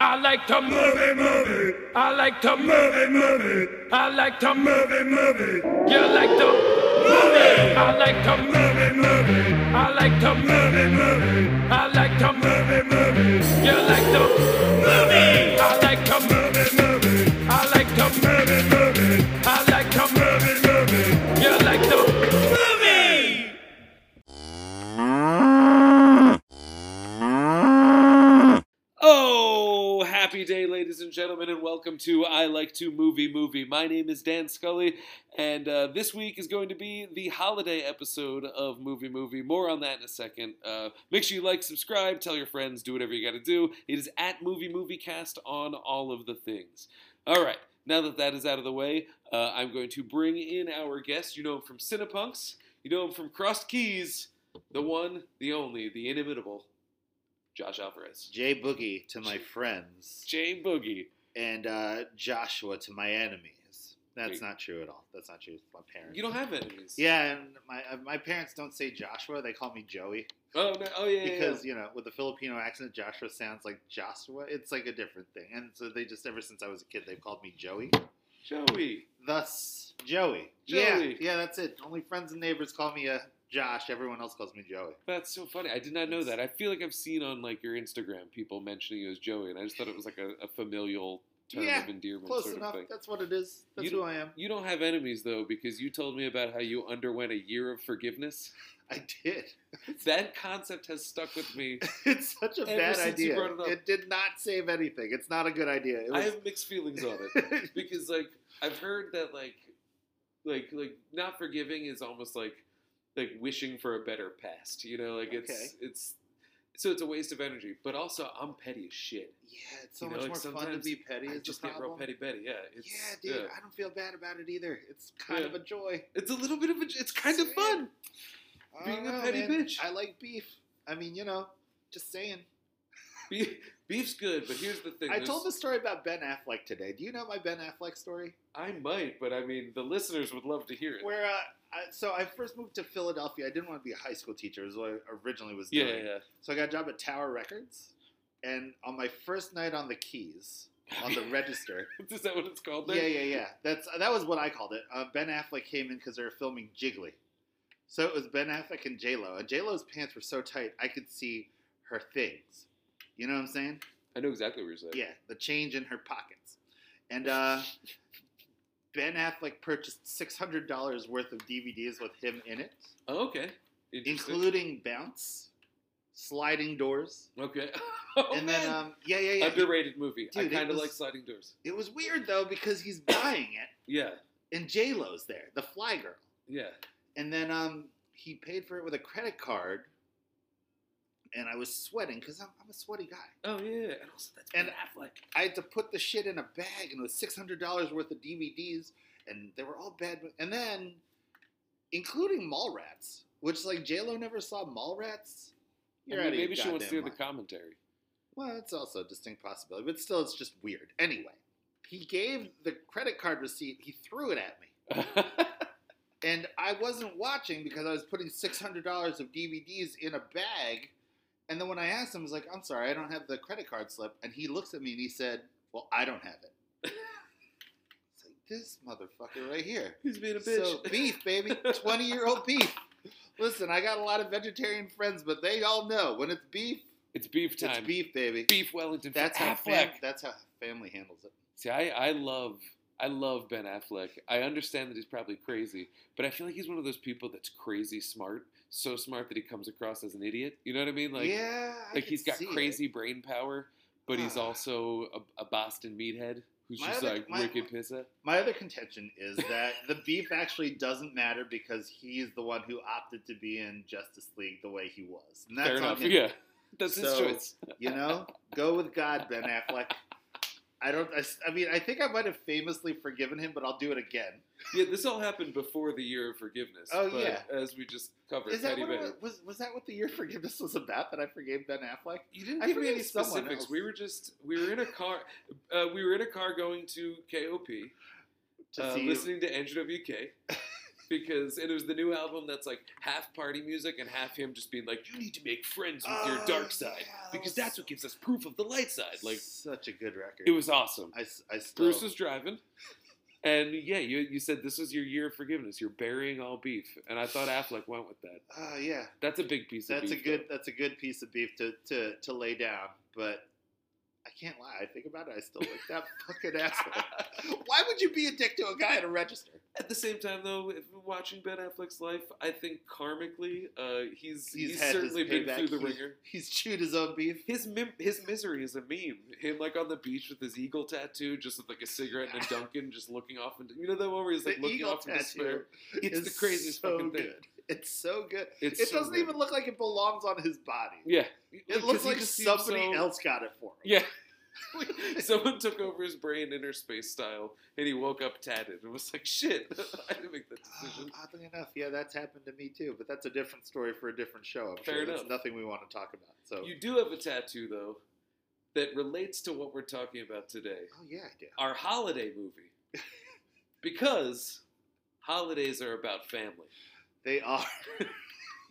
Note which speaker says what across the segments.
Speaker 1: I like to move it, move it. I like to move it, move it. I like to move it, move it. You like to move it. I like to move it, move it. I like to move it, move it. I like to move it, move it. You like to move it. I like to move it, move it. I like to move it, move it. I like to move it, move it. You like to move it.
Speaker 2: Oh, happy day, ladies and gentlemen, and welcome to I Like to Movie Movie. My name is Dan Scully, and uh, this week is going to be the holiday episode of Movie Movie. More on that in a second. Uh, make sure you like, subscribe, tell your friends, do whatever you got to do. It is at Movie Movie Cast on all of the things. All right, now that that is out of the way, uh, I'm going to bring in our guest. You know him from Cinepunks, you know him from Crossed Keys, the one, the only, the inimitable, Josh Alvarez.
Speaker 3: J Boogie to my friends
Speaker 2: Jay Boogie.
Speaker 3: and uh, Joshua to my enemies. That's
Speaker 2: Wait.
Speaker 3: not true at all. That's not true. It's my parents.
Speaker 2: You don't have enemies.
Speaker 3: Yeah, and my uh, my parents don't say Joshua. They call me Joey
Speaker 2: Oh no. Oh yeah. yeah,
Speaker 3: because you know with the Filipino accent, Joshua sounds like Joshua. It's like a different thing, and so they just ever since I was a kid, they've called me Joey.
Speaker 2: yeah. Joey.
Speaker 3: Thus, Joey. Yeah,
Speaker 2: Joey.
Speaker 3: yeah, that's it. Only friends and neighbors call me uh, Josh. Everyone else calls me Joey.
Speaker 2: That's so funny. I did not know that. I feel like I've seen on like your Instagram people mentioning you as Joey, and I just thought it was like a, a familial term
Speaker 3: Yeah,
Speaker 2: of endearment
Speaker 3: Close
Speaker 2: sort
Speaker 3: enough.
Speaker 2: of thing.
Speaker 3: That's what it is. That's
Speaker 2: You
Speaker 3: who I am.
Speaker 2: You don't have enemies though, because you told me about how you underwent a year of forgiveness.
Speaker 3: I did.
Speaker 2: That concept has stuck with me.
Speaker 3: It's such a
Speaker 2: Ever
Speaker 3: bad
Speaker 2: since you
Speaker 3: idea.
Speaker 2: brought it up.
Speaker 3: It, did not save anything. It's not a good idea. It
Speaker 2: I
Speaker 3: was,
Speaker 2: have mixed feelings on it because like I've heard that like like like not forgiving is almost like like wishing for a better past. You know, like it's
Speaker 3: Okay.
Speaker 2: it's so it's a waste of energy. But also, I'm petty as shit.
Speaker 3: yeah, it's so
Speaker 2: You know,
Speaker 3: much
Speaker 2: like,
Speaker 3: more fun to
Speaker 2: sometimes
Speaker 3: be petty.
Speaker 2: I
Speaker 3: Is
Speaker 2: just
Speaker 3: the
Speaker 2: get real
Speaker 3: problem.
Speaker 2: petty, petty. Yeah, it's,
Speaker 3: Yeah, dude, I don't feel bad about it either. It's kind
Speaker 2: Yeah.
Speaker 3: of a joy.
Speaker 2: It's a little bit of a. It's kind of
Speaker 3: Sweet.
Speaker 2: fun.
Speaker 3: I
Speaker 2: Being
Speaker 3: don't
Speaker 2: a
Speaker 3: know,
Speaker 2: petty
Speaker 3: man.
Speaker 2: bitch.
Speaker 3: I like beef. I mean, you know, just saying.
Speaker 2: Beef, beef's good, but here's the thing.
Speaker 3: I told the
Speaker 2: there's-
Speaker 3: story about Ben Affleck today. Do you know my Ben Affleck story?
Speaker 2: I might, but I mean, the listeners would love to hear it.
Speaker 3: Where uh, I, so I first moved to Philadelphia. I didn't want to be a high school teacher. Is what I originally was
Speaker 2: Yeah,
Speaker 3: doing.
Speaker 2: yeah, yeah.
Speaker 3: So I got a job at Tower Records, and on my first night on the keys, on the register.
Speaker 2: Is that what it's called? There?
Speaker 3: Yeah, yeah, yeah. That's that was what I called it. Uh, ben Affleck came in because they were filming Jiggly, so it was Ben Affleck and J Lo. And J Lo's pants were so tight I could see her things. You know what I'm saying?
Speaker 2: I know exactly what you're saying.
Speaker 3: Yeah, the change in her pockets. And uh, Ben Affleck purchased six hundred dollars worth of DVDs with him in it,
Speaker 2: Oh, okay. Interesting.
Speaker 3: including Bounce, Sliding Doors,
Speaker 2: okay. Oh,
Speaker 3: and
Speaker 2: man.
Speaker 3: then um, yeah, yeah, yeah.
Speaker 2: Underrated movie. I
Speaker 3: Dude, it
Speaker 2: kind of
Speaker 3: was-
Speaker 2: like Sliding Doors.
Speaker 3: it was weird though because he's buying it,
Speaker 2: Yeah,
Speaker 3: and J Lo's there, the Fly Girl.
Speaker 2: yeah.
Speaker 3: And then um, he paid for it with a credit card. And I was sweating because I'm, I'm a sweaty guy.
Speaker 2: Oh yeah, yeah. and also that's
Speaker 3: And-
Speaker 2: Ben Affleck.
Speaker 3: I had to put the shit in a bag, and it was six hundred dollars worth of DVDs, and they were all bad. mo- And then, including Mallrats, which like J Lo never saw Mallrats. You're
Speaker 2: I
Speaker 3: out
Speaker 2: mean,
Speaker 3: of
Speaker 2: maybe
Speaker 3: your
Speaker 2: she wants to hear
Speaker 3: goddamn
Speaker 2: the
Speaker 3: mind.
Speaker 2: commentary.
Speaker 3: Well, it's also a distinct possibility, but still, it's just weird. Anyway, he gave the credit card receipt. He threw it at me. and I wasn't watching because I was putting six hundred dollars of DVDs in a bag. And then when I asked him, I was like, "I'm sorry, I don't have the credit card slip." And he looks at me and he said, "Well, I don't have it." it's like this motherfucker right here.
Speaker 2: He's being a bitch.
Speaker 3: So beef, baby, twenty-year-old beef. Listen, I got a lot of vegetarian friends, but they all know when it's beef,
Speaker 2: it's beef time.
Speaker 3: it's beef, baby.
Speaker 2: Beef Wellington. for
Speaker 3: That's how
Speaker 2: Affleck.
Speaker 3: fam- that's how family handles it.
Speaker 2: See, I, I love I love Ben Affleck. I understand that he's probably crazy, but I feel like he's one of those people that's crazy smart, so smart that he comes across as an idiot. You know what I mean? Like
Speaker 3: yeah, I
Speaker 2: like
Speaker 3: can
Speaker 2: he's got
Speaker 3: see it.
Speaker 2: crazy brain power, but he's
Speaker 3: Ah.
Speaker 2: also a, a Boston meathead who's
Speaker 3: My
Speaker 2: just
Speaker 3: other-
Speaker 2: like
Speaker 3: my-
Speaker 2: wicked pizza.
Speaker 3: My other contention is that the beef actually doesn't matter because he's the one who opted to be in Justice League the way he was. And that's
Speaker 2: Fair
Speaker 3: on
Speaker 2: enough.
Speaker 3: him.
Speaker 2: Yeah. That's his
Speaker 3: So-
Speaker 2: choice.
Speaker 3: You know, go with God, Ben Affleck. I don't. I, s- I mean, I think I might have famously forgiven him, but I'll do it again.
Speaker 2: Yeah, this all happened before the year of forgiveness.
Speaker 3: Oh,
Speaker 2: but
Speaker 3: yeah.
Speaker 2: As we just covered.
Speaker 3: Is that
Speaker 2: Patty
Speaker 3: what it
Speaker 2: Bennett.
Speaker 3: was, was? Was that what the year forgiveness was about? That I forgave Ben Affleck?
Speaker 2: You didn't
Speaker 3: I
Speaker 2: give me
Speaker 3: forgave
Speaker 2: any
Speaker 3: someone
Speaker 2: specifics.
Speaker 3: else.
Speaker 2: We were just we were in a car, uh, we were in a car going to KOP,
Speaker 3: To
Speaker 2: uh,
Speaker 3: see
Speaker 2: listening to NWK, because and it was the new album that's like half party music and half him just being like, "You need to make friends with your
Speaker 3: Oh,
Speaker 2: dark side
Speaker 3: yeah,
Speaker 2: because
Speaker 3: that was-
Speaker 2: that's what gives us proof of the light side." Like
Speaker 3: such a good record.
Speaker 2: it was awesome.
Speaker 3: I, s- I still.
Speaker 2: Bruce was driving, and yeah, you you said this was your year of forgiveness. You're burying all beef, and I thought Affleck went with that.
Speaker 3: Ah, yeah,
Speaker 2: That's a big piece. of
Speaker 3: that's a
Speaker 2: beef,
Speaker 3: good
Speaker 2: though.
Speaker 3: that's a good piece of beef to, to, to lay down. But I can't lie. I think about it. I still like that fucking asshole. Why would you be a dick to a guy at a register?
Speaker 2: At the same time, though, if we're watching Ben Affleck's life, I think karmically, uh, he's
Speaker 3: He's
Speaker 2: he's,
Speaker 3: had his
Speaker 2: certainly been
Speaker 3: payback.
Speaker 2: through the
Speaker 3: He's-
Speaker 2: ringer.
Speaker 3: He's chewed his own beef.
Speaker 2: His mim- his misery is a meme. Him like on the beach with his eagle tattoo, just with like a cigarette and a Dunkin', just looking off and you know that one where he's like
Speaker 3: The
Speaker 2: looking
Speaker 3: eagle
Speaker 2: off in despair.
Speaker 3: tattoo.
Speaker 2: It's
Speaker 3: is
Speaker 2: the craziest
Speaker 3: so
Speaker 2: fucking thing.
Speaker 3: good. It's so good.
Speaker 2: It's
Speaker 3: it
Speaker 2: so
Speaker 3: doesn't
Speaker 2: good.
Speaker 3: even look like it belongs on his body.
Speaker 2: yeah.
Speaker 3: It
Speaker 2: 'cause
Speaker 3: looks
Speaker 2: he
Speaker 3: like
Speaker 2: just seems
Speaker 3: somebody
Speaker 2: so-
Speaker 3: else got it for him.
Speaker 2: Yeah. Someone took over his brain inner space style, and he woke up tatted and was like, "Shit, I didn't make that decision."
Speaker 3: Ah, Oddly enough, yeah, that's happened to me too, but that's a different story for a different show. I'm
Speaker 2: Fair
Speaker 3: sure that's
Speaker 2: enough.
Speaker 3: nothing we want to talk about. So,
Speaker 2: You do have a tattoo though, that relates to what we're talking about today.
Speaker 3: oh yeah, I do.
Speaker 2: our holiday movie because holidays are about family.
Speaker 3: They are.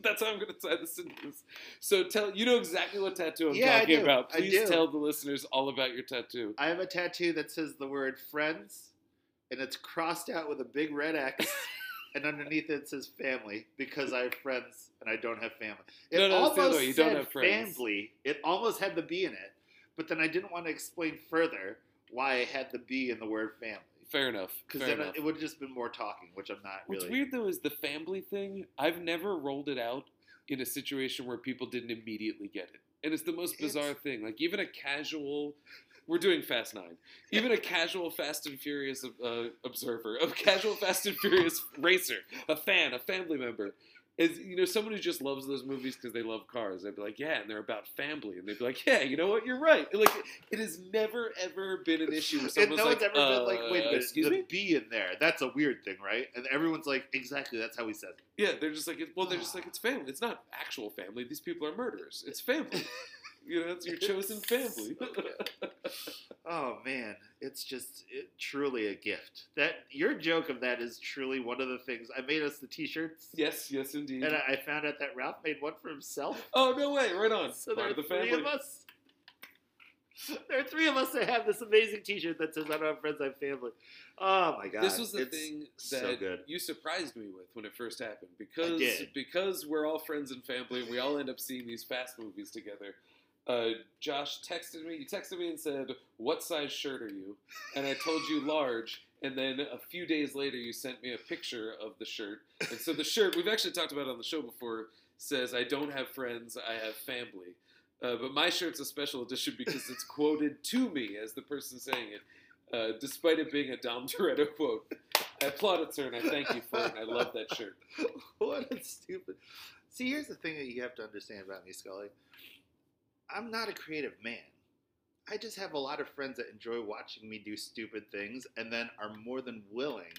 Speaker 2: That's how I'm going to tie this into this. So tell you know exactly what tattoo I'm
Speaker 3: Yeah, I
Speaker 2: talking
Speaker 3: do.
Speaker 2: about.
Speaker 3: I
Speaker 2: Please
Speaker 3: do.
Speaker 2: tell the listeners all about your tattoo.
Speaker 3: I have a tattoo that says the word friends, and it's crossed out with a big red X, and underneath it says family because I have friends and I don't have family. It
Speaker 2: No, no,
Speaker 3: almost
Speaker 2: that's the other way. You don't
Speaker 3: said
Speaker 2: have friends.
Speaker 3: family. It almost had the B in it, but then I didn't want to explain further why I had the B in the word family
Speaker 2: Fair enough.
Speaker 3: because
Speaker 2: Fair
Speaker 3: then
Speaker 2: enough.
Speaker 3: it would have just been more talking, which I'm not
Speaker 2: What's
Speaker 3: really.
Speaker 2: weird though is the family thing. I've never rolled it out in a situation where people didn't immediately get it, and it's the most
Speaker 3: It's-
Speaker 2: bizarre thing. Like even a casual, we're doing Fast Nine. Even a casual Fast and Furious uh, observer, a casual Fast and Furious racer, a fan, a family member. Is, you know, someone who just loves those movies because they love cars, they'd be like, "Yeah," and they're about family, and they'd be like, "Yeah, you know what? You're right." Like, it has never ever been an issue. where
Speaker 3: And
Speaker 2: someone's
Speaker 3: no
Speaker 2: like,
Speaker 3: one's ever been like,
Speaker 2: "Uh,
Speaker 3: wait a minute,
Speaker 2: excuse
Speaker 3: the
Speaker 2: me?
Speaker 3: B in there. That's a weird thing, right? And everyone's like, exactly, that's how we said it.
Speaker 2: Yeah, they're just like, it- well, they're just like, it's family. It's not actual family. These people are murderers. It's family. you know, it's your chosen family.
Speaker 3: Oh man, it's just it, truly a gift. That your joke of that is truly one of the things I made us the T-shirts,
Speaker 2: yes, yes, indeed.
Speaker 3: and I, I found out that Ralph made one for himself.
Speaker 2: oh, no way. Right on.
Speaker 3: So there
Speaker 2: Part
Speaker 3: are
Speaker 2: of the
Speaker 3: three
Speaker 2: family.
Speaker 3: of us. There are three of us that have this amazing T-shirt that says "I don't have friends, I have family." Oh my god,
Speaker 2: this was the
Speaker 3: it's-
Speaker 2: thing that
Speaker 3: so good.
Speaker 2: you surprised me with when it first happened because
Speaker 3: did.
Speaker 2: because we're all friends and family and we all end up seeing these fast movies together. Uh, Josh texted me. You texted me and said, "What size shirt are you?" And I told you large. And then a few days later, you sent me a picture of the shirt. And so the shirt we've actually talked about it on the show before says, "I don't have friends. I have family." Uh, but my shirt's a special edition because it's quoted to me as the person saying it, uh, despite it being a Dom Toretto quote. I applaud it, sir, and I thank you for it. And I love that shirt.
Speaker 3: what a stupid. See, here's the thing that you have to understand about me, Scully. I'm not a creative man. I just have a lot of friends that enjoy watching me do stupid things and then are more than willing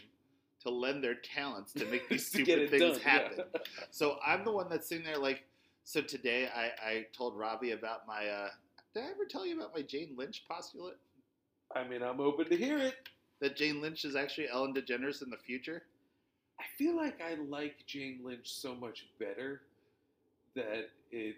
Speaker 3: to lend their talents to make these
Speaker 2: To get
Speaker 3: stupid
Speaker 2: it
Speaker 3: things
Speaker 2: done, yeah.
Speaker 3: happen. So I'm the one that's sitting there like, so today I, I told Robbie about my, uh, did I ever tell you about my Jane Lynch postulate?
Speaker 2: I mean, I'm open to hear it.
Speaker 3: That Jane Lynch is actually Ellen DeGeneres in the future?
Speaker 2: I feel like I like Jane Lynch so much better that it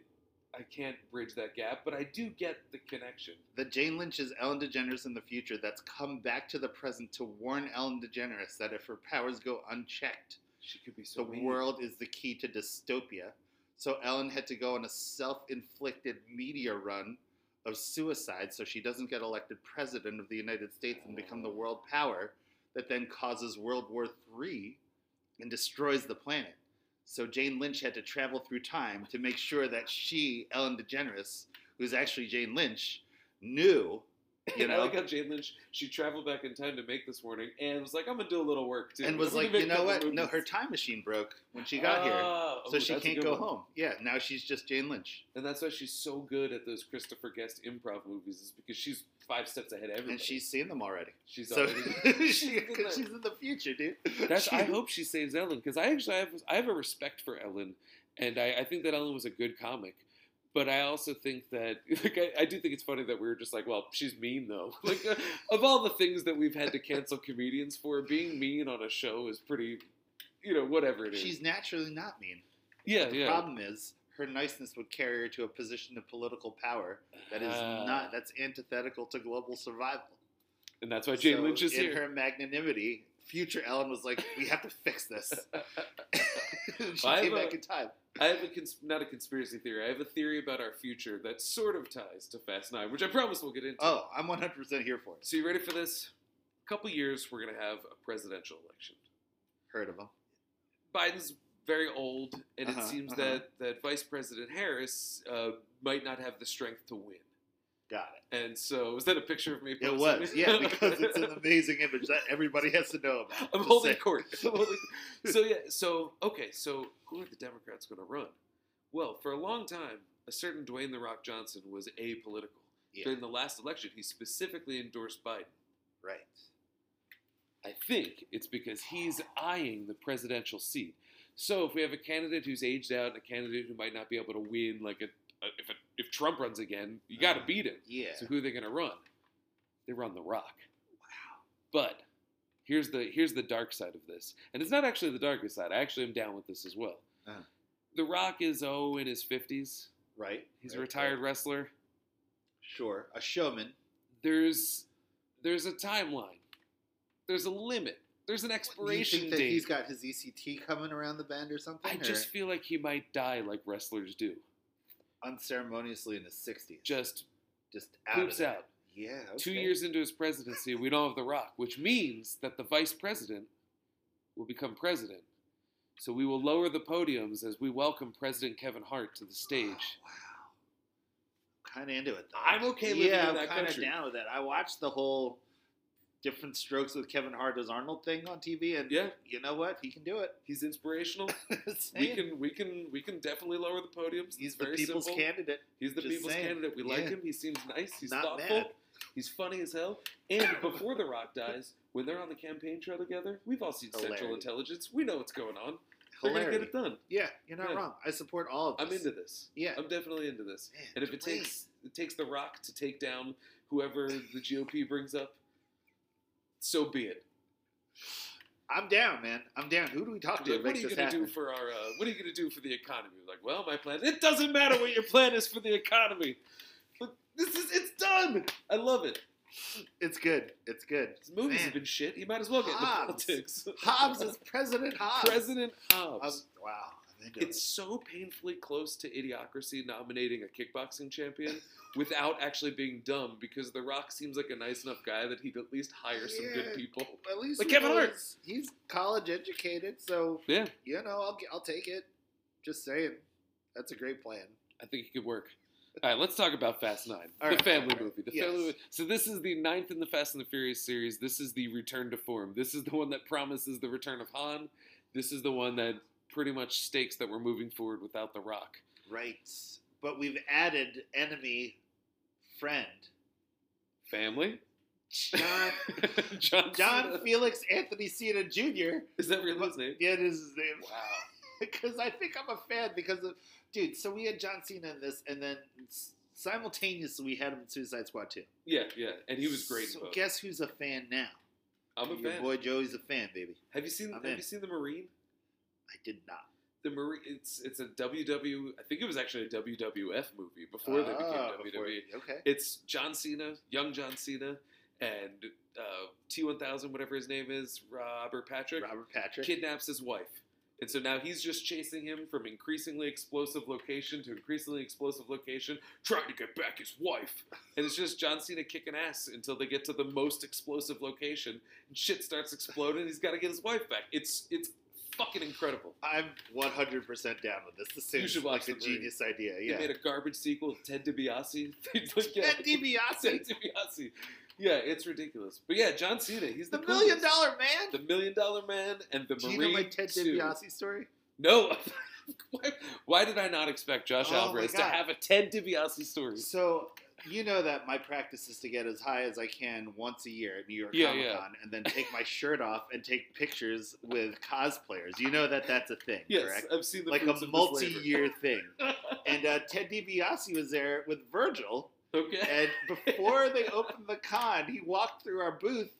Speaker 2: I can't bridge that gap, but I do get the connection.
Speaker 3: that Jane Lynch is Ellen DeGeneres in the future that's come back to the present to warn Ellen DeGeneres that if her powers go unchecked,
Speaker 2: She could be so
Speaker 3: the
Speaker 2: mean.
Speaker 3: world is the key to dystopia. So Ellen had to go on a self inflicted media run of suicide so she doesn't get elected president of the United States and become the world power that then causes World War III and destroys the planet. So Jane Lynch had to travel through time to make sure that she, Ellen DeGeneres, who's actually Jane Lynch, knew, you
Speaker 2: And I
Speaker 3: know,
Speaker 2: like how Jane Lynch she traveled back in time to make this warning and was like, I'm gonna do a little work too.
Speaker 3: and was
Speaker 2: I'm gonna
Speaker 3: like,
Speaker 2: make
Speaker 3: you
Speaker 2: a
Speaker 3: know
Speaker 2: couple
Speaker 3: what? No,
Speaker 2: movies."
Speaker 3: her time machine broke when she got here.
Speaker 2: Ah,
Speaker 3: So
Speaker 2: ooh,
Speaker 3: she
Speaker 2: that's a
Speaker 3: can't
Speaker 2: good
Speaker 3: go
Speaker 2: one.
Speaker 3: home. Yeah, now she's just Jane Lynch.
Speaker 2: And that's why she's so good at those Christopher Guest improv movies, is because she's five steps ahead of everybody.
Speaker 3: And she's seen them already.
Speaker 2: she's
Speaker 3: So
Speaker 2: already
Speaker 3: she, 'cause she's in the future, dude.
Speaker 2: That's,
Speaker 3: She-
Speaker 2: I hope she saves Ellen because I actually have I have a respect for Ellen, and I, I think that Ellen was a good comic. But I also think that like I, I do think it's funny that we were just like, well, she's mean though. Like uh, of all the things that we've had to cancel comedians for, being mean on a show is pretty you know, whatever it is.
Speaker 3: She's naturally not mean.
Speaker 2: yeah,
Speaker 3: The
Speaker 2: yeah.
Speaker 3: problem is her niceness would carry her to a position of political power that is
Speaker 2: Ah.
Speaker 3: not that's antithetical to global survival.
Speaker 2: And that's why Jane
Speaker 3: So
Speaker 2: Lynch is
Speaker 3: in
Speaker 2: here.
Speaker 3: her magnanimity. Future Ellen was like, "We have to fix this." she
Speaker 2: I have
Speaker 3: came
Speaker 2: a-
Speaker 3: back in time.
Speaker 2: I have a cons- not a conspiracy theory. I have a theory about our future that sort of ties to Fast Nine, which I promise we'll get into.
Speaker 3: Oh, I'm 100 percent here for it.
Speaker 2: So you ready for this? A couple years, we're gonna have a presidential election.
Speaker 3: Heard of him?
Speaker 2: Biden's very old, and
Speaker 3: Uh-huh,
Speaker 2: it seems
Speaker 3: uh-huh.
Speaker 2: that that Vice President Harris uh, might not have the strength to win.
Speaker 3: Got
Speaker 2: And so, was that a picture of me?
Speaker 3: it. It
Speaker 2: posting
Speaker 3: was, yeah, because it's an amazing image that everybody has to know about.
Speaker 2: I'm
Speaker 3: Just
Speaker 2: holding
Speaker 3: saying.
Speaker 2: court. I'm holding- so yeah, so okay, so who are the Democrats going to run? Well, for a long time, a certain Dwayne the Rock Johnson was apolitical.
Speaker 3: Yeah.
Speaker 2: During the last election, he specifically endorsed Biden.
Speaker 3: Right.
Speaker 2: I think it's because he's eyeing the presidential seat. So if we have a candidate who's aged out and a candidate who might not be able to win, like a, a, if a, if Trump runs again, you got to beat him.
Speaker 3: Mm-hmm. Yeah.
Speaker 2: So who are they going to run? They run The Rock. Wow. But here's the here's the dark side of this, and it's not actually the darker side. I actually am down with this as well.
Speaker 3: Uh-huh.
Speaker 2: The Rock is oh in his fifties.
Speaker 3: Right.
Speaker 2: He's a
Speaker 3: right,
Speaker 2: retired
Speaker 3: right.
Speaker 2: wrestler.
Speaker 3: Sure. A showman.
Speaker 2: There's there's a timeline. There's a limit. There's an
Speaker 3: Do you
Speaker 2: expiration
Speaker 3: think that
Speaker 2: date.
Speaker 3: he's got his ECT coming around the bend or something?
Speaker 2: I
Speaker 3: or
Speaker 2: just feel like he might die like wrestlers do.
Speaker 3: unceremoniously in his 60s.
Speaker 2: Just
Speaker 3: Just out of
Speaker 2: poops
Speaker 3: there.
Speaker 2: out.
Speaker 3: Yeah.
Speaker 2: Two
Speaker 3: okay.
Speaker 2: years into his presidency, we don't have The Rock, which means that the vice president will become president. So we will lower the podiums as we welcome President Kevin Hart to the stage.
Speaker 3: Wow. Kind of into it though.
Speaker 2: I'm okay living
Speaker 3: yeah,
Speaker 2: in that
Speaker 3: I'm kinda
Speaker 2: country.
Speaker 3: down with that. I watched the whole different strokes with Kevin Hart as Arnold thing on TV, and
Speaker 2: Yeah.
Speaker 3: you know what? He can do it.
Speaker 2: He's inspirational. we
Speaker 3: Saying.
Speaker 2: can we can we can definitely lower the podiums.
Speaker 3: He's
Speaker 2: It's
Speaker 3: the
Speaker 2: very
Speaker 3: people's
Speaker 2: simple.
Speaker 3: candidate.
Speaker 2: He's the
Speaker 3: Just
Speaker 2: people's
Speaker 3: saying.
Speaker 2: candidate. We like
Speaker 3: Yeah.
Speaker 2: him. He seems nice. He's
Speaker 3: Not
Speaker 2: thoughtful.
Speaker 3: bad.
Speaker 2: He's funny as hell. And before The Rock dies, when they're on the campaign trail together, we've all seen Central
Speaker 3: Hilarity.
Speaker 2: Intelligence. We know what's going on. They're going to get
Speaker 3: Hilarious.
Speaker 2: it done.
Speaker 3: Yeah, you're not
Speaker 2: Yeah.
Speaker 3: wrong. I support all of this.
Speaker 2: I'm into this.
Speaker 3: Yeah.
Speaker 2: I'm definitely into this.
Speaker 3: Man,
Speaker 2: And if it
Speaker 3: Dwayne.
Speaker 2: takes it takes the Rock to take down whoever the GOP brings up, so be it.
Speaker 3: I'm down, man. I'm down. Who do we talk to?
Speaker 2: Dude,
Speaker 3: to
Speaker 2: what
Speaker 3: make
Speaker 2: are you
Speaker 3: this
Speaker 2: going to do
Speaker 3: happen?
Speaker 2: for our? Uh, what are you going to do for the economy? Like, well, my plan. It doesn't matter what your plan is for the economy. Look, this is it's done. I love it.
Speaker 3: It's good. It's good.
Speaker 2: His movies
Speaker 3: Man.
Speaker 2: have been shit. He might as well get into
Speaker 3: Hobbs.
Speaker 2: politics.
Speaker 3: Hobbs is President Hobbs.
Speaker 2: President Hobbs.
Speaker 3: Hobbs. Wow. I'm into
Speaker 2: It's so painfully close to Idiocracy nominating a kickboxing champion without actually being dumb because The Rock seems like a nice enough guy that he'd at least hire some
Speaker 3: Yeah.
Speaker 2: good people.
Speaker 3: At least
Speaker 2: Like
Speaker 3: we
Speaker 2: Kevin
Speaker 3: know
Speaker 2: Hart.
Speaker 3: He's, he's college educated, so
Speaker 2: Yeah.
Speaker 3: you know I'll I'll take it. Just saying, that's a great plan.
Speaker 2: I think it could work. All right, let's talk about Fast Nine,
Speaker 3: All
Speaker 2: the
Speaker 3: right, all
Speaker 2: family
Speaker 3: right,
Speaker 2: movie. The
Speaker 3: yes.
Speaker 2: family movie. So this is the ninth in the Fast and the Furious series. This is the return to form. This is the one that promises the return of Han. This is the one that pretty much stakes that we're moving forward without The Rock.
Speaker 3: Right, but we've added enemy, friend,
Speaker 2: Family.
Speaker 3: John
Speaker 2: John.
Speaker 3: John
Speaker 2: Cena.
Speaker 3: Felix Anthony Cena Jr.
Speaker 2: Is that really his name?
Speaker 3: Yeah, this is his name.
Speaker 2: Wow.
Speaker 3: because I think I'm a fan because of dude. So we had John Cena in this, and then s- simultaneously we had him in Suicide Squad too.
Speaker 2: Yeah, yeah, and he was great. in
Speaker 3: So
Speaker 2: both.
Speaker 3: guess who's a fan now?
Speaker 2: I'm a
Speaker 3: Your
Speaker 2: fan.
Speaker 3: boy Joey's a fan, baby.
Speaker 2: Have you seen
Speaker 3: I'm
Speaker 2: Have
Speaker 3: in.
Speaker 2: you seen the Marine?
Speaker 3: I did not.
Speaker 2: The Marine. It's it's a WW. I think it was actually a WWF movie before they
Speaker 3: Ah,
Speaker 2: became E.
Speaker 3: before-
Speaker 2: WWE.
Speaker 3: Okay.
Speaker 2: It's John Cena, young John Cena, and uh, T1000, whatever his name is, Robert Patrick,
Speaker 3: Robert Patrick.
Speaker 2: kidnaps his wife. And so now he's just chasing him from increasingly explosive location to increasingly explosive location, trying to get back his wife. And it's just John Cena kicking ass until they get to the most explosive location, and shit starts exploding. He's got to get his wife back. It's it's fucking incredible.
Speaker 3: I'm 100 percent down with this. This
Speaker 2: You
Speaker 3: seems
Speaker 2: should
Speaker 3: like
Speaker 2: watch
Speaker 3: a
Speaker 2: the movie.
Speaker 3: genius idea.
Speaker 2: They
Speaker 3: Yeah.
Speaker 2: made a garbage sequel, Ted DiBiase. It's like, yeah.
Speaker 3: Ted DiBiase,
Speaker 2: Ted DiBiase. Yeah, it's ridiculous. But yeah, John Cena, he's
Speaker 3: the
Speaker 2: the,
Speaker 3: million
Speaker 2: coolest.
Speaker 3: dollar man.
Speaker 2: the million dollar man, and the
Speaker 3: Do you
Speaker 2: Marine.
Speaker 3: know my Ted
Speaker 2: too.
Speaker 3: DiBiase story?
Speaker 2: No, why, why did I not expect Josh
Speaker 3: Oh my
Speaker 2: Alvarez to
Speaker 3: God.
Speaker 2: have a Ted DiBiase story?
Speaker 3: So you know that my practice is to get as high as I can once a year at New York
Speaker 2: Yeah,
Speaker 3: Comic Con, and then take my shirt off and take pictures with cosplayers. You know that that's a thing,
Speaker 2: Yes,
Speaker 3: correct?
Speaker 2: I've seen the
Speaker 3: Like
Speaker 2: fruits
Speaker 3: a
Speaker 2: of this labor.
Speaker 3: multi-year thing. And uh, Ted DiBiase was there with Virgil,
Speaker 2: Okay.
Speaker 3: and before they opened the con, he walked through our booth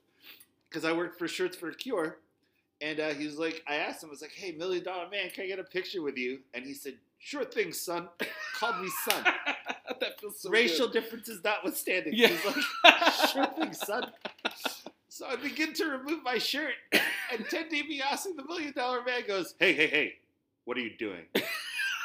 Speaker 3: because I worked for Shirts for a Cure, And uh, he was like, I asked him, I was like, hey, Million Dollar Man, can I get a picture with you? And he said, sure thing, son. Called me son.
Speaker 2: that feels so
Speaker 3: Racial
Speaker 2: good.
Speaker 3: differences notwithstanding.
Speaker 2: Yeah.
Speaker 3: He's like, sure thing, son. So I begin to remove my shirt, and Ted DiBiase, the Million Dollar Man, goes, hey, hey, hey, what are you doing?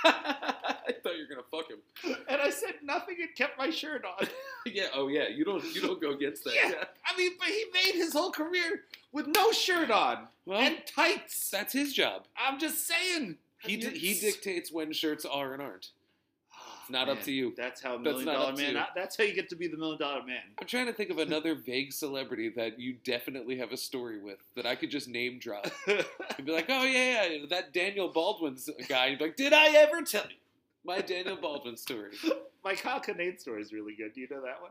Speaker 2: I thought you were gonna fuck him.
Speaker 3: And I said nothing and kept my shirt on.
Speaker 2: Yeah. Oh yeah. You don't. You don't go against that.
Speaker 3: Yeah. I mean, but he made his whole career with no shirt on
Speaker 2: Well,
Speaker 3: and tights.
Speaker 2: that's his job.
Speaker 3: I'm just saying.
Speaker 2: He di- he dictates when shirts are and aren't. It's not up to you.
Speaker 3: That's how
Speaker 2: That's
Speaker 3: million
Speaker 2: not
Speaker 3: dollar
Speaker 2: up to
Speaker 3: man.
Speaker 2: you.
Speaker 3: That's how you get to be the million dollar man.
Speaker 2: I'm trying to think of another vague celebrity that you definitely have a story with that I could just name drop. You'd be like, oh yeah, yeah, that Daniel Baldwin's guy. You'd be like, did I ever tell you my Daniel Baldwin story?
Speaker 3: My Kyle Kinane story is really good. Do you know that one?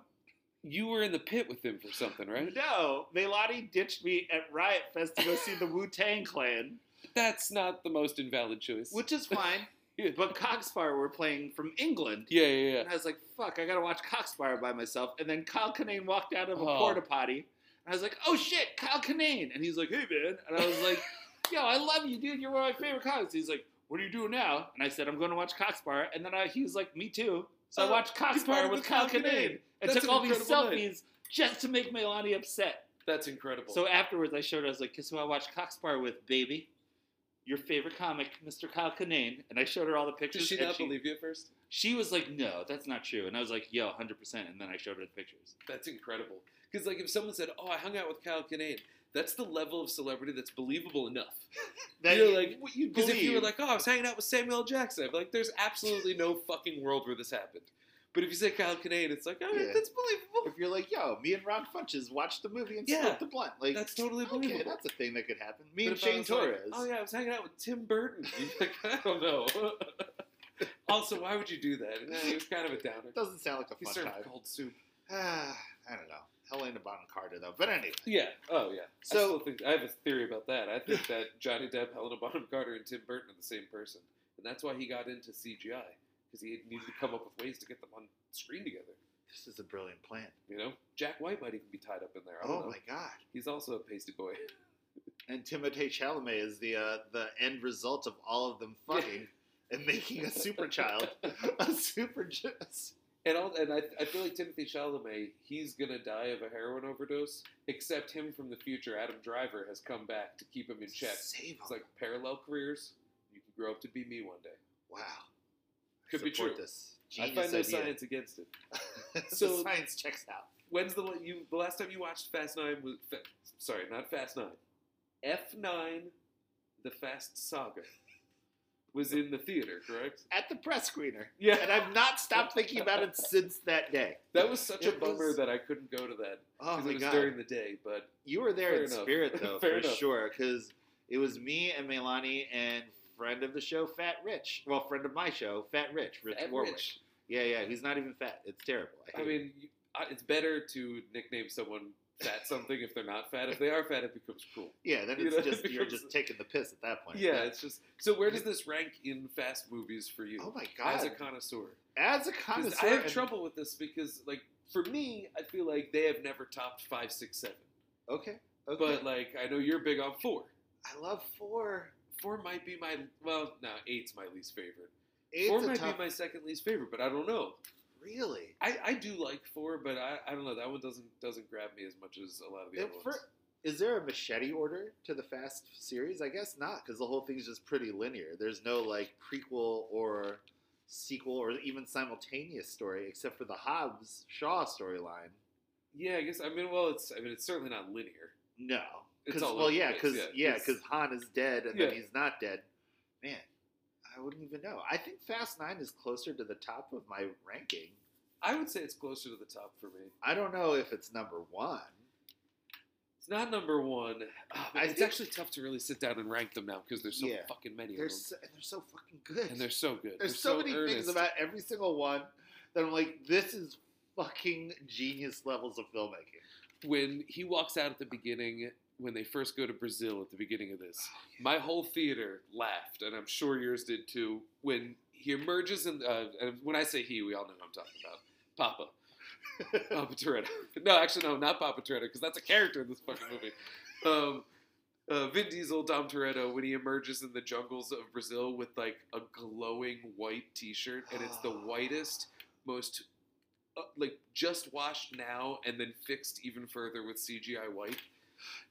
Speaker 2: You were in the pit with him for something, right?
Speaker 3: No, Melati ditched me at Riot Fest to go see the Wu Tang Clan,
Speaker 2: That's not the most invalid choice.
Speaker 3: which is fine.
Speaker 2: Yeah.
Speaker 3: But Coxfire were playing from England.
Speaker 2: Yeah, yeah, yeah.
Speaker 3: And I was like, fuck, I gotta watch Coxfire by myself. And then Kyle Kinane walked out of a
Speaker 2: Oh.
Speaker 3: porta potty. And I was like, oh shit, Kyle Kinane. And he's like, hey man. And I was like, yo, I love you, dude. You're one of my favorite comics. He's like, what are you doing now? And I said, I'm going to watch Coxfire. And then I, he was like, me too. So I
Speaker 2: Oh,
Speaker 3: watched
Speaker 2: you're part
Speaker 3: Coxfire
Speaker 2: of
Speaker 3: with
Speaker 2: the
Speaker 3: Kyle
Speaker 2: Kyle
Speaker 3: Kinane.
Speaker 2: Kinane.
Speaker 3: And
Speaker 2: That's
Speaker 3: took
Speaker 2: an
Speaker 3: all these
Speaker 2: incredible night.
Speaker 3: selfies just to make Melania upset.
Speaker 2: That's incredible.
Speaker 3: So afterwards, I showed her, I was like, guess who I watched Coxfire with, baby? Your favorite comic, Mr. Kyle Kinane. And I showed her all the
Speaker 2: did
Speaker 3: pictures.
Speaker 2: she
Speaker 3: and
Speaker 2: not believe you at first?
Speaker 3: she was like, "No, that's not true," and I was like, "Yo, hundred percent." And then I showed her the pictures.
Speaker 2: That's incredible. Because like if someone said, "Oh, I hung out with Kyle Kinane," that's the level of celebrity that's believable enough. You're like-
Speaker 3: what you
Speaker 2: Because if you were
Speaker 3: believe-
Speaker 2: like, "Oh, I was hanging out with Samuel L. Jackson," I'd be like, "There's absolutely no fucking world where this happened." But if you say Kyle Kinane, it's like, "Oh,
Speaker 3: Yeah.
Speaker 2: that's believable.
Speaker 3: if you're like, "Yo, me and Ron Funches watched the movie and
Speaker 2: Yeah.
Speaker 3: smoked the blunt," like
Speaker 2: That's totally
Speaker 3: okay,
Speaker 2: believable."
Speaker 3: that's a thing that could happen. Me
Speaker 2: But
Speaker 3: and
Speaker 2: if I
Speaker 3: Shane
Speaker 2: was like,
Speaker 3: Torres.
Speaker 2: oh yeah, I was hanging out with Tim Burton. You'd be like, I don't know. also, why would you do that? Nah, he was kind of a downer.
Speaker 3: Doesn't sound like a
Speaker 2: He
Speaker 3: fun
Speaker 2: served
Speaker 3: time.
Speaker 2: cold soup.
Speaker 3: Ah, I don't know. Helena Bonham Carter though, but anyway,
Speaker 2: Yeah. Oh, yeah. So I,
Speaker 3: So-
Speaker 2: still think, I have a theory about that. I think that Johnny Depp, Helena Bonham Carter, and Tim Burton are the same person, and that's why he got into CGI because he needed to come up with ways to get them on screen together.
Speaker 3: this is a brilliant plan.
Speaker 2: You know, Jack White might even be tied up in there. I don't
Speaker 3: Oh
Speaker 2: know.
Speaker 3: my god!
Speaker 2: He's also a pasty boy.
Speaker 3: And Timothée Chalamet is the uh, the end result of all of them fucking and making a super child, a super. j-
Speaker 2: And all, and I, I feel like Timothy Chalamet, he's gonna die of a heroin overdose. Except him from the future, Adam Driver has come back to keep him in check.
Speaker 3: Save
Speaker 2: It's
Speaker 3: him.
Speaker 2: like parallel careers. You can grow up to be me one day.
Speaker 3: Wow.
Speaker 2: Could be
Speaker 3: Support
Speaker 2: true.
Speaker 3: This.
Speaker 2: I find no
Speaker 3: idea.
Speaker 2: science against it.
Speaker 3: the
Speaker 2: So-
Speaker 3: science checks out.
Speaker 2: When's the la- you the last time you watched Fast Nine was fa- sorry, not Fast Nine, F Nine, the Fast Saga was in the theater, correct?
Speaker 3: At the press screener. And
Speaker 2: Yeah,
Speaker 3: I've not stopped thinking about it since that day.
Speaker 2: that was such a
Speaker 3: It was-
Speaker 2: bummer that I couldn't go to that
Speaker 3: Oh
Speaker 2: because
Speaker 3: my
Speaker 2: it was
Speaker 3: god.
Speaker 2: during the day. But
Speaker 3: you were there
Speaker 2: Fair
Speaker 3: in
Speaker 2: enough.
Speaker 3: spirit though, for
Speaker 2: Fair enough.
Speaker 3: sure, because it was me and Melani and friend of the show, Fat Rich. Well, friend of my show, Fat Rich, Rich
Speaker 2: Fat
Speaker 3: Warwick.
Speaker 2: Rich,
Speaker 3: Yeah, yeah, he's not even fat. It's terrible.
Speaker 2: I
Speaker 3: hate it.
Speaker 2: mean, you- I- it's better to nickname someone fat something if they're not fat. If they are fat, it becomes cool.
Speaker 3: yeah, then
Speaker 2: you
Speaker 3: it's
Speaker 2: know,
Speaker 3: just you're
Speaker 2: because-
Speaker 3: just taking the piss at that point.
Speaker 2: Yeah, it's just so. Where does this rank in fast movies for you
Speaker 3: Oh my god.
Speaker 2: as a connoisseur?
Speaker 3: As a
Speaker 2: 'Cause
Speaker 3: connoisseur,
Speaker 2: I have
Speaker 3: and-
Speaker 2: trouble with this because, like, for me, I feel like they have never topped five, six, seven.
Speaker 3: Okay. Okay.
Speaker 2: But like, I know you're big on four.
Speaker 3: I love four.
Speaker 2: Four might be my well, no, eight's my least favorite.
Speaker 3: Eight's
Speaker 2: four
Speaker 3: a
Speaker 2: might
Speaker 3: tough-
Speaker 2: be my second least favorite, but I don't know.
Speaker 3: really.
Speaker 2: I, I do like four, but I, I don't know. That one doesn't doesn't grab me as much as a lot of the
Speaker 3: Yeah,
Speaker 2: other
Speaker 3: for-
Speaker 2: ones.
Speaker 3: is there a machete order to the Fast series? I guess not, because the whole thing's just pretty linear. There's no like prequel or sequel or even simultaneous story, except for the Hobbs Shaw storyline.
Speaker 2: Yeah, I guess. I mean, well, it's I mean, it's certainly not linear.
Speaker 3: No,
Speaker 2: It's
Speaker 3: 'Cause-
Speaker 2: all
Speaker 3: well,
Speaker 2: over the
Speaker 3: yeah,
Speaker 2: place,
Speaker 3: because
Speaker 2: yeah,
Speaker 3: yeah,
Speaker 2: it's-
Speaker 3: because Han is dead and then
Speaker 2: Yeah.
Speaker 3: he's not dead. Man, I wouldn't even know. I think Fast Nine is closer to the top of my ranking.
Speaker 2: I would say it's closer to the top for me.
Speaker 3: I don't know if it's number one.
Speaker 2: It's not number one. Ah, but
Speaker 3: I
Speaker 2: it's
Speaker 3: think-
Speaker 2: actually tough to really sit down and rank them now because there's so
Speaker 3: Yeah.
Speaker 2: fucking many
Speaker 3: They're
Speaker 2: of them.
Speaker 3: so, and they're so fucking good.
Speaker 2: and they're so good.
Speaker 3: There's
Speaker 2: They're
Speaker 3: so, many
Speaker 2: earnest.
Speaker 3: things about every single one that I'm like, this is fucking genius levels of filmmaking.
Speaker 2: when he walks out at the beginning when they first go to Brazil at the beginning of this. My whole theater laughed, and I'm sure yours did too. When he emerges, and uh, and when I say he, we all know who I'm talking about, Papa. Papa Toretto. No, actually, no, not Papa Toretto, because that's a character in this fucking movie. Um, uh, Vin Diesel, Dom Toretto, when he emerges in the jungles of Brazil with like a glowing white T-shirt, and it's the whitest, most uh, like just washed now and then fixed even further with CGI white.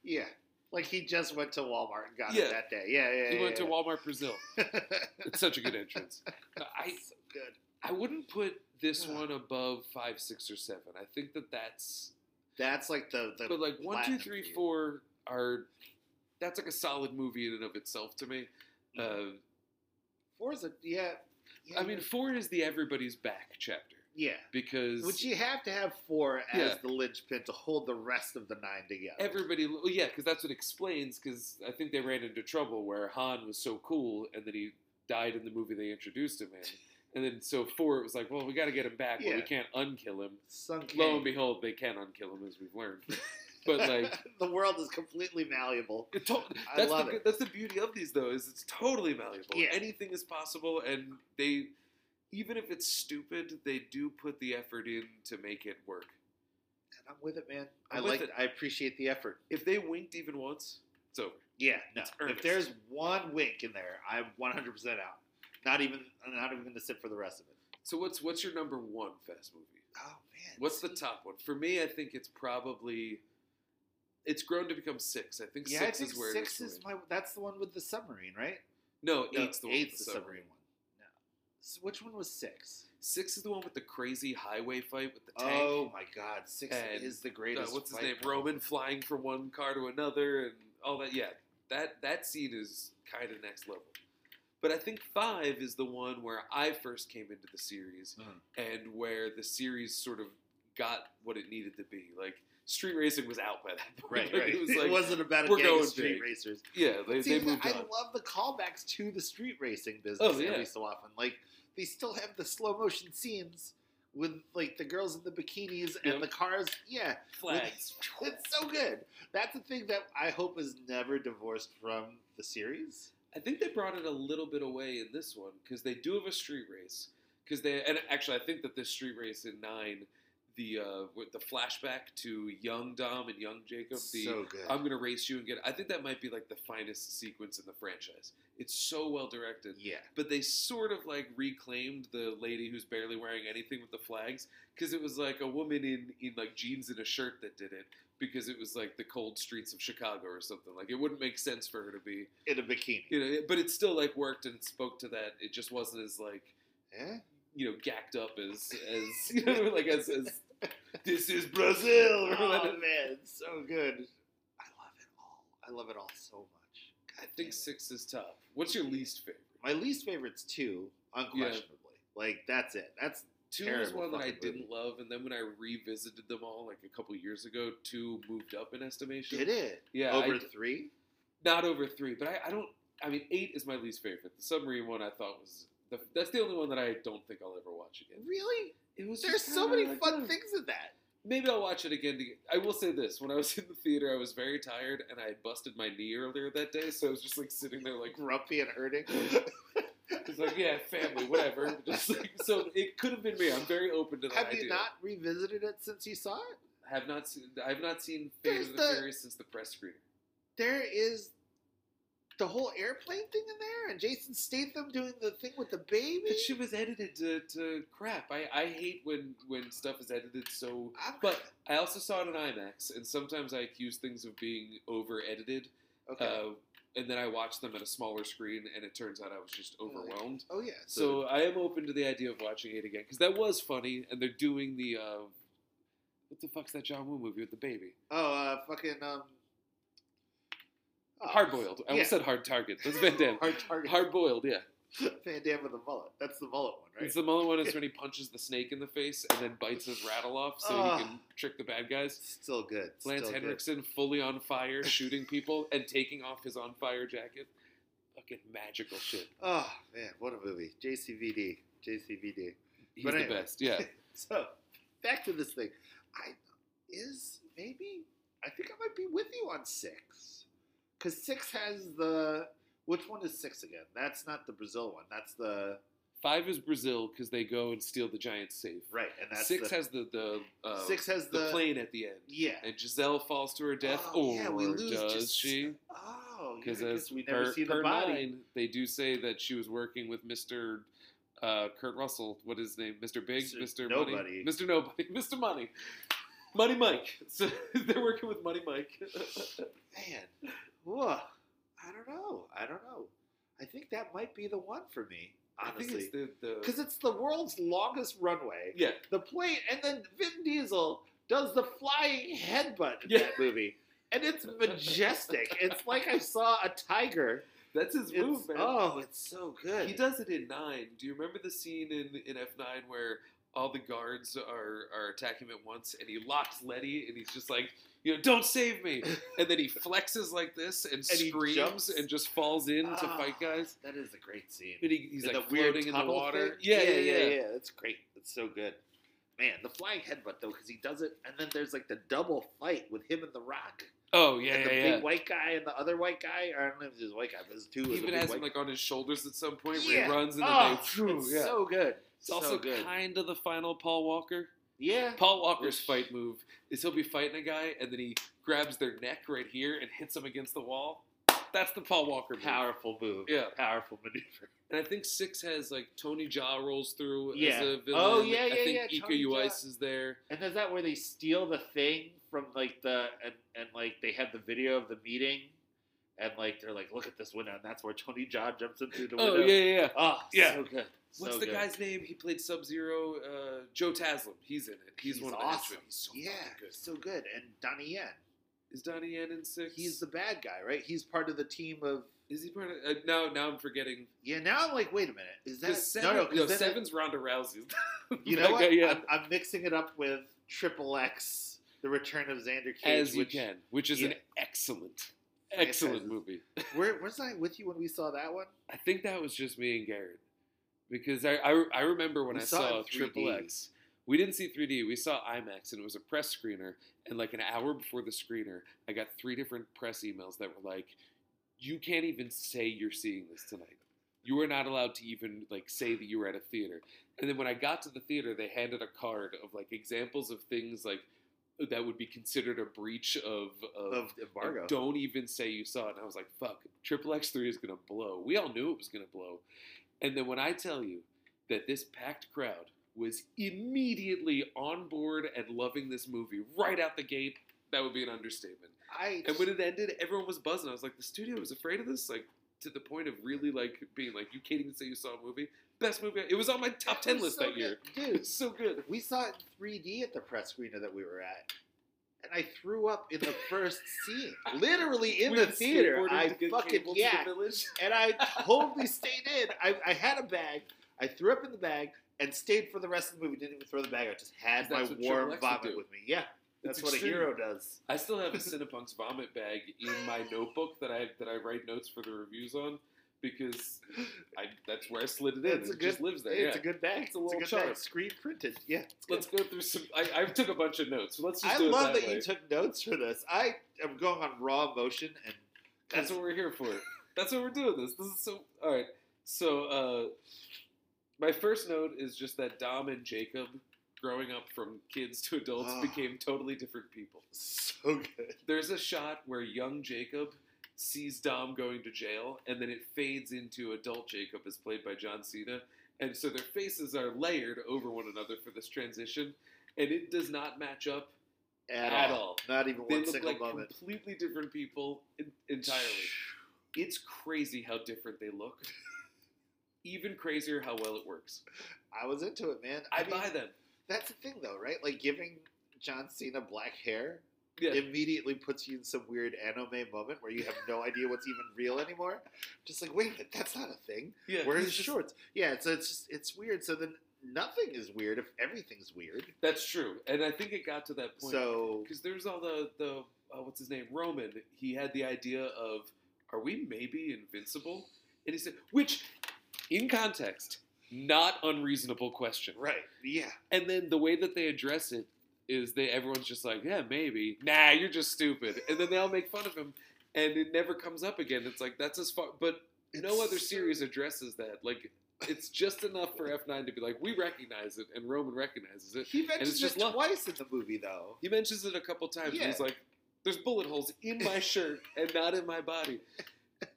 Speaker 3: Yeah. Like he just went to Walmart and got
Speaker 2: Yeah.
Speaker 3: it that day. Yeah, yeah.
Speaker 2: He
Speaker 3: yeah,
Speaker 2: went to
Speaker 3: yeah.
Speaker 2: Walmart Brazil. It's such a good entrance. I
Speaker 3: so good.
Speaker 2: I wouldn't put this one above five, six, or seven. I think that that's
Speaker 3: That's like the, the
Speaker 2: but like one, two,
Speaker 3: platinum
Speaker 2: three,
Speaker 3: view.
Speaker 2: four are that's like a solid movie in and of itself to me. Uh,
Speaker 3: Four is a yeah. yeah
Speaker 2: I mean, four is the everybody's back chapter
Speaker 3: yeah.
Speaker 2: because
Speaker 3: Which you have to have four as
Speaker 2: Yeah.
Speaker 3: the linchpin to hold the rest of the nine together.
Speaker 2: everybody, well, yeah, because that's what explains. Because I think they ran into trouble where Han was so cool, and then he died in the movie they introduced him in, and then so four it was like, well, we got to get him back, but we
Speaker 3: Yeah.
Speaker 2: can't unkill him.
Speaker 3: Sun
Speaker 2: Lo
Speaker 3: King.
Speaker 2: and behold, they can unkill him as we've learned. But like,
Speaker 3: the world is completely malleable.
Speaker 2: It to-
Speaker 3: I
Speaker 2: that's
Speaker 3: love
Speaker 2: the, good-
Speaker 3: it.
Speaker 2: That's the beauty of these, though, is it's totally malleable.
Speaker 3: Yeah.
Speaker 2: Anything is possible, and they, even if it's stupid, they do put the effort in to make it work.
Speaker 3: And I'm with it, man. i
Speaker 2: I'm with
Speaker 3: like.
Speaker 2: it.
Speaker 3: I appreciate the effort.
Speaker 2: If they winked even once, it's over.
Speaker 3: Yeah, no.
Speaker 2: It's earnest.
Speaker 3: If there's one wink in there, I'm 100 percent out. Not even. I'm not even going to sit for the rest of it.
Speaker 2: So what's what's your number one fast movie?
Speaker 3: Oh man.
Speaker 2: What's the
Speaker 3: see?
Speaker 2: top one? For me, I think it's probably, it's grown to become six. I think
Speaker 3: Yeah, I
Speaker 2: six
Speaker 3: think
Speaker 2: is where
Speaker 3: six
Speaker 2: it is.
Speaker 3: is
Speaker 2: for me.
Speaker 3: my. That's the one with the submarine, right?
Speaker 2: no,
Speaker 3: No,
Speaker 2: eight's the one. with
Speaker 3: eight's
Speaker 2: the submarine.
Speaker 3: one. No. S- which one was six?
Speaker 2: Six is the one with the crazy highway fight with the tank.
Speaker 3: Oh my God, six
Speaker 2: And,
Speaker 3: is the
Speaker 2: Uh,
Speaker 3: greatest.
Speaker 2: what's his
Speaker 3: fight
Speaker 2: name?
Speaker 3: ever.
Speaker 2: Roman flying from one car to another and all that. Yeah, that that scene is kind of next level. But I think five is the one where I first came into the series
Speaker 3: Mhm.
Speaker 2: and where the series sort of got what it needed to be. Like street racing was out by that point.
Speaker 3: Right,
Speaker 2: Like,
Speaker 3: right.
Speaker 2: It was like
Speaker 3: not about a
Speaker 2: we're
Speaker 3: gang
Speaker 2: going
Speaker 3: of street
Speaker 2: big.
Speaker 3: racers.
Speaker 2: yeah, they,
Speaker 3: See,
Speaker 2: they moved
Speaker 3: I
Speaker 2: on.
Speaker 3: love the callbacks to the street racing business
Speaker 2: Oh, yeah.
Speaker 3: every so often. Like they still have the slow motion scenes with like the girls in the bikinis
Speaker 2: Yep.
Speaker 3: and the cars. Yeah,
Speaker 2: Flags.
Speaker 3: it's so good. That's a thing that I hope is never divorced from the series.
Speaker 2: I think they brought it a little bit away in this one because they do have a street race. Because they and actually, I think that this street race in nine, the uh, with the flashback to young Dom and young Jacob, the
Speaker 3: so good.
Speaker 2: "I'm gonna race you and get," I think that might be like the finest sequence in the franchise. It's so well directed,
Speaker 3: yeah,
Speaker 2: but they sort of like reclaimed the lady who's barely wearing anything with the flags because it was like a woman in in like jeans and a shirt that did it because it was like the cold streets of Chicago or something. Like it wouldn't make sense for her to be
Speaker 3: in a bikini.
Speaker 2: you know, it- but it still like worked and it spoke to that. It just wasn't as like
Speaker 3: Eh?
Speaker 2: you know gacked up as as you know like as, as this is Brazil. or
Speaker 3: Oh
Speaker 2: whatever.
Speaker 3: man, it's so good. I love it all. I love it all so much. God
Speaker 2: I
Speaker 3: damn
Speaker 2: think
Speaker 3: it.
Speaker 2: six is tough. What's your least favorite?
Speaker 3: My least favorite's two, unquestionably. Like that's it. That's
Speaker 2: Two is
Speaker 3: Terrible
Speaker 2: one that I
Speaker 3: fucking
Speaker 2: didn't love, and then when I revisited them all like a couple years ago, two moved up in estimation.
Speaker 3: did it.
Speaker 2: Yeah,
Speaker 3: Over
Speaker 2: I-
Speaker 3: three?
Speaker 2: not over three, but I, I don't. I mean, eight is my least favorite. The submarine one I thought was the, that's the only one that I don't think I'll ever watch again.
Speaker 3: Really?
Speaker 2: It was
Speaker 3: There's
Speaker 2: just
Speaker 3: so
Speaker 2: kinda
Speaker 3: many
Speaker 2: like,
Speaker 3: fun
Speaker 2: uh,
Speaker 3: things in that.
Speaker 2: Maybe I'll watch it again. To, I will say this: when I was in the theater, I was very tired, and I had busted my knee earlier that day, so I was just like sitting there, like,
Speaker 3: Grumpy and hurting.
Speaker 2: it's like, yeah, family, whatever. Just like, so it could have been me. I'm very open to that
Speaker 3: Have
Speaker 2: idea.
Speaker 3: you not revisited it since you saw it?
Speaker 2: I have not seen. I have not seen Fate
Speaker 3: There's
Speaker 2: of the,
Speaker 3: the-
Speaker 2: Furious since the press screening.
Speaker 3: There is the whole airplane thing in there, and Jason Statham doing the thing with the baby.
Speaker 2: That shit was edited to, to crap. I, I hate when when stuff is edited so.
Speaker 3: I'm-
Speaker 2: But I also saw it in IMAX, and sometimes I accuse things of being over edited.
Speaker 3: okay.
Speaker 2: Uh, and then I watched them at a smaller screen, and it turns out I was just overwhelmed.
Speaker 3: oh yeah.
Speaker 2: So I am open to the idea of watching it again because that was funny, and they're doing the uh, what the fuck's that John Woo movie with the baby?
Speaker 3: oh, uh, fucking um, oh,
Speaker 2: Hard boiled. I almost
Speaker 3: yeah.
Speaker 2: said hard target. That's Van Damme.
Speaker 3: Hard target.
Speaker 2: Hard boiled, yeah.
Speaker 3: Van Damme with a mullet. That's the mullet one, right?
Speaker 2: It's the mullet one. It's when he punches the snake in the face and then bites his rattle off so
Speaker 3: Ah.
Speaker 2: he can trick the bad guys.
Speaker 3: Still good.
Speaker 2: Lance
Speaker 3: Still good.
Speaker 2: Henriksen fully on fire, shooting people and taking off his on fire jacket. Fucking magical shit.
Speaker 3: Oh man, what a movie! JCVD, JCVD.
Speaker 2: He's
Speaker 3: But
Speaker 2: the
Speaker 3: anyway.
Speaker 2: best. Yeah.
Speaker 3: So back to this thing. I is maybe I think I might be with you on six because six has the which one is six again? That's not the Brazil one. That's the
Speaker 2: Five is Brazil because they go and steal the Giants' safe.
Speaker 3: right, and that's
Speaker 2: Six
Speaker 3: the,
Speaker 2: has the the uh,
Speaker 3: six has
Speaker 2: the
Speaker 3: the,
Speaker 2: plane at the end.
Speaker 3: yeah.
Speaker 2: And Giselle falls to her death,
Speaker 3: Oh,
Speaker 2: or
Speaker 3: yeah, we lose
Speaker 2: does
Speaker 3: Gis-
Speaker 2: she?
Speaker 3: Ah,
Speaker 2: because
Speaker 3: Yeah, 'cause
Speaker 2: as
Speaker 3: we never
Speaker 2: per-
Speaker 3: see the
Speaker 2: per
Speaker 3: body.
Speaker 2: nine, they do say that she was working with Mister uh, Kurt Russell. What is his name? Mister Big,
Speaker 3: Mr.
Speaker 2: Mister
Speaker 3: Nobody.
Speaker 2: Money, Mister Nobody, Mister Money, Money Mike. So they're working with Money Mike.
Speaker 3: Man, whoa, I don't know. I don't know. I think that might be the one for me,
Speaker 2: I think it's
Speaker 3: honestly,
Speaker 2: the, the
Speaker 3: because it's the world's longest runway.
Speaker 2: yeah.
Speaker 3: the plane, and then Vin Diesel does the flying headbutt in
Speaker 2: Yeah.
Speaker 3: that movie, and it's majestic. it's like I saw a tiger.
Speaker 2: That's his
Speaker 3: It's-
Speaker 2: move, man.
Speaker 3: oh, it's so good.
Speaker 2: He does it in nine. Do you remember the scene in, in F nine where all the guards are, are attacking him at once, and he locks Letty, and he's just like, you know, don't save me, and then he flexes like this and,
Speaker 3: he jumps.
Speaker 2: screams and just falls in to
Speaker 3: Ah,
Speaker 2: fight guys.
Speaker 3: That is a great scene.
Speaker 2: And he, he's
Speaker 3: And
Speaker 2: like
Speaker 3: the weird
Speaker 2: floating in the
Speaker 3: tunnel
Speaker 2: water.
Speaker 3: thing.
Speaker 2: Yeah yeah,
Speaker 3: yeah,
Speaker 2: yeah,
Speaker 3: It's great. It's so good. Man, the flying headbutt though, because he does it, and then there's like the double fight with him and the Rock,
Speaker 2: Oh yeah,
Speaker 3: and the
Speaker 2: yeah.
Speaker 3: big
Speaker 2: yeah.
Speaker 3: white guy and the other white guy. Or I don't know if there's a white guy, but there's two. of
Speaker 2: He
Speaker 3: the
Speaker 2: even
Speaker 3: big
Speaker 2: has
Speaker 3: white
Speaker 2: him like on his shoulders at some point where
Speaker 3: Yeah.
Speaker 2: he runs and
Speaker 3: Oh,
Speaker 2: then they, Ah, phew,
Speaker 3: it's
Speaker 2: yeah.
Speaker 3: so good.
Speaker 2: it's also
Speaker 3: so good.
Speaker 2: kind of the final Paul Walker
Speaker 3: yeah.
Speaker 2: Paul Walker's
Speaker 3: Which-
Speaker 2: fight move is he'll be fighting a guy and then he grabs their neck right here and hits them against the wall. That's the Paul Walker move.
Speaker 3: Powerful move.
Speaker 2: Yeah,
Speaker 3: Powerful maneuver.
Speaker 2: and I think six has like Tony Jaa rolls through
Speaker 3: Yeah.
Speaker 2: as a villain.
Speaker 3: Oh, yeah, yeah,
Speaker 2: I think
Speaker 3: yeah,
Speaker 2: Ika
Speaker 3: Tony Jaa.
Speaker 2: Uice is there.
Speaker 3: And is that where they steal the thing from like the and, and like they have the video of the meeting and like they're like, look at this window, and that's where Tony John jumps in through the
Speaker 2: Oh
Speaker 3: window.
Speaker 2: yeah, yeah. yeah.
Speaker 3: Oh,
Speaker 2: Yeah.
Speaker 3: so good.
Speaker 2: What's
Speaker 3: So
Speaker 2: the
Speaker 3: good.
Speaker 2: guy's name? He played Sub Zero. Uh, Joe Taslim. He's in it. He's,
Speaker 3: He's
Speaker 2: one of the
Speaker 3: awesome.
Speaker 2: henchmen. He's so
Speaker 3: Yeah,
Speaker 2: fucking good.
Speaker 3: so good. And Donnie Yen,
Speaker 2: Is Donnie Yen in six?
Speaker 3: he's the bad guy, right? He's part of the team of.
Speaker 2: Is he part of? Uh, now, now I'm forgetting.
Speaker 3: Yeah, now I'm like, wait a minute, is that
Speaker 2: 'Cause seven,
Speaker 3: no,
Speaker 2: no,
Speaker 3: no, 'cause then I-
Speaker 2: seven's Ronda Rousey.
Speaker 3: You know
Speaker 2: That
Speaker 3: what?
Speaker 2: guy, uh, yeah.
Speaker 3: I'm, I'm mixing it up with Triple X, The Return of Xander Cage.
Speaker 2: as you
Speaker 3: which,
Speaker 2: can, which is an
Speaker 3: yeah.
Speaker 2: excellent,
Speaker 3: Franchises.
Speaker 2: excellent movie.
Speaker 3: Where, was I with you when we saw that one?
Speaker 2: I think that was just me and Garrett because I I, I remember when
Speaker 3: We
Speaker 2: I
Speaker 3: saw it
Speaker 2: saw
Speaker 3: in
Speaker 2: Triple X. We didn't see 3D. We saw IMAX, and it was a press screener. And like an hour before the screener, I got three different press emails that were like, "You can't even say you're seeing this tonight. You are not allowed to even like say that you were at a theater." And then when I got to the theater, they handed a card of like examples of things like that would be considered a breach of
Speaker 3: Of
Speaker 2: like,
Speaker 3: Embargo.
Speaker 2: Don't even say you saw it. And I was like, fuck, Triple X3 is going to blow. We all knew it was going to blow. And then when I tell you that this packed crowd was immediately on board and loving this movie right out the gate, that would be an understatement.
Speaker 3: I
Speaker 2: And when it ended, everyone was buzzing. I was like, the studio was afraid of this? Like, to the point of really like being like, you can't even say you saw a movie. Best movie. It was on my top 10 list that year.
Speaker 3: Dude,
Speaker 2: It's so good.
Speaker 3: we saw it in 3D at the press screener that we were at. And I threw up in the first scene. Literally in
Speaker 2: We
Speaker 3: the
Speaker 2: skateboarded
Speaker 3: theater,
Speaker 2: to
Speaker 3: I
Speaker 2: get
Speaker 3: fucking
Speaker 2: cable to the
Speaker 3: yacked.
Speaker 2: village.
Speaker 3: And I totally stayed in. I, I had a bag. I threw up in the bag and stayed for the rest of the movie. Didn't even throw the bag out. Just had
Speaker 2: That's
Speaker 3: my
Speaker 2: what Triple
Speaker 3: warm
Speaker 2: X would
Speaker 3: vomit
Speaker 2: do.
Speaker 3: with me. Yeah, that's
Speaker 2: It's
Speaker 3: what
Speaker 2: extreme.
Speaker 3: a hero does.
Speaker 2: I still have a Cinepunks vomit bag in my notebook that I that I write notes for the reviews on because I that's where I slid it in.
Speaker 3: It's
Speaker 2: it just lives there.
Speaker 3: It's
Speaker 2: yeah.
Speaker 3: a good bag.
Speaker 2: It's a little
Speaker 3: good
Speaker 2: charm.
Speaker 3: bag. Screen printed. Yeah. it's good.
Speaker 2: Let's go through some. I, I took a bunch of notes. So let's just.
Speaker 3: I
Speaker 2: do it
Speaker 3: love
Speaker 2: that,
Speaker 3: that, you
Speaker 2: way.
Speaker 3: took notes for this. I am going on raw emotion and
Speaker 2: That's what we're here for. That's what we're doing. This. This is so. All right. So uh, my first note is just that Dom and Jacob, growing up from kids to adults,
Speaker 3: Ah.
Speaker 2: became totally different people.
Speaker 3: so good.
Speaker 2: There's a shot where young Jacob sees Dom going to jail, and then it fades into adult Jacob, as played by John Cena. And so their faces are layered over one another for this transition, and it does not match up
Speaker 3: At,
Speaker 2: at,
Speaker 3: all.
Speaker 2: all.
Speaker 3: Not even
Speaker 2: They
Speaker 3: one
Speaker 2: look
Speaker 3: single
Speaker 2: like
Speaker 3: moment.
Speaker 2: completely different people en- entirely. It's crazy how different they look. Even crazier how well it works.
Speaker 3: I was into it, man. I,
Speaker 2: I,
Speaker 3: mean,
Speaker 2: buy them.
Speaker 3: that's the thing, though, right? Like giving John Cena black hair
Speaker 2: Yeah.
Speaker 3: immediately puts you in some weird anime moment where you have no idea what's even real anymore. Just like, wait a minute, that's not a thing.
Speaker 2: yeah.
Speaker 3: Where are
Speaker 2: it's
Speaker 3: his
Speaker 2: just-
Speaker 3: shorts? Yeah, so it's just it's weird. So then nothing is weird if everything's weird.
Speaker 2: That's true. And I think it got to that point.
Speaker 3: So
Speaker 2: Because there's all the the uh, what's his name Roman. He had the idea of are we maybe invincible? And he said, which in context, not unreasonable question.
Speaker 3: right, yeah.
Speaker 2: And then the way that they address it is they everyone's just like, yeah, maybe. Nah, you're just stupid. And then they all make fun of him, and it never comes up again. It's like that's as far. But no
Speaker 3: It's
Speaker 2: other
Speaker 3: so-
Speaker 2: series addresses that. Like. It's just enough for F9 to be like, we recognize it, and Roman recognizes it.
Speaker 3: He mentions
Speaker 2: just
Speaker 3: it
Speaker 2: love.
Speaker 3: twice in the movie, though.
Speaker 2: He mentions it a couple times. and
Speaker 3: Yeah.
Speaker 2: he's like, "There's bullet holes in my shirt and not in my body."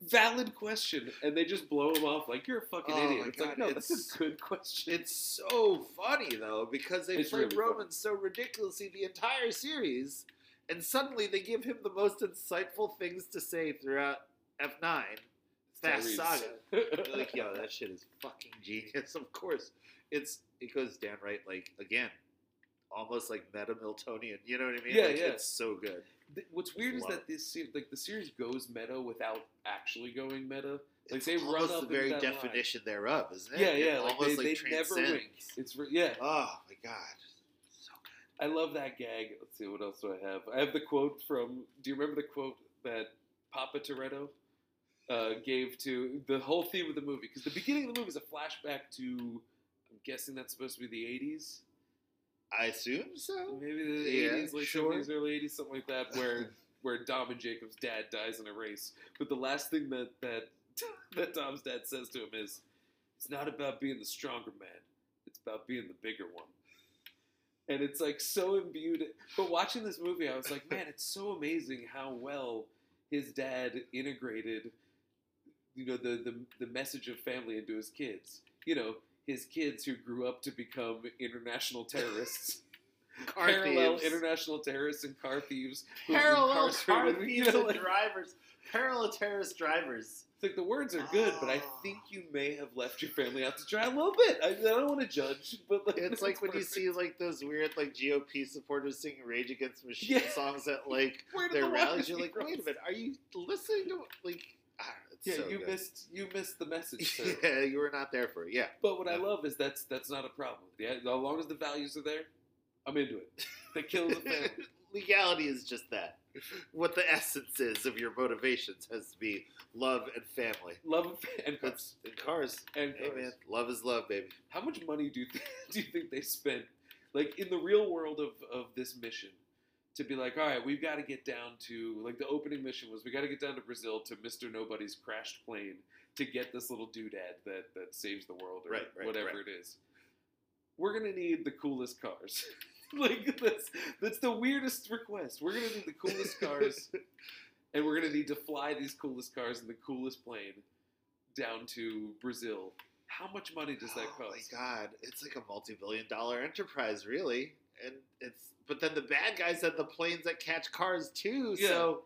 Speaker 2: Valid question, and they just blow him off like you're a fucking
Speaker 3: Oh
Speaker 2: idiot.
Speaker 3: my
Speaker 2: It's like
Speaker 3: God,
Speaker 2: no, that's
Speaker 3: it's-
Speaker 2: a good question.
Speaker 3: It's so funny though because they
Speaker 2: It's
Speaker 3: play
Speaker 2: really
Speaker 3: Roman so ridiculously the entire series, and suddenly they give him the most insightful things to say throughout F nine. Fast
Speaker 2: Tyrese.
Speaker 3: Saga. You're like, yo, that shit is fucking genius. Of course, it's it goes downright like again, almost like meta Miltonian. You know what I mean?
Speaker 2: Yeah,
Speaker 3: like,
Speaker 2: yeah.
Speaker 3: It's so good.
Speaker 2: Th- What's weird is
Speaker 3: Love
Speaker 2: that this se- like the series goes meta without actually going meta. Like
Speaker 3: it's
Speaker 2: they run
Speaker 3: almost
Speaker 2: up
Speaker 3: the
Speaker 2: into
Speaker 3: very
Speaker 2: that line.
Speaker 3: definition thereof, isn't it?
Speaker 2: Yeah,
Speaker 3: It
Speaker 2: yeah. Like they,
Speaker 3: almost
Speaker 2: they never
Speaker 3: transcends.
Speaker 2: wink. It's re- yeah.
Speaker 3: Oh my god, so good.
Speaker 2: I love that gag. Let's see, what else do I have? I have the quote from. Do you remember the quote that Papa Toretto uh, gave to the whole theme of the movie? Because the beginning of the movie is a flashback to. I'm guessing that's supposed to be the 80s,
Speaker 3: I assume so.
Speaker 2: maybe the
Speaker 3: Yeah,
Speaker 2: 80s, late
Speaker 3: sure.
Speaker 2: 70s, early 80s, something like that, where where Dom and Jacob's dad dies in a race. But the last thing that that that Dom's dad says to him is, "It's not about being the stronger man. It's about being the bigger one." And it's like so imbued. But watching this movie, I was like, man, it's so amazing how well his dad integrated, you know, the the, the message of family into his kids. You know, his kids who grew up to become international terrorists
Speaker 3: Car
Speaker 2: parallel
Speaker 3: thieves.
Speaker 2: international terrorists and car thieves. who were
Speaker 3: parallel car
Speaker 2: incarcerated. You
Speaker 3: thieves
Speaker 2: know,
Speaker 3: and
Speaker 2: like,
Speaker 3: drivers, parallel terrorist drivers.
Speaker 2: it's like the words are good, but I
Speaker 3: Ah.
Speaker 2: think you may have left your family out to dry a little bit. I, I don't want to judge, but like,
Speaker 3: It's like when you see like those weird like GOP supporters singing Rage Against the Machine
Speaker 2: Yeah.
Speaker 3: songs at like
Speaker 2: Where did
Speaker 3: their
Speaker 2: the
Speaker 3: rallies.
Speaker 2: wires
Speaker 3: You're
Speaker 2: he
Speaker 3: like, wait a
Speaker 2: runs?
Speaker 3: minute, are you listening to like? I don't know, it's
Speaker 2: Yeah,
Speaker 3: so
Speaker 2: you
Speaker 3: good.
Speaker 2: missed you missed the message, sir.
Speaker 3: yeah, you were not there for it. Yeah,
Speaker 2: But what I love is that's that's not a problem. Yeah, as long as the values are there, I'm into it. That kills a family.
Speaker 3: legality is just that. What the essence is of your motivations has to be love and family.
Speaker 2: Love and cars.
Speaker 3: That's in cars.
Speaker 2: And
Speaker 3: Hey
Speaker 2: cars.
Speaker 3: man, love is love, baby.
Speaker 2: How much money do you think, do you think they spent, like in the real world of, of this mission, to be like, all right, we've got to get down to like the opening mission was we got to get down to Brazil to Mister Nobody's crashed plane to get this little doodad that that saves the world or
Speaker 3: Right, right,
Speaker 2: whatever
Speaker 3: right.
Speaker 2: it is. We're gonna need the coolest cars. like that's that's the weirdest request. We're gonna need the coolest cars, and we're gonna need to fly these coolest cars in the coolest plane down to Brazil. How much money does that
Speaker 3: oh
Speaker 2: cost?
Speaker 3: my god, it's like a multi-billion-dollar enterprise, really. And it's but then the bad guys have the planes that catch cars too.
Speaker 2: Yeah.
Speaker 3: So,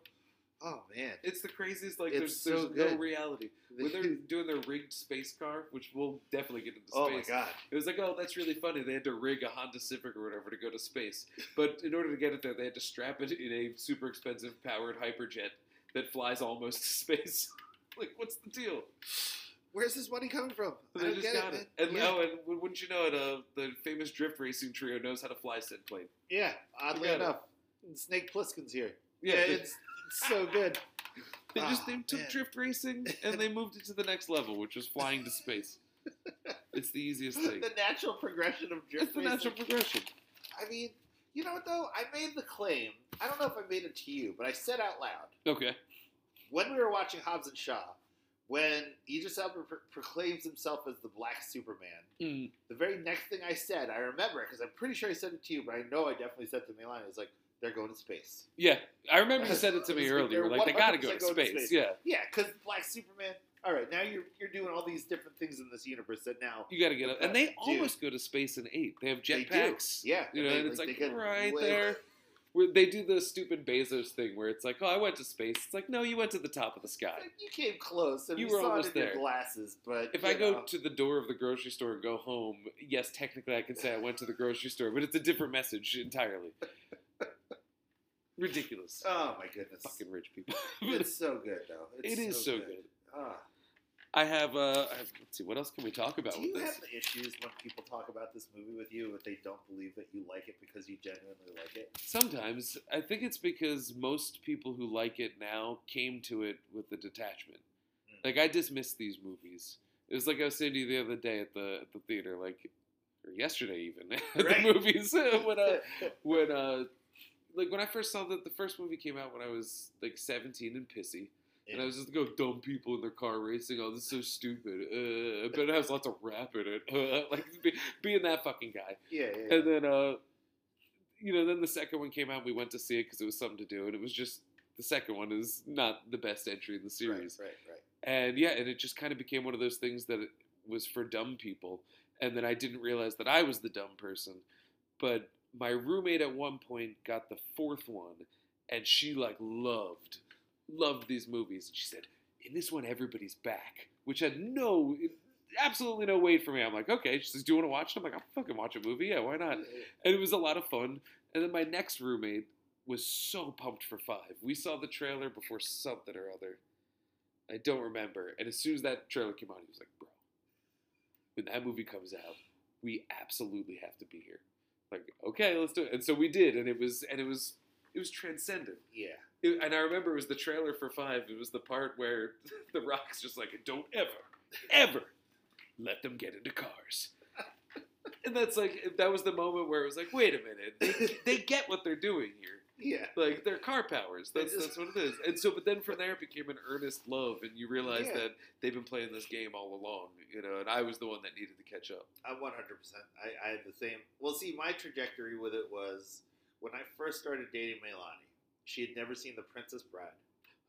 Speaker 3: oh man,
Speaker 2: It's the craziest. Like
Speaker 3: It's
Speaker 2: there's,
Speaker 3: so
Speaker 2: there's no
Speaker 3: good.
Speaker 2: reality when they're doing their rigged space car, which we'll definitely get into space.
Speaker 3: oh my god,
Speaker 2: It was like, oh, that's really funny. They had to rig a Honda Civic or whatever to go to space, but in order to get it there, they had to strap it in a super expensive powered hyperjet that flies almost to space. like, what's the deal?
Speaker 3: where's this money coming from? I
Speaker 2: They
Speaker 3: don't
Speaker 2: just
Speaker 3: get
Speaker 2: got
Speaker 3: it.
Speaker 2: it.
Speaker 3: man.
Speaker 2: And
Speaker 3: yeah.
Speaker 2: oh, and w- wouldn't you know it? Uh, the famous drift racing trio knows how to fly said plane.
Speaker 3: yeah, oddly
Speaker 2: got it.
Speaker 3: enough, Snake Plissken's here.
Speaker 2: Yeah, they-
Speaker 3: it's, it's so good.
Speaker 2: they just
Speaker 3: ah,
Speaker 2: they took
Speaker 3: man.
Speaker 2: drift racing and they moved it to the next level, which was flying to space. It's the easiest thing.
Speaker 3: the natural progression of drift
Speaker 2: It's the natural
Speaker 3: racing.
Speaker 2: progression.
Speaker 3: I mean, you know what though? I made the claim. I don't know if I made it to you, but I said out loud.
Speaker 2: Okay.
Speaker 3: when we were watching Hobbs and Shaw, when Idris Elba pro- proclaims himself as the Black Superman,
Speaker 2: Hmm.
Speaker 3: the very next thing I said, I remember because I'm pretty sure I said it to you, but I know I definitely said to Milan, "It's like they're going to space."
Speaker 2: Yeah, I remember you said it to me
Speaker 3: They're
Speaker 2: earlier. Like they gotta go
Speaker 3: 100%
Speaker 2: to
Speaker 3: going to
Speaker 2: space.
Speaker 3: space.
Speaker 2: Yeah,
Speaker 3: Yeah, because Black Superman. All right, now you're you're doing all these different things in this universe that now
Speaker 2: you gotta get up. And they
Speaker 3: Dude.
Speaker 2: almost go to space in eight. They have
Speaker 3: they do.
Speaker 2: jetpacks.
Speaker 3: Yeah,
Speaker 2: you know,
Speaker 3: they-
Speaker 2: and it's like
Speaker 3: they get
Speaker 2: right
Speaker 3: way-
Speaker 2: there. Where they do the stupid Bezos thing where it's like, oh, I went to space. It's like, no, you went to the top of the sky.
Speaker 3: Like, you came close, and
Speaker 2: You
Speaker 3: we
Speaker 2: were
Speaker 3: saw it
Speaker 2: almost
Speaker 3: in your
Speaker 2: there.
Speaker 3: glasses, but
Speaker 2: If
Speaker 3: you
Speaker 2: I go
Speaker 3: know.
Speaker 2: to the door of the grocery store and go home, yes, technically I can say I went to the grocery store, but it's a different message entirely. Ridiculous.
Speaker 3: oh my goodness,
Speaker 2: Fucking rich people.
Speaker 3: it's so good though. It's
Speaker 2: It is so good.
Speaker 3: Ah.
Speaker 2: I have. Uh, I have, let's see. What else can we talk about
Speaker 3: Do
Speaker 2: with
Speaker 3: you
Speaker 2: this?
Speaker 3: have the issues when people talk about this movie with you, but they don't believe that you like it because you genuinely like it?
Speaker 2: Sometimes I think it's because most people who like it now came to it with a detachment.
Speaker 3: Mm.
Speaker 2: Like I dismissed these movies. It was like I was saying to you the other day at the at the theater, like or yesterday even at
Speaker 3: Right.
Speaker 2: the movies when uh when uh like when I first saw that the first movie came out when I was like seventeen and pissy. And I was just like, oh, dumb people in their car racing. Oh, this is so stupid. Uh, but it has lots of rap in it. Uh, like be, being that fucking guy.
Speaker 3: yeah, yeah, yeah.
Speaker 2: And then, uh, you know, then the second one came out. We went to see it because it was something to do, and it was just the second one is not the best entry in the series.
Speaker 3: Right, right, right.
Speaker 2: And yeah, and it just kind of became one of those things that it was for dumb people. And then I didn't realize that I was the dumb person. But my roommate at one point got the fourth one, and she like loved, loved these movies. And she said, "In this one, everybody's back," which had no, absolutely no weight for me. I'm like, okay. She says, "Do you want to watch it?" I'm like, "I'll fucking watch a movie. Yeah, why not?" and it was a lot of fun. And then my next roommate was so pumped for five. We saw the trailer before something or other. I don't remember. And as soon as that trailer came out, he was like, "Bro, when that movie comes out, we absolutely have to be here." Like, okay, let's do it. And so we did, and it was, and it was, it was transcendent.
Speaker 3: Yeah.
Speaker 2: It, and I remember it was the trailer for five. It was the part where the Rock's just like, "Don't ever, ever let them get into cars." And that's like that was the moment where it was like, wait a minute, they, they get what they're doing here
Speaker 3: Yeah.
Speaker 2: like they're car powers. That's
Speaker 3: It
Speaker 2: that's
Speaker 3: is.
Speaker 2: what it is. And so, but then from there it became an earnest love, and you realize
Speaker 3: Yeah.
Speaker 2: that they've been playing this game all along, you know. And I was the one that needed to catch up.
Speaker 3: I 100%. I, I had the same. Well, see, my trajectory with it was when I first started dating Melani, she had never seen The Princess Bride,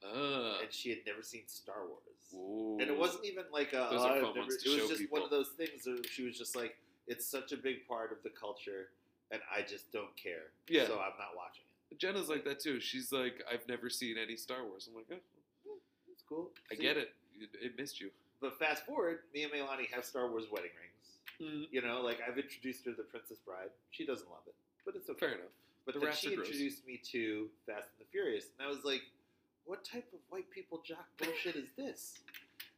Speaker 2: Ah,
Speaker 3: and she had never seen Star Wars.
Speaker 2: Ooh.
Speaker 3: And it wasn't even like a.
Speaker 2: Those
Speaker 3: "Oh,
Speaker 2: are
Speaker 3: I've
Speaker 2: fun
Speaker 3: never-"
Speaker 2: ones to
Speaker 3: it was
Speaker 2: show
Speaker 3: just one
Speaker 2: people.
Speaker 3: of those things where she was just like, it's such a big part of the culture, and I just don't care.
Speaker 2: Yeah.
Speaker 3: So I'm not watching it.
Speaker 2: Jenna's like that too. She's like, I've never seen any Star Wars. I'm like, oh,
Speaker 3: It's cool.
Speaker 2: I get it. it. It missed you.
Speaker 3: But fast forward, me and Melani have Star Wars wedding rings.
Speaker 2: Mm-hmm.
Speaker 3: You know, like I've introduced her to The Princess Bride. She doesn't love it, but it's okay.
Speaker 2: Fair enough.
Speaker 3: But
Speaker 2: The
Speaker 3: then
Speaker 2: rats
Speaker 3: she
Speaker 2: are gross.
Speaker 3: introduced me to Fast and the Furious, and I was like, "What type of white people jock bullshit is this?"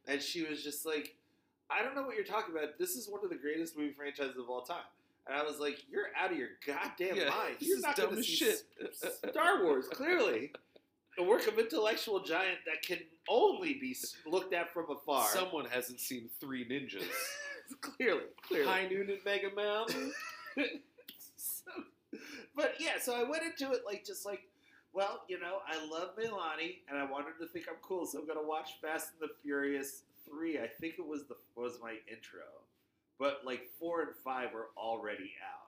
Speaker 3: And she was just like, "I don't know what you're talking about. This is one of the greatest movie franchises of all time." And I was like, "You're out of your goddamn
Speaker 2: Yeah,
Speaker 3: mind.
Speaker 2: this
Speaker 3: You're
Speaker 2: is
Speaker 3: not
Speaker 2: dumb
Speaker 3: going to
Speaker 2: as
Speaker 3: see
Speaker 2: shit."
Speaker 3: S- Star Wars, clearly." A work of intellectual giant that can only be s- looked at from afar.
Speaker 2: Someone hasn't seen Three Ninjas.
Speaker 3: clearly, clearly.
Speaker 2: High noon at Mega Mountain.
Speaker 3: so, but yeah, so I went into it like just like, well, you know, I love Milani, and I want her to think I'm cool, so I'm gonna watch Fast and the Furious three. I think it was the was my intro, but like four and five are already out.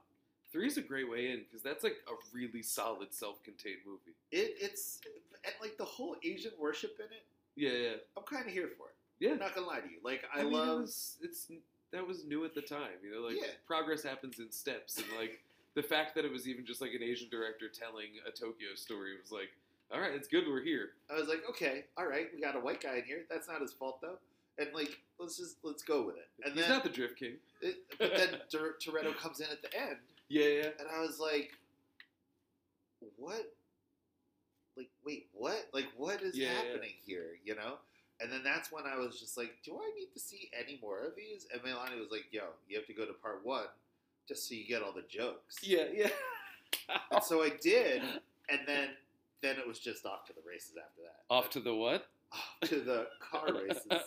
Speaker 2: Three's a great way in because that's like a really solid self-contained movie.
Speaker 3: It, it's and like the whole Asian worship in it.
Speaker 2: Yeah, yeah.
Speaker 3: I'm kind of here for it.
Speaker 2: Yeah.
Speaker 3: I'm not gonna lie to you. Like I,
Speaker 2: I, mean, it
Speaker 3: love
Speaker 2: was, it's that was new at the time. You know, like
Speaker 3: Yeah.
Speaker 2: progress happens in steps, and like the fact that it was even just like an Asian director telling a Tokyo story was like, all right, it's good we're here.
Speaker 3: I was like, okay, all right, we got a white guy in here. That's not his fault though. And like, let's just let's go with it. And
Speaker 2: He's
Speaker 3: then,
Speaker 2: not the Drift King.
Speaker 3: it, but then Tor- Toretto comes in at the end,
Speaker 2: Yeah, yeah.
Speaker 3: and I was like, "What? Like, wait, what? Like, what is
Speaker 2: Yeah, yeah.
Speaker 3: happening here? You know?" And then that's when I was just like, "Do I need to see any more of these?" And Melani was like, "Yo, you have to go to part one just so you get all the jokes."
Speaker 2: Yeah, yeah.
Speaker 3: And so I did, and then then it was just off to the races after that.
Speaker 2: Off to the what?
Speaker 3: Off to the car races.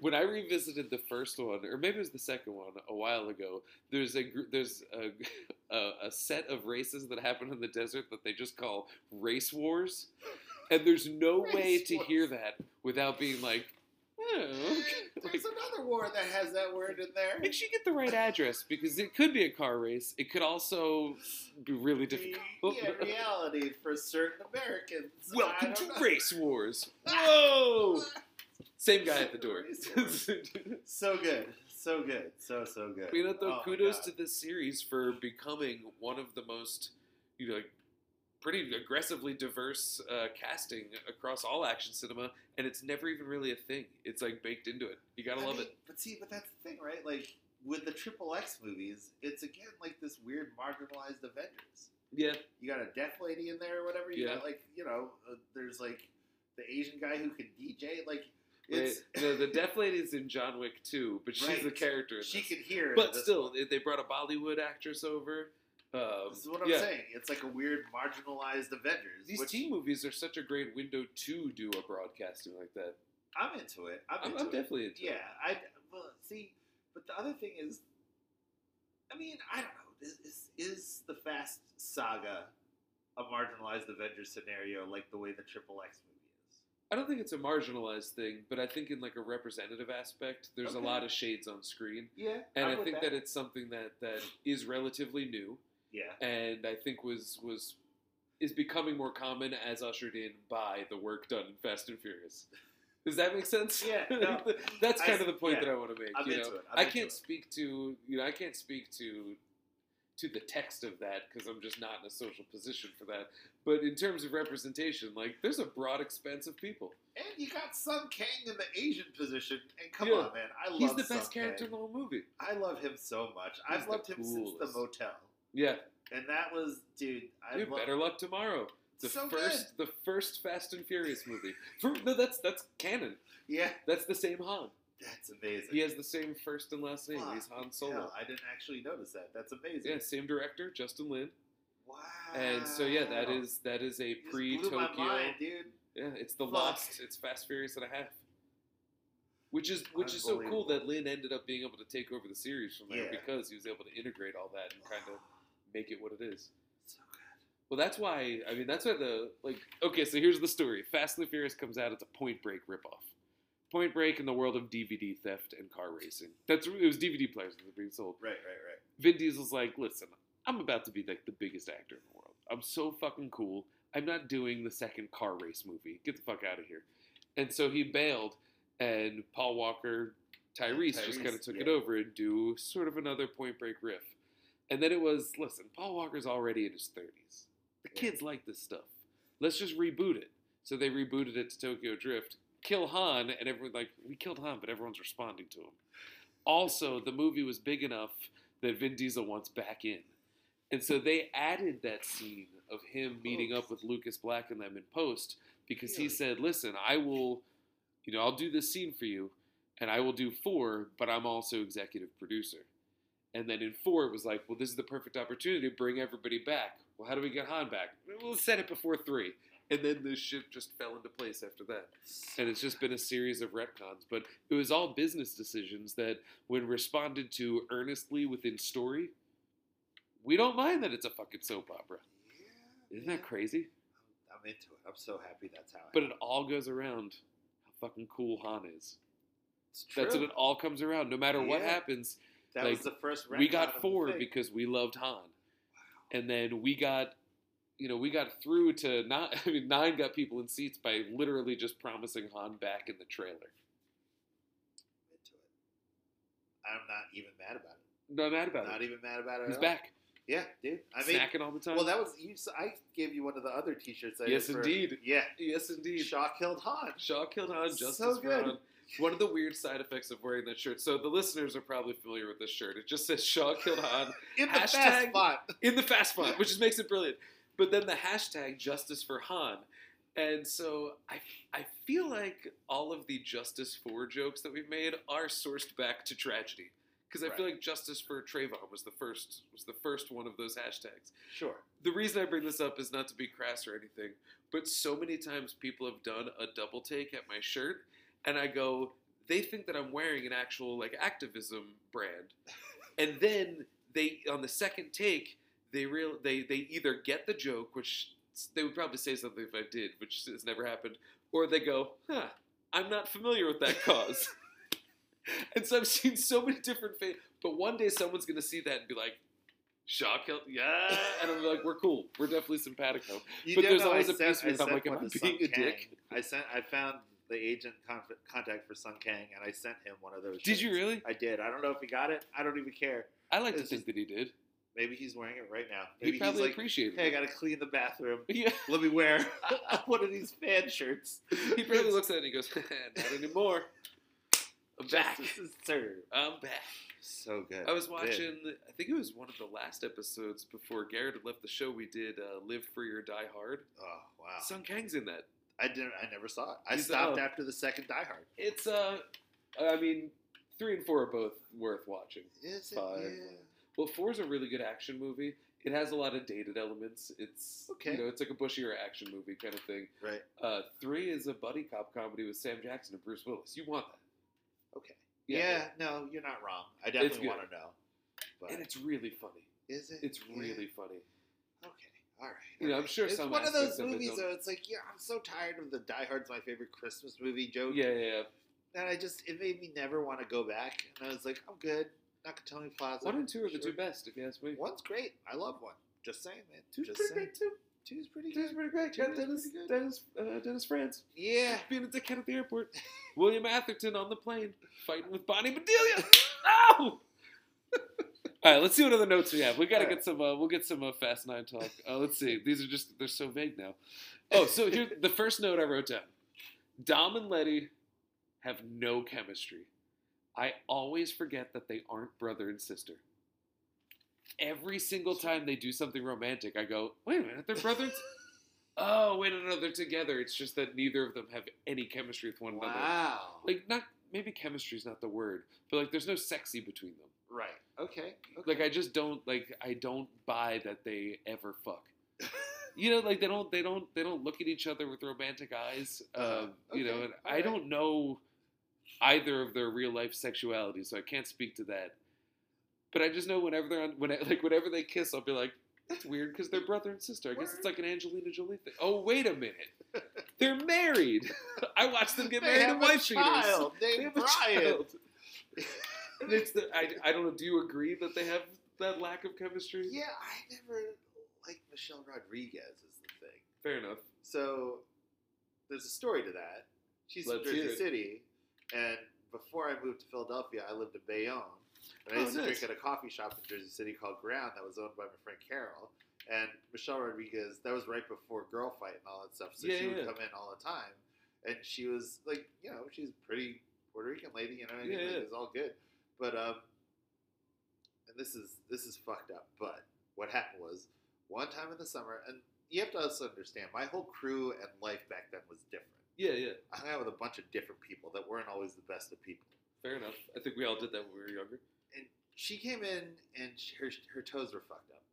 Speaker 2: when I revisited the first one, or maybe it was the second one, a while ago, there's a gr- there's a, a, a set of races that happen in the desert that they just call race wars, and there's no way
Speaker 3: Race
Speaker 2: to
Speaker 3: wars.
Speaker 2: hear that without being like, oh,
Speaker 3: There's another war that has that word in there.
Speaker 2: make sure you get the right address because it could be a car race. It could also be really difficult.
Speaker 3: Yeah, reality for certain Americans.
Speaker 2: Welcome
Speaker 3: I
Speaker 2: to
Speaker 3: don't know.
Speaker 2: race wars. Whoa! Same guy at the door.
Speaker 3: Race So good, so good, so so good.
Speaker 2: But, you know, though,
Speaker 3: Oh my
Speaker 2: kudos
Speaker 3: God.
Speaker 2: to this series for becoming one of the most, you know, like, pretty aggressively diverse uh, casting across all action cinema, and it's never even really a thing. It's like baked into it. You gotta
Speaker 3: I
Speaker 2: love
Speaker 3: mean,
Speaker 2: it.
Speaker 3: But see, but that's the thing, right? Like with the Triple X movies, it's again like this weird marginalized Avengers.
Speaker 2: Yeah,
Speaker 3: You got a deaf lady in there or whatever. You
Speaker 2: Yeah.
Speaker 3: got like you know, uh, there's like the Asian guy who can DJ. Like it's
Speaker 2: it's, the, the deaf lady is in John Wick too, but she's
Speaker 3: Right.
Speaker 2: the character. In
Speaker 3: she
Speaker 2: this.
Speaker 3: can hear.
Speaker 2: but
Speaker 3: this-
Speaker 2: still, they- they brought a Bollywood actress over. Um,
Speaker 3: this is what I'm
Speaker 2: yeah.
Speaker 3: saying. It's like a weird marginalized Avengers.
Speaker 2: These
Speaker 3: which
Speaker 2: teen movies are such a great window to do a broadcasting like that.
Speaker 3: I'm into it. I'm,
Speaker 2: I'm,
Speaker 3: into
Speaker 2: I'm
Speaker 3: it.
Speaker 2: definitely into
Speaker 3: Yeah,
Speaker 2: it.
Speaker 3: I well see, but the other thing is, I mean, I don't know. Is is, is the Fast Saga a marginalized Avengers scenario like the way the Triple X movie
Speaker 2: I don't think it's a marginalized thing, but I think in like a representative aspect, there's
Speaker 3: Okay.
Speaker 2: a lot of shades on screen,
Speaker 3: is? Yeah,
Speaker 2: and
Speaker 3: I'm
Speaker 2: i
Speaker 3: with
Speaker 2: think that. it's something that that is relatively new,
Speaker 3: yeah,
Speaker 2: and I think was was is becoming more common as ushered in by the work done in Fast and Furious. Does that make sense?
Speaker 3: Yeah, no.
Speaker 2: That's
Speaker 3: I
Speaker 2: kind
Speaker 3: s-
Speaker 2: of the point
Speaker 3: yeah.
Speaker 2: that I want to make.
Speaker 3: I'm
Speaker 2: you
Speaker 3: into
Speaker 2: know?
Speaker 3: it. I'm
Speaker 2: I
Speaker 3: into
Speaker 2: can't
Speaker 3: it.
Speaker 2: speak to you know I can't speak to to the text of that because I'm just not in a social position for that. But in terms of representation, like there's a broad expanse of people.
Speaker 3: And you got Sun Kang in the Asian position. And come
Speaker 2: Yeah.
Speaker 3: on, man, I love
Speaker 2: He's the best
Speaker 3: Sun
Speaker 2: character
Speaker 3: Kang.
Speaker 2: in the whole movie.
Speaker 3: I love him so much.
Speaker 2: He's
Speaker 3: I've
Speaker 2: the
Speaker 3: loved him since the
Speaker 2: coolest.
Speaker 3: motel,
Speaker 2: Yeah,
Speaker 3: and that was, dude. I
Speaker 2: dude,
Speaker 3: love
Speaker 2: better luck tomorrow. The
Speaker 3: So
Speaker 2: first, the first Fast and Furious movie. For, no, that's that's canon.
Speaker 3: Yeah,
Speaker 2: That's the same Han.
Speaker 3: that's amazing.
Speaker 2: He has the same first and last name.
Speaker 3: Fuck,
Speaker 2: He's Han
Speaker 3: Hell,
Speaker 2: Solo.
Speaker 3: I didn't actually notice that. That's amazing.
Speaker 2: Yeah, same director, Justin Lin.
Speaker 3: Wow.
Speaker 2: And so yeah, that is that is a
Speaker 3: You just
Speaker 2: pre
Speaker 3: blew my
Speaker 2: Tokyo.
Speaker 3: mind, dude.
Speaker 2: Yeah, it's the
Speaker 3: Fuck.
Speaker 2: Lost. It's Fast Furious and a half. Which is which is so cool
Speaker 3: Unbelievable.
Speaker 2: that Lin ended up being able to take over the series from there
Speaker 3: Yeah.
Speaker 2: because he was able to integrate all that and kind of make it what it is.
Speaker 3: So
Speaker 2: Well, that's why I mean that's why the like okay, so here's the story. Fast and the Furious comes out. It's a Point Break ripoff. Point Break in the world of DVD theft and car racing. That's it was DVD players that were being sold.
Speaker 3: Right, right,
Speaker 2: Vin Diesel's like, listen, I'm about to be like the biggest actor in the world. I'm so fucking cool. I'm not doing the second car race movie. Get the fuck out of here. And so he bailed, and Paul Walker, Tyrese, just
Speaker 3: Tyrese,
Speaker 2: kind of took it
Speaker 3: yeah.
Speaker 2: over and do sort of another Point Break riff. And then it was, listen, Paul Walker's already in his 30s. The
Speaker 3: Yeah.
Speaker 2: kids like this stuff. Let's just reboot it. So they rebooted it to Tokyo Drift. Kill Han, and everyone like we killed Han, but everyone's responding to him. Also, the movie was big enough that Vin Diesel wants back in, and so they added that scene of him meeting up with Lucas Black and them in post because he
Speaker 3: Really?
Speaker 2: said, "Listen, I will, you know, I'll do this scene for you, and I will do four, but I'm also executive producer." And then in four, it was like, well, this is the perfect opportunity to bring everybody back. Well, how do we get Han back? We'll set it before three. And then the ship just fell into place after that.
Speaker 3: right.
Speaker 2: And it's just been a series of retcons. But it was all business decisions that, when responded to earnestly within story, we don't mind that it's a fucking soap opera.
Speaker 3: Yeah,
Speaker 2: Isn't that crazy?
Speaker 3: I'm into it. I'm so happy that's how.
Speaker 2: But it
Speaker 3: happened.
Speaker 2: all goes around how fucking cool Han is.
Speaker 3: it's
Speaker 2: That's
Speaker 3: true.
Speaker 2: what it all comes around. No matter what
Speaker 3: Yeah.
Speaker 2: happens,
Speaker 3: That
Speaker 2: like,
Speaker 3: was the first.
Speaker 2: we
Speaker 3: retcon of
Speaker 2: got
Speaker 3: the
Speaker 2: four
Speaker 3: thing.
Speaker 2: because we loved Han, and then we got, you know, we got through to not. I mean, nine got people in seats by literally just promising Han back in the trailer.
Speaker 3: I'm into it. I'm not even mad about it.
Speaker 2: Not mad about
Speaker 3: Not
Speaker 2: it.
Speaker 3: even mad about it.
Speaker 2: He's
Speaker 3: at all.
Speaker 2: back,
Speaker 3: Yeah, dude. I mean,
Speaker 2: snacking all the time.
Speaker 3: well, that was you. s- I gave you one of the other T-shirts. I did
Speaker 2: Yes,
Speaker 3: for-
Speaker 2: indeed.
Speaker 3: Yeah,
Speaker 2: yes, indeed. Shaw,
Speaker 3: Shaw killed Han.
Speaker 2: killed Han.
Speaker 3: So
Speaker 2: Justice for
Speaker 3: good.
Speaker 2: Han. One of the weird side effects of wearing that shirt. So the listeners are probably familiar with this shirt. It just says Shaw killed Han
Speaker 3: In the
Speaker 2: Hashtag-
Speaker 3: fast font.
Speaker 2: in the fast font, which just makes it brilliant. But then the hashtag justice for Han. And so I, I feel like all of the justice for jokes that we've made are sourced back to tragedy. Because I feel like justice for Trayvon was the first was the first one of those hashtags.
Speaker 3: Sure.
Speaker 2: The reason I bring this up is not to be crass or anything, but so many times people have done a double take at my shirt, and I go, they think that I'm wearing an actual like activism brand, and then they on the second take they real they they either get the joke, which they would probably say something if I did, which has never happened, or they go, huh, I'm not familiar with that cause. and so I've seen so many different fa but one day someone's gonna see that and be like. Shock, yeah, and I'm like, we're cool. We're definitely simpatico.
Speaker 3: You
Speaker 2: But
Speaker 3: do
Speaker 2: there's
Speaker 3: know I
Speaker 2: always a
Speaker 3: sent-
Speaker 2: piece
Speaker 3: I
Speaker 2: where I'm like,
Speaker 3: sent
Speaker 2: am
Speaker 3: one
Speaker 2: I
Speaker 3: to
Speaker 2: being
Speaker 3: Sun
Speaker 2: a dick?
Speaker 3: Kang. I sent. I found the agent conf- contact for Sun Kang, and I sent him one of those.
Speaker 2: Did you
Speaker 3: shirts.
Speaker 2: really?
Speaker 3: I did. I don't know if he got it. I don't even care.
Speaker 2: I like to
Speaker 3: It's
Speaker 2: think
Speaker 3: just-
Speaker 2: that he did.
Speaker 3: Maybe he's wearing it right now. Maybe
Speaker 2: He
Speaker 3: he's
Speaker 2: probably
Speaker 3: like,
Speaker 2: appreciated
Speaker 3: "Hey, I
Speaker 2: it.
Speaker 3: gotta clean the bathroom.
Speaker 2: Yeah,
Speaker 3: Let me wear one of these fan shirts."
Speaker 2: he probably looks at it and he goes, not anymore. I'm back.
Speaker 3: Justice is served.
Speaker 2: I'm back.
Speaker 3: So good.
Speaker 2: I was
Speaker 3: Yeah.
Speaker 2: watching, I think it was one of the last episodes before Garrett had left the show. We did uh, Live Free or Die Hard.
Speaker 3: Oh wow!
Speaker 2: Sun Kang's in that.
Speaker 3: I didn't. I never saw it. I
Speaker 2: He's-
Speaker 3: stopped
Speaker 2: oh.
Speaker 3: after the second Die Hard.
Speaker 2: It's, uh, I mean, three and four are both worth watching.
Speaker 3: Is it?
Speaker 2: Five.
Speaker 3: Yeah.
Speaker 2: Well, four's a really good action movie. It has a lot of dated elements. It's
Speaker 3: Okay.
Speaker 2: you know, it's like a bushier action movie kind of thing.
Speaker 3: Right.
Speaker 2: Uh, three is a buddy cop comedy with Sam Jackson and Bruce Willis. You want that?
Speaker 3: Okay. Yeah. No, you're not wrong. I definitely
Speaker 2: good.
Speaker 3: want to know. But
Speaker 2: and it's really funny.
Speaker 3: is it?
Speaker 2: It's
Speaker 3: Yeah.
Speaker 2: really funny.
Speaker 3: Okay. All right.
Speaker 2: You know, I'm sure
Speaker 3: it's
Speaker 2: some
Speaker 3: one of those
Speaker 2: aspects of it
Speaker 3: movies
Speaker 2: don't-
Speaker 3: though. It's like, yeah, I'm so tired of the Die Hard's my favorite Christmas movie joke.
Speaker 2: Yeah, yeah. yeah.
Speaker 3: And I just it made me never want to go back. And I was like, I'm good. Nakatomi Plaza.
Speaker 2: One and two are the
Speaker 3: sure.
Speaker 2: two best, if you ask me.
Speaker 3: One's great. I love one. Just saying, man.
Speaker 2: Two's
Speaker 3: just
Speaker 2: pretty
Speaker 3: saying.
Speaker 2: good too.
Speaker 3: Two's pretty
Speaker 2: That's
Speaker 3: good.
Speaker 2: pretty great. Got
Speaker 3: That's
Speaker 2: Dennis,
Speaker 3: pretty good.
Speaker 2: Dennis, uh, Dennis France
Speaker 3: Yeah.
Speaker 2: being a dickhead at the airport. William Atherton on the plane fighting with Bonnie Bedelia. No. All right, let's see what other notes we have. We gotta
Speaker 3: All right.
Speaker 2: get some. Uh, we'll get some uh, Fast Nine talk. Uh, let's see. These are just they're so vague now. Oh, so here the first note I wrote down: Dom and Letty have no chemistry. I always forget that they aren't brother and sister. Every single time they do something romantic, I go, "Wait a minute, they're brothers." oh, wait, no, no, they're together. It's just that neither of them have any chemistry with one another.
Speaker 3: Wow.
Speaker 2: Like, not maybe chemistry's not the word, but like, there's no sexy between them.
Speaker 3: right. Okay. okay.
Speaker 2: Like I just don't like I don't buy that they ever fuck. You know, like they don't they don't they don't look at each other with romantic eyes.
Speaker 3: Uh-huh.
Speaker 2: Um, You know,
Speaker 3: Okay.
Speaker 2: and I
Speaker 3: Alright.
Speaker 2: don't know either of their real life sexuality, so I can't speak to that. But I just know whenever they're on when I, like whenever they kiss, I'll be like, that's weird because they're brother and sister. I guess it's like an Angelina Jolie thing. Oh wait a minute, they're married. I watched them get
Speaker 3: they
Speaker 2: married
Speaker 3: have
Speaker 2: in
Speaker 3: a
Speaker 2: wife beaters.
Speaker 3: child
Speaker 2: They
Speaker 3: named
Speaker 2: have a
Speaker 3: Brian.
Speaker 2: child. And it's the, I, I don't know. Do you agree that they have that lack of chemistry?
Speaker 3: Yeah, I never liked Michelle Rodriguez is the thing.
Speaker 2: Fair enough.
Speaker 3: So there's a story to that. She's
Speaker 2: Let's
Speaker 3: from
Speaker 2: hear
Speaker 3: Jersey
Speaker 2: it.
Speaker 3: City, and before I moved to Philadelphia, I lived in Bayonne. And I
Speaker 2: Oh,
Speaker 3: used to
Speaker 2: nice.
Speaker 3: drink at a coffee shop in Jersey City called Ground that was owned by my friend Carol. And Michelle Rodriguez, that was right before Girl Fight and all that stuff. So
Speaker 2: Yeah,
Speaker 3: she
Speaker 2: yeah.
Speaker 3: would come in all the time. And she was like, you know, she's a pretty Puerto Rican lady, you know what I mean?
Speaker 2: Yeah,
Speaker 3: Like,
Speaker 2: yeah.
Speaker 3: It was all good. But um and this is this is fucked up, but what happened was one time in the summer, and you have to also understand, my whole crew and life back then was different.
Speaker 2: Yeah, yeah.
Speaker 3: I hung out with a bunch of different people that weren't always the best of people.
Speaker 2: Fair enough. I think we all did that when we were younger.
Speaker 3: And she came in, and she, her her toes were fucked up.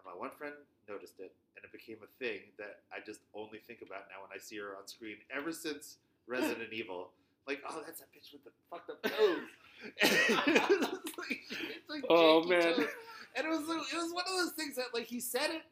Speaker 3: And my one friend noticed it, and it became a thing that I just only think about now when I see her on screen. Ever since Resident Evil, like, oh, that's a bitch with the fucked up toes. It's like- it's like
Speaker 2: Oh,
Speaker 3: janky
Speaker 2: man.
Speaker 3: toes. And it was it was one of those things that like he said it,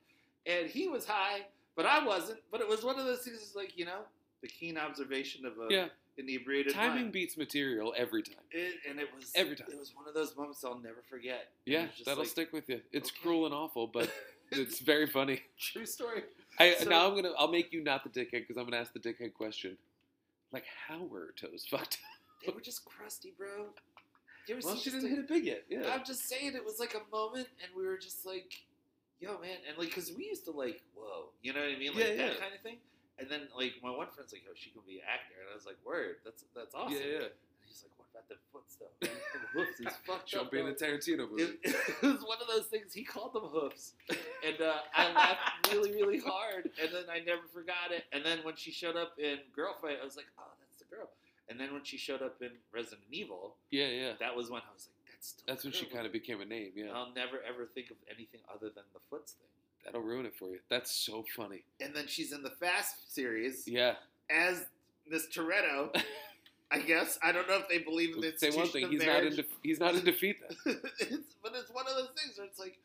Speaker 3: and he was high, but I wasn't. But it was one of those things that's like you know the keen observation of a
Speaker 2: Yeah.
Speaker 3: inebriated
Speaker 2: Timing
Speaker 3: mind.
Speaker 2: beats material every time.
Speaker 3: It, and it was
Speaker 2: Every time.
Speaker 3: It was one of those moments I'll never forget. It
Speaker 2: Yeah,
Speaker 3: was just
Speaker 2: that'll
Speaker 3: like-
Speaker 2: stick with you. It's
Speaker 3: okay.
Speaker 2: cruel and awful, but it's very funny.
Speaker 3: True story.
Speaker 2: I
Speaker 3: So-
Speaker 2: now I'm gonna I'll make you not the dickhead because I'm gonna ask the dickhead question. Like how were her toes fucked?
Speaker 3: They were just crusty, bro. You ever
Speaker 2: Well,
Speaker 3: see
Speaker 2: she
Speaker 3: just
Speaker 2: didn't hit
Speaker 3: a-
Speaker 2: it big yet. Yeah.
Speaker 3: I'm just saying, it was like a moment, and we were just like, "Yo, man!" And like, cause we used to like, "Whoa," you know what I mean? Like
Speaker 2: Yeah,
Speaker 3: that
Speaker 2: yeah.
Speaker 3: kind of thing. And then like my one friend's like, "Yo, she can be an actor," and I was like, "Word, that's that's awesome."
Speaker 2: Yeah, yeah.
Speaker 3: And he's like, "What about the foots though? man? The hoofs is fucked
Speaker 2: She'll
Speaker 3: up."
Speaker 2: be in
Speaker 3: bro."
Speaker 2: a Tarantino movie.
Speaker 3: It, it was one of those things. He called them hoofs, and uh, I laughed really, really hard. And then I never forgot it. And then when she showed up in Girl Fight, I was like, "Oh, that's the girl." And then when she showed up in Resident Evil,
Speaker 2: yeah, yeah.
Speaker 3: that was when I was like, "That's still."
Speaker 2: That's when she kind of became a name. Yeah.
Speaker 3: I'll never ever think of anything other than the foots thing.
Speaker 2: That'll ruin it for you. That's so funny.
Speaker 3: And then she's in the Fast series
Speaker 2: Yeah.
Speaker 3: as Miss Toretto. I guess I don't know if they believe in the
Speaker 2: Say one thing.
Speaker 3: institution of
Speaker 2: He's not
Speaker 3: marriage.
Speaker 2: in. def he's not in defeat. Then.
Speaker 3: it's, but it's one of those things where it's like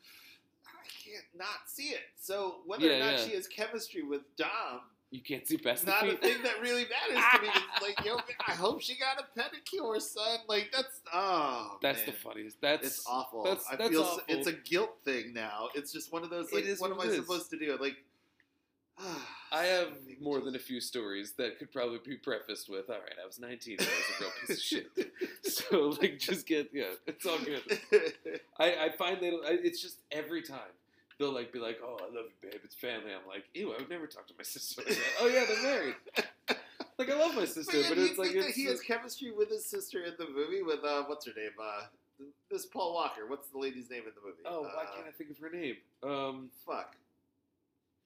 Speaker 3: I can't not see it. So whether
Speaker 2: Yeah,
Speaker 3: or not
Speaker 2: yeah.
Speaker 3: she has chemistry with Dom,
Speaker 2: You can't see best
Speaker 3: it's not a
Speaker 2: defeat.
Speaker 3: thing that really matters to me. It's like, yo, I hope she got a pedicure, son. Like that's oh,
Speaker 2: That's the
Speaker 3: man.
Speaker 2: funniest. That's
Speaker 3: It's awful.
Speaker 2: that's-
Speaker 3: I
Speaker 2: that's
Speaker 3: feel
Speaker 2: awful.
Speaker 3: So, it's a guilt thing now. It's just one of those.
Speaker 2: It
Speaker 3: Like,
Speaker 2: is
Speaker 3: what am
Speaker 2: what
Speaker 3: I
Speaker 2: it is.
Speaker 3: supposed to do? Like,
Speaker 2: I have more than a few stories that could probably be prefaced with, "All right, I was 19 and I was a real piece of shit." So like, just get yeah, it's all good. I, I find that I, it's just every time they'll like be like, "Oh, I love you, babe. It's family." I'm like, "Ew, I would never talk to my sister." Like that. Oh yeah, they're married. Like I love my sister,
Speaker 3: But,
Speaker 2: but,
Speaker 3: do you
Speaker 2: it's like
Speaker 3: think that
Speaker 2: it's,
Speaker 3: he has chemistry with his sister in the movie with uh, what's her name? Uh, this Paul Walker. What's the lady's name in the movie?
Speaker 2: oh, why
Speaker 3: Uh,
Speaker 2: can't I think of her name? Um,
Speaker 3: Fuck.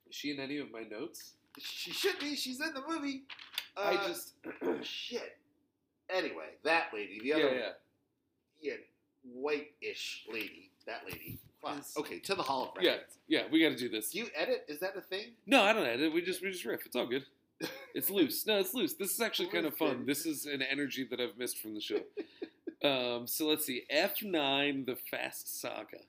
Speaker 2: is she in any of my notes?
Speaker 3: She should be. She's in the movie. Uh,
Speaker 2: I just
Speaker 3: shit. Anyway, that lady, the
Speaker 2: yeah,
Speaker 3: other
Speaker 2: yeah.
Speaker 3: yeah, white-ish lady, that lady. Fuck.
Speaker 2: Yes.
Speaker 3: Okay, to the Hall of
Speaker 2: Yeah.
Speaker 3: Records.
Speaker 2: Yeah, we got to do this.
Speaker 3: Do you edit? Is that a thing?
Speaker 2: No, I don't edit. We just we just riff. It's all good. It's loose. No, it's loose. This is actually kind of fun.
Speaker 3: Listen.
Speaker 2: This is an energy that I've missed from the show. Um, so let's see. F nine, the Fast Saga.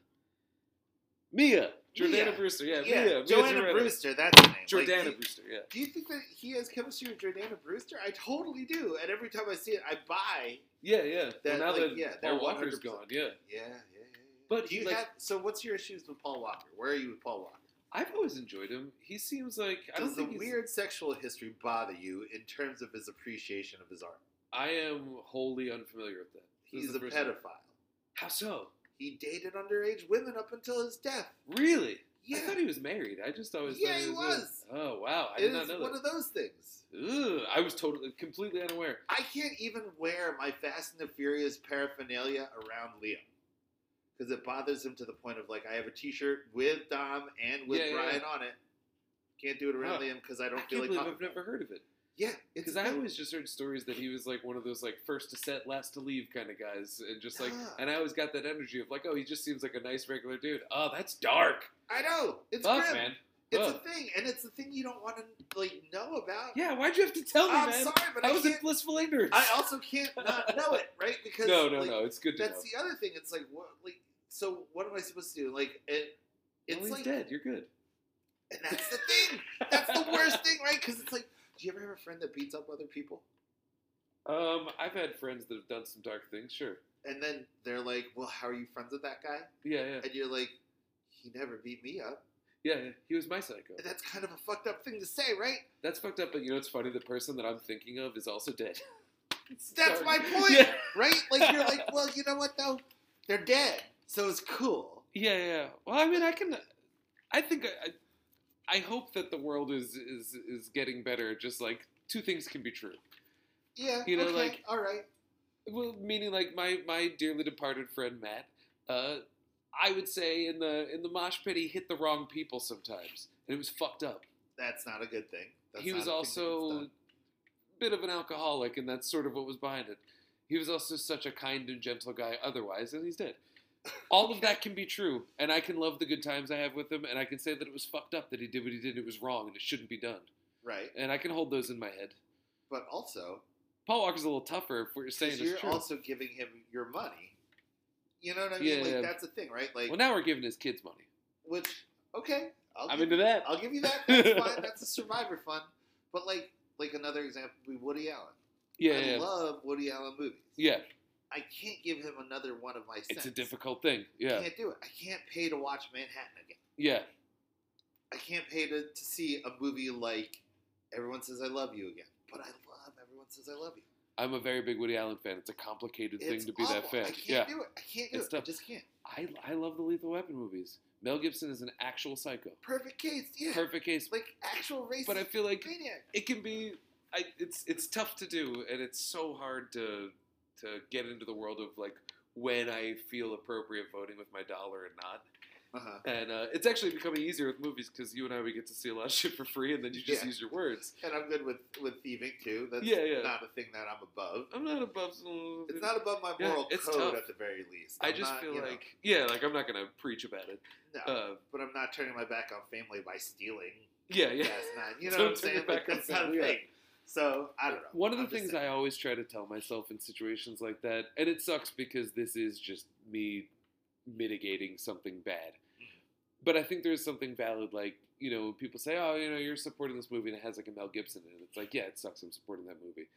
Speaker 2: Mia, Jordana
Speaker 3: Mia.
Speaker 2: Brewster. Yeah,
Speaker 3: yeah,
Speaker 2: Mia.
Speaker 3: Joanna
Speaker 2: Mia Jordana.
Speaker 3: Brewster. That's her name. Like,
Speaker 2: Jordana
Speaker 3: do-
Speaker 2: Brewster. Yeah.
Speaker 3: Do you think that he has chemistry with Jordana Brewster? I totally do. And every time I see it, I buy.
Speaker 2: Yeah, yeah.
Speaker 3: That,
Speaker 2: well, now
Speaker 3: like,
Speaker 2: that
Speaker 3: yeah, they're
Speaker 2: Paul Walker's
Speaker 3: 100%.
Speaker 2: gone, yeah.
Speaker 3: Yeah, yeah, yeah. yeah.
Speaker 2: But
Speaker 3: do you
Speaker 2: like-
Speaker 3: have? So, what's your issues with Paul Walker? Where are you with Paul Walker?
Speaker 2: I've always enjoyed him. He seems like I don't
Speaker 3: Does the
Speaker 2: think he's,
Speaker 3: weird sexual history bother you in terms of his appreciation of his art?
Speaker 2: I am wholly unfamiliar with that. This is
Speaker 3: He's a
Speaker 2: the first time.
Speaker 3: pedophile.
Speaker 2: How so?
Speaker 3: He dated underage women up until his death.
Speaker 2: Really?
Speaker 3: Yeah,
Speaker 2: I thought he was married. I just always
Speaker 3: Yeah,
Speaker 2: thought
Speaker 3: he
Speaker 2: married.
Speaker 3: was.
Speaker 2: Oh wow, I
Speaker 3: it
Speaker 2: did not
Speaker 3: is
Speaker 2: know
Speaker 3: one
Speaker 2: that.
Speaker 3: of those things.
Speaker 2: Ugh, I was totally, completely unaware.
Speaker 3: I can't even wear my Fast and the Furious paraphernalia around Liam because it bothers him to the point of like I have a T-shirt with Dom and with
Speaker 2: Yeah, yeah,
Speaker 3: Brian on it. Can't do it around
Speaker 2: Huh.
Speaker 3: Liam because I
Speaker 2: I
Speaker 3: don't
Speaker 2: can't
Speaker 3: feel like
Speaker 2: believe
Speaker 3: talking
Speaker 2: I've
Speaker 3: about
Speaker 2: never heard of it.
Speaker 3: it. Yeah, it's
Speaker 2: Because I always just heard stories that he was like one of those like first to set, last to leave kind of guys, and just like,
Speaker 3: Ah.
Speaker 2: and I always got that energy of like, oh, he just seems like a nice regular dude. Oh, that's dark.
Speaker 3: I know it's
Speaker 2: Fuck,
Speaker 3: grim.
Speaker 2: man.
Speaker 3: It's
Speaker 2: Ugh.
Speaker 3: a thing, and it's a thing you don't want to like know about.
Speaker 2: Yeah, why'd you have to tell me,
Speaker 3: I'm
Speaker 2: man?
Speaker 3: sorry, but
Speaker 2: I
Speaker 3: I,
Speaker 2: was in
Speaker 3: can't.
Speaker 2: blissful ignorance.
Speaker 3: I also can't not know it, right? Because
Speaker 2: no, no,
Speaker 3: like,
Speaker 2: no. It's good to know.
Speaker 3: That's the other thing. It's like what, like so. What am I supposed to do? Like it. It's
Speaker 2: Well, he's
Speaker 3: like
Speaker 2: dead. You're good.
Speaker 3: And that's the thing. That's the worst thing, right? Because it's like, do you ever have a friend that beats up other people?
Speaker 2: Um, I've had friends that have done some dark things. Sure.
Speaker 3: And then they're like, well, how are you friends with that guy?
Speaker 2: Yeah, yeah,
Speaker 3: And you're like, he never beat me up.
Speaker 2: yeah. yeah. He was my psycho.
Speaker 3: And that's kind of a fucked up thing to say, right?
Speaker 2: That's fucked up. But you know, it's funny. The person that I'm thinking of is also dead.
Speaker 3: That's
Speaker 2: Sorry.
Speaker 3: my point,
Speaker 2: Yeah.
Speaker 3: right? Like, you're like, well, you know what, though? They're dead. So it's cool.
Speaker 2: Yeah, yeah. Well, I mean, I can. I think I. I hope that the world is is is getting better. Just like two things can be true.
Speaker 3: Yeah.
Speaker 2: You know,
Speaker 3: okay,
Speaker 2: like-
Speaker 3: all right.
Speaker 2: Well, meaning like my my dearly departed friend Matt. Uh, I would say in the in the mosh pit he hit the wrong people sometimes, and it was fucked up.
Speaker 3: That's not a good thing. That's
Speaker 2: he
Speaker 3: not
Speaker 2: was
Speaker 3: a thing that
Speaker 2: also
Speaker 3: gets
Speaker 2: a
Speaker 3: done.
Speaker 2: bit of an alcoholic, and that's sort of what was behind it. He was also such a kind and gentle guy otherwise, and he's dead. All of that can be true, and I can love the good times I have with him, and I can say that it was fucked up that he did what he did, and it was wrong, and it shouldn't be done.
Speaker 3: Right.
Speaker 2: And I can hold those in my head.
Speaker 3: But also,
Speaker 2: Paul Walker's a little tougher if we're saying
Speaker 3: because
Speaker 2: it's
Speaker 3: you're
Speaker 2: true.
Speaker 3: also giving him your money. You know what I mean?
Speaker 2: Yeah,
Speaker 3: like,
Speaker 2: yeah.
Speaker 3: that's the thing, right? Like,
Speaker 2: Well, now we're giving his kids money.
Speaker 3: which okay, I'll
Speaker 2: I'm
Speaker 3: give,
Speaker 2: into that.
Speaker 3: I'll give you that. That's fine. That's a survivor fun. But like like another example would be Woody Allen.
Speaker 2: Yeah,
Speaker 3: I
Speaker 2: yeah, yeah.
Speaker 3: love Woody Allen movies.
Speaker 2: yeah.
Speaker 3: I can't give him another one of my cents.
Speaker 2: It's a difficult thing. Yeah,
Speaker 3: I can't do it. I can't pay to watch Manhattan again.
Speaker 2: yeah.
Speaker 3: I can't pay to, to see a movie like Everyone Says I Love You again. But I love Everyone Says I Love You.
Speaker 2: I'm a very big Woody Allen fan. It's a complicated thing
Speaker 3: It's
Speaker 2: to be that
Speaker 3: awful.
Speaker 2: fan.
Speaker 3: I can't
Speaker 2: yeah.
Speaker 3: do it. I can't do
Speaker 2: It's
Speaker 3: it. I
Speaker 2: tough.
Speaker 3: just can't.
Speaker 2: I, I love the Lethal Weapon movies. Mel Gibson is an actual psycho.
Speaker 3: Perfect case. Yeah.
Speaker 2: Perfect case.
Speaker 3: Like actual racist
Speaker 2: But I feel like
Speaker 3: maniac.
Speaker 2: it can be. I, it's it's tough to do, and it's so hard to to get into the world of like when I feel appropriate voting with my dollar and not.
Speaker 3: Uh-huh.
Speaker 2: And uh, it's actually becoming easier with movies because you and I we get to see a lot of shit for free, and then you just
Speaker 3: Yeah.
Speaker 2: use your words.
Speaker 3: And I'm good with, with thieving too. That's
Speaker 2: Yeah, yeah.
Speaker 3: not a thing that I'm above.
Speaker 2: I'm not above.
Speaker 3: It's not above my
Speaker 2: Yeah,
Speaker 3: moral
Speaker 2: it's
Speaker 3: code
Speaker 2: tough.
Speaker 3: at the very least.
Speaker 2: I
Speaker 3: I'm
Speaker 2: just
Speaker 3: not,
Speaker 2: feel
Speaker 3: you know,
Speaker 2: like yeah, like I'm not gonna preach about it.
Speaker 3: no,
Speaker 2: Uh,
Speaker 3: but I'm not turning my back on family by stealing.
Speaker 2: yeah, yeah.
Speaker 3: That's not, you know
Speaker 2: Don't
Speaker 3: what I'm
Speaker 2: turn your
Speaker 3: saying? Like,
Speaker 2: back on
Speaker 3: that's not a
Speaker 2: family, yeah.
Speaker 3: thing. So I don't know.
Speaker 2: One of the
Speaker 3: I'm just
Speaker 2: things
Speaker 3: saying.
Speaker 2: I always try to tell myself in situations like that, and it sucks because this is just me mitigating something bad.
Speaker 3: Mm-hmm.
Speaker 2: But I think there is something valid, like, you know, people say, oh, you know, you're supporting this movie and it has like a Mel Gibson in it. It's like, yeah, it sucks I'm supporting that movie.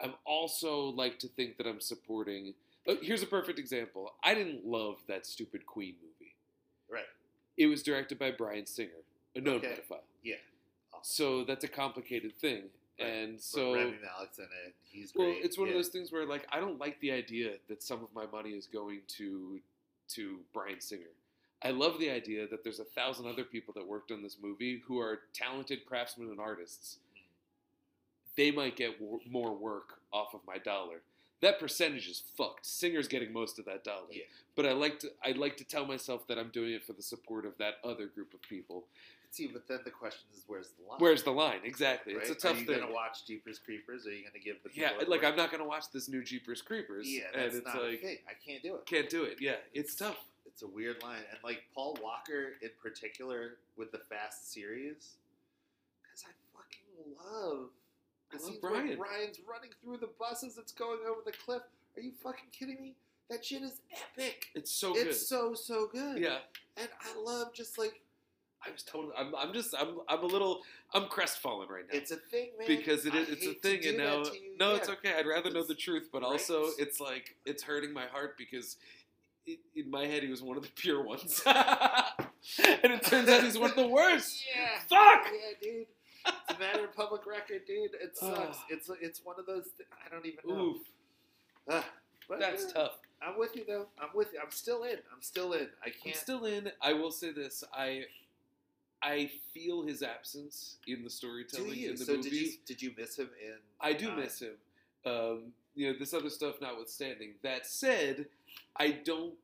Speaker 2: I'm also like to think that I'm supporting. Oh, here's a perfect example. I didn't love that stupid Queen movie.
Speaker 3: Right.
Speaker 2: It was directed by Brian Singer, a known
Speaker 3: Okay.
Speaker 2: pedophile.
Speaker 3: Yeah.
Speaker 2: So that's a complicated thing.
Speaker 3: Right.
Speaker 2: And
Speaker 3: But
Speaker 2: so.
Speaker 3: Rami Malek's in it. He's great.
Speaker 2: Well, it's one
Speaker 3: yeah.
Speaker 2: of those things where like I don't like the idea that some of my money is going to to Brian Singer. I love the idea that there's a thousand other people that worked on this movie who are talented craftsmen and artists. They might get w- more work off of my dollar. That percentage is fucked. Singer's getting most of that dollar.
Speaker 3: Yeah.
Speaker 2: But I like to I like to tell myself that I'm doing it for the support of that other group of people.
Speaker 3: See, but then the question is, where's the line?
Speaker 2: Where's the line? Exactly.
Speaker 3: right?
Speaker 2: It's a tough
Speaker 3: Are you
Speaker 2: thing.
Speaker 3: gonna watch Jeepers Creepers? Are you gonna give the
Speaker 2: yeah,
Speaker 3: people-
Speaker 2: like I'm not gonna watch this new Jeepers Creepers.
Speaker 3: Yeah,
Speaker 2: and
Speaker 3: that's
Speaker 2: it's
Speaker 3: not
Speaker 2: like
Speaker 3: a thing. I can't do it.
Speaker 2: Can't do it. Yeah, it's tough.
Speaker 3: It's a weird line, and like Paul Walker in particular with the Fast series, because I fucking love.
Speaker 2: I
Speaker 3: the
Speaker 2: love
Speaker 3: scenes where
Speaker 2: Brian.
Speaker 3: Brian's running through the buses that's going over the cliff. Are you fucking kidding me? That shit is epic.
Speaker 2: It's so
Speaker 3: it's so so good.
Speaker 2: good. Yeah,
Speaker 3: and I love just like
Speaker 2: I was totally. I'm, I'm just. I'm. I'm a little. I'm crestfallen right now
Speaker 3: it's a thing, man.
Speaker 2: because it
Speaker 3: I
Speaker 2: is. It's a
Speaker 3: hate to
Speaker 2: thing,
Speaker 3: do
Speaker 2: and
Speaker 3: that
Speaker 2: now.
Speaker 3: to you.
Speaker 2: No,
Speaker 3: Yeah.
Speaker 2: it's okay. I'd rather know
Speaker 3: It's
Speaker 2: the truth, but
Speaker 3: great.
Speaker 2: also it's like it's hurting my heart because. i- In my head, he was one of the pure ones. and it turns out he's one of the worst.
Speaker 3: Yeah.
Speaker 2: Fuck!
Speaker 3: Yeah, dude. It's a matter of public record, dude. It sucks.
Speaker 2: Ah.
Speaker 3: it's it's one of those. Th- I don't even know.
Speaker 2: Oof,
Speaker 3: Ah, but
Speaker 2: that's
Speaker 3: yeah,
Speaker 2: tough.
Speaker 3: I'm with you though. I'm with you. I'm still in. I'm still in. I
Speaker 2: I'm
Speaker 3: can't.
Speaker 2: still in. I will say this. I I feel his absence in the storytelling
Speaker 3: do you?
Speaker 2: in the
Speaker 3: So
Speaker 2: movie.
Speaker 3: did you did you miss him in?
Speaker 2: I do
Speaker 3: uh,
Speaker 2: miss him. Um, you know, this other stuff notwithstanding. That said, I don't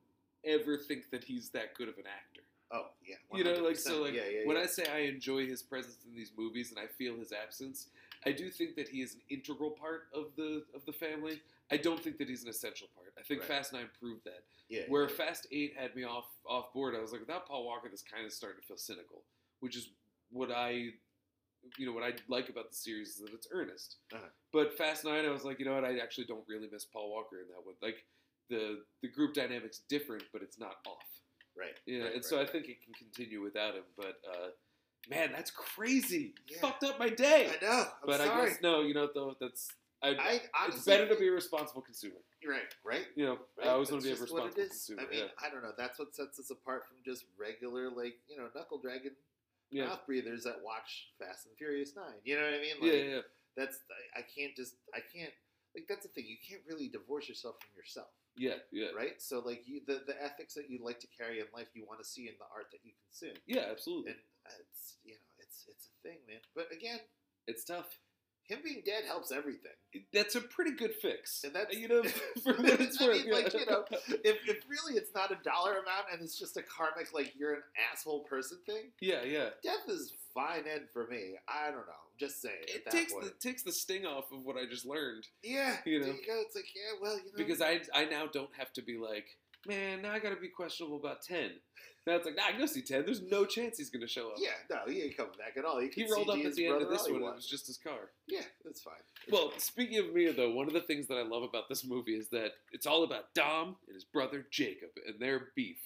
Speaker 2: ever think that he's that good of an actor.
Speaker 3: Oh yeah.
Speaker 2: You know, like
Speaker 3: 100%.
Speaker 2: so, like
Speaker 3: yeah, yeah,
Speaker 2: when
Speaker 3: yeah.
Speaker 2: I say I enjoy his presence in these movies and I feel his absence, I do think that he is an integral part of the of the family. I don't think that he's an essential part. I think
Speaker 3: Right.
Speaker 2: Fast Nine proved that.
Speaker 3: yeah,
Speaker 2: Where
Speaker 3: yeah.
Speaker 2: Fast Eight had me off off board, I was like, without Paul Walker, this kind of starting to feel cynical, which is what I, you know, what I like about the series is that it's earnest.
Speaker 3: Uh-huh.
Speaker 2: But Fast Nine, I was like, you know what, I actually don't really miss Paul Walker in that one. Like the the group dynamic's different, but it's not off.
Speaker 3: right.
Speaker 2: Yeah,
Speaker 3: right,
Speaker 2: and
Speaker 3: right,
Speaker 2: so I
Speaker 3: right.
Speaker 2: think it can continue without him. But uh, man, that's crazy.
Speaker 3: Yeah.
Speaker 2: Fucked up my day.
Speaker 3: I know. I'm
Speaker 2: but
Speaker 3: sorry.
Speaker 2: I guess no, you know though, that's I,
Speaker 3: I honestly,
Speaker 2: it's better to be a responsible consumer.
Speaker 3: right, right.
Speaker 2: You know,
Speaker 3: Right?
Speaker 2: I always
Speaker 3: That's
Speaker 2: want to be a
Speaker 3: just what it
Speaker 2: responsible
Speaker 3: is.
Speaker 2: consumer.
Speaker 3: I mean, I don't know. That's what sets us apart from just regular, like you know, knuckle dragon
Speaker 2: yeah. Yeah.
Speaker 3: mouth breathers that watch Fast and Furious Nine. You know what I mean?
Speaker 2: yeah,
Speaker 3: Like,
Speaker 2: yeah, yeah.
Speaker 3: That's I, I can't just I can't like that's the thing. You can't really divorce yourself from yourself,
Speaker 2: Yeah, yeah,
Speaker 3: right? So like you, the the ethics that you like to carry in life, you want to see in the art that you consume,
Speaker 2: yeah, absolutely.
Speaker 3: and uh, it's you know, it's it's a thing, man. But again,
Speaker 2: It's tough.
Speaker 3: him being dead helps everything.
Speaker 2: That's a pretty good fix.
Speaker 3: And that's-
Speaker 2: you know, for what it's
Speaker 3: I
Speaker 2: worth.
Speaker 3: mean, like,
Speaker 2: yeah.
Speaker 3: you know, if, if really it's not a dollar amount and it's just a karmic like you're an asshole person thing,
Speaker 2: yeah, yeah.
Speaker 3: death is fine end for me. I don't know. Just saying. at
Speaker 2: It
Speaker 3: that
Speaker 2: takes
Speaker 3: point.
Speaker 2: the takes the sting off of what I just learned
Speaker 3: yeah.
Speaker 2: you know.
Speaker 3: there you go. It's like yeah, well, you know,
Speaker 2: because I
Speaker 3: Mm-hmm.
Speaker 2: I now don't have to be like, man, now I got to be questionable about ten. Now it's like, nah, I can go see ten. There's no chance he's gonna show up.
Speaker 3: Yeah, no, he ain't coming back at all. He,
Speaker 2: He
Speaker 3: can
Speaker 2: rolled up
Speaker 3: CG
Speaker 2: at
Speaker 3: his
Speaker 2: the end of
Speaker 3: brother
Speaker 2: this
Speaker 3: all he
Speaker 2: one. and It was
Speaker 3: wants.
Speaker 2: just his car.
Speaker 3: Yeah, that's fine. It's
Speaker 2: Well,
Speaker 3: fine.
Speaker 2: speaking of Mia, though, one of the things that I love about this movie is that it's all about Dom and his brother Jacob and their beef.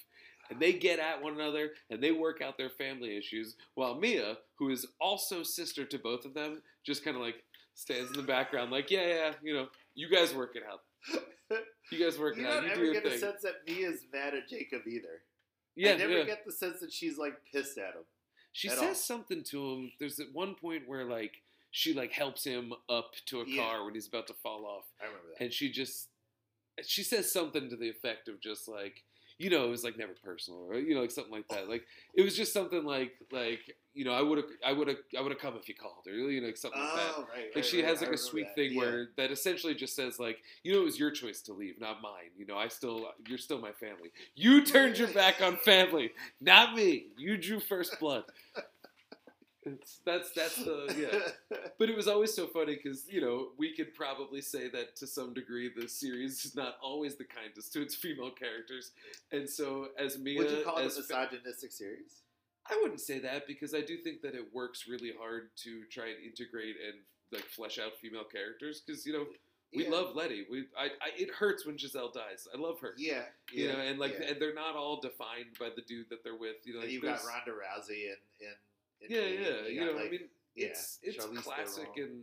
Speaker 2: And they get at one another and they work out their family issues, while Mia, who is also sister to both of them, just kind of like stands in the background, like, yeah, yeah, you know, you guys work it out. You guys work
Speaker 3: you
Speaker 2: it out.
Speaker 3: don't
Speaker 2: You do
Speaker 3: ever
Speaker 2: your
Speaker 3: get
Speaker 2: thing.
Speaker 3: the sense that Mia's mad at Jacob either.
Speaker 2: yeah,
Speaker 3: I never
Speaker 2: yeah.
Speaker 3: get the sense that she's like pissed at him.
Speaker 2: She
Speaker 3: at
Speaker 2: says
Speaker 3: all.
Speaker 2: something to him. There's at one point where like she like helps him up to a
Speaker 3: Yeah.
Speaker 2: car when he's about to fall off.
Speaker 3: I remember that.
Speaker 2: and she just she says something to the effect of just like you know it was like never personal or you know like something like that like it was just something like like you know i would have i would have i would have come if you called or you know like something like that
Speaker 3: oh, right, right.
Speaker 2: like she
Speaker 3: right,
Speaker 2: has
Speaker 3: I
Speaker 2: like a
Speaker 3: remember
Speaker 2: sweet
Speaker 3: that.
Speaker 2: thing
Speaker 3: Yeah.
Speaker 2: where that essentially just says like you know it was your choice to leave not mine you know i still you're still my family you turned your back on family not me you drew first blood it's, that's that's the yeah but it was always so funny because you know we could probably say that to some degree the series is not always the kindest to its female characters, and so as Mia,
Speaker 3: Would you call it a
Speaker 2: as fa-
Speaker 3: misogynistic series?
Speaker 2: I wouldn't say that because I do think that it works really hard to try and integrate and like flesh out female characters because you know we
Speaker 3: Yeah.
Speaker 2: love Letty. We I, I it hurts when Giselle dies. I love her.
Speaker 3: Yeah,
Speaker 2: You
Speaker 3: yeah,
Speaker 2: know, and like,
Speaker 3: yeah.
Speaker 2: and they're not all defined by the dude that they're with. You know,
Speaker 3: and
Speaker 2: like,
Speaker 3: you've got
Speaker 2: there's-
Speaker 3: Ronda Rousey and and, and
Speaker 2: yeah,
Speaker 3: Jane,
Speaker 2: yeah. You know,
Speaker 3: got,
Speaker 2: I
Speaker 3: like,
Speaker 2: mean,
Speaker 3: yeah,
Speaker 2: it's it's
Speaker 3: Charlize
Speaker 2: classic
Speaker 3: Theron.
Speaker 2: and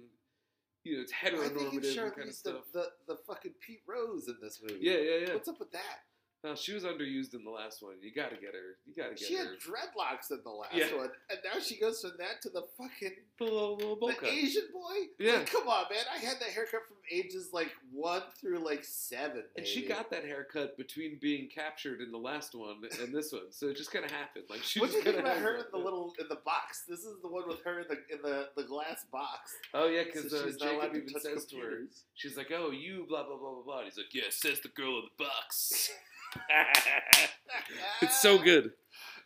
Speaker 2: you know it's
Speaker 3: Well, I think
Speaker 2: heteronormative
Speaker 3: it's
Speaker 2: and kind of
Speaker 3: Charlize the,
Speaker 2: stuff.
Speaker 3: the the fucking Pete Rose in this movie.
Speaker 2: Yeah, yeah, yeah.
Speaker 3: What's up with that?
Speaker 2: No, she was underused in the last one. You got to get her. You got to get
Speaker 3: She had
Speaker 2: her.
Speaker 3: dreadlocks in the last
Speaker 2: Yeah.
Speaker 3: one, and now she goes from that to the fucking
Speaker 2: Put a little, little bowl
Speaker 3: the
Speaker 2: cut.
Speaker 3: Asian boy.
Speaker 2: Yeah.
Speaker 3: Like, come on, man. I had that haircut from ages like one through like seven.
Speaker 2: And she
Speaker 3: maybe.
Speaker 2: got that haircut between being captured in the last one and this one, so it just kind of happened. Like she.
Speaker 3: What do you
Speaker 2: just
Speaker 3: think
Speaker 2: kinda
Speaker 3: about
Speaker 2: has
Speaker 3: her in
Speaker 2: that.
Speaker 3: the little in the box? This is the one with her in the in the, the glass box.
Speaker 2: Oh yeah, because
Speaker 3: So
Speaker 2: uh,
Speaker 3: she's not allowed
Speaker 2: Jacob
Speaker 3: to
Speaker 2: even
Speaker 3: touch
Speaker 2: says to her,
Speaker 3: computers.
Speaker 2: she's like, "Oh, you blah blah blah blah blah." And he's like, "Yeah, says the girl in the box." it's so good.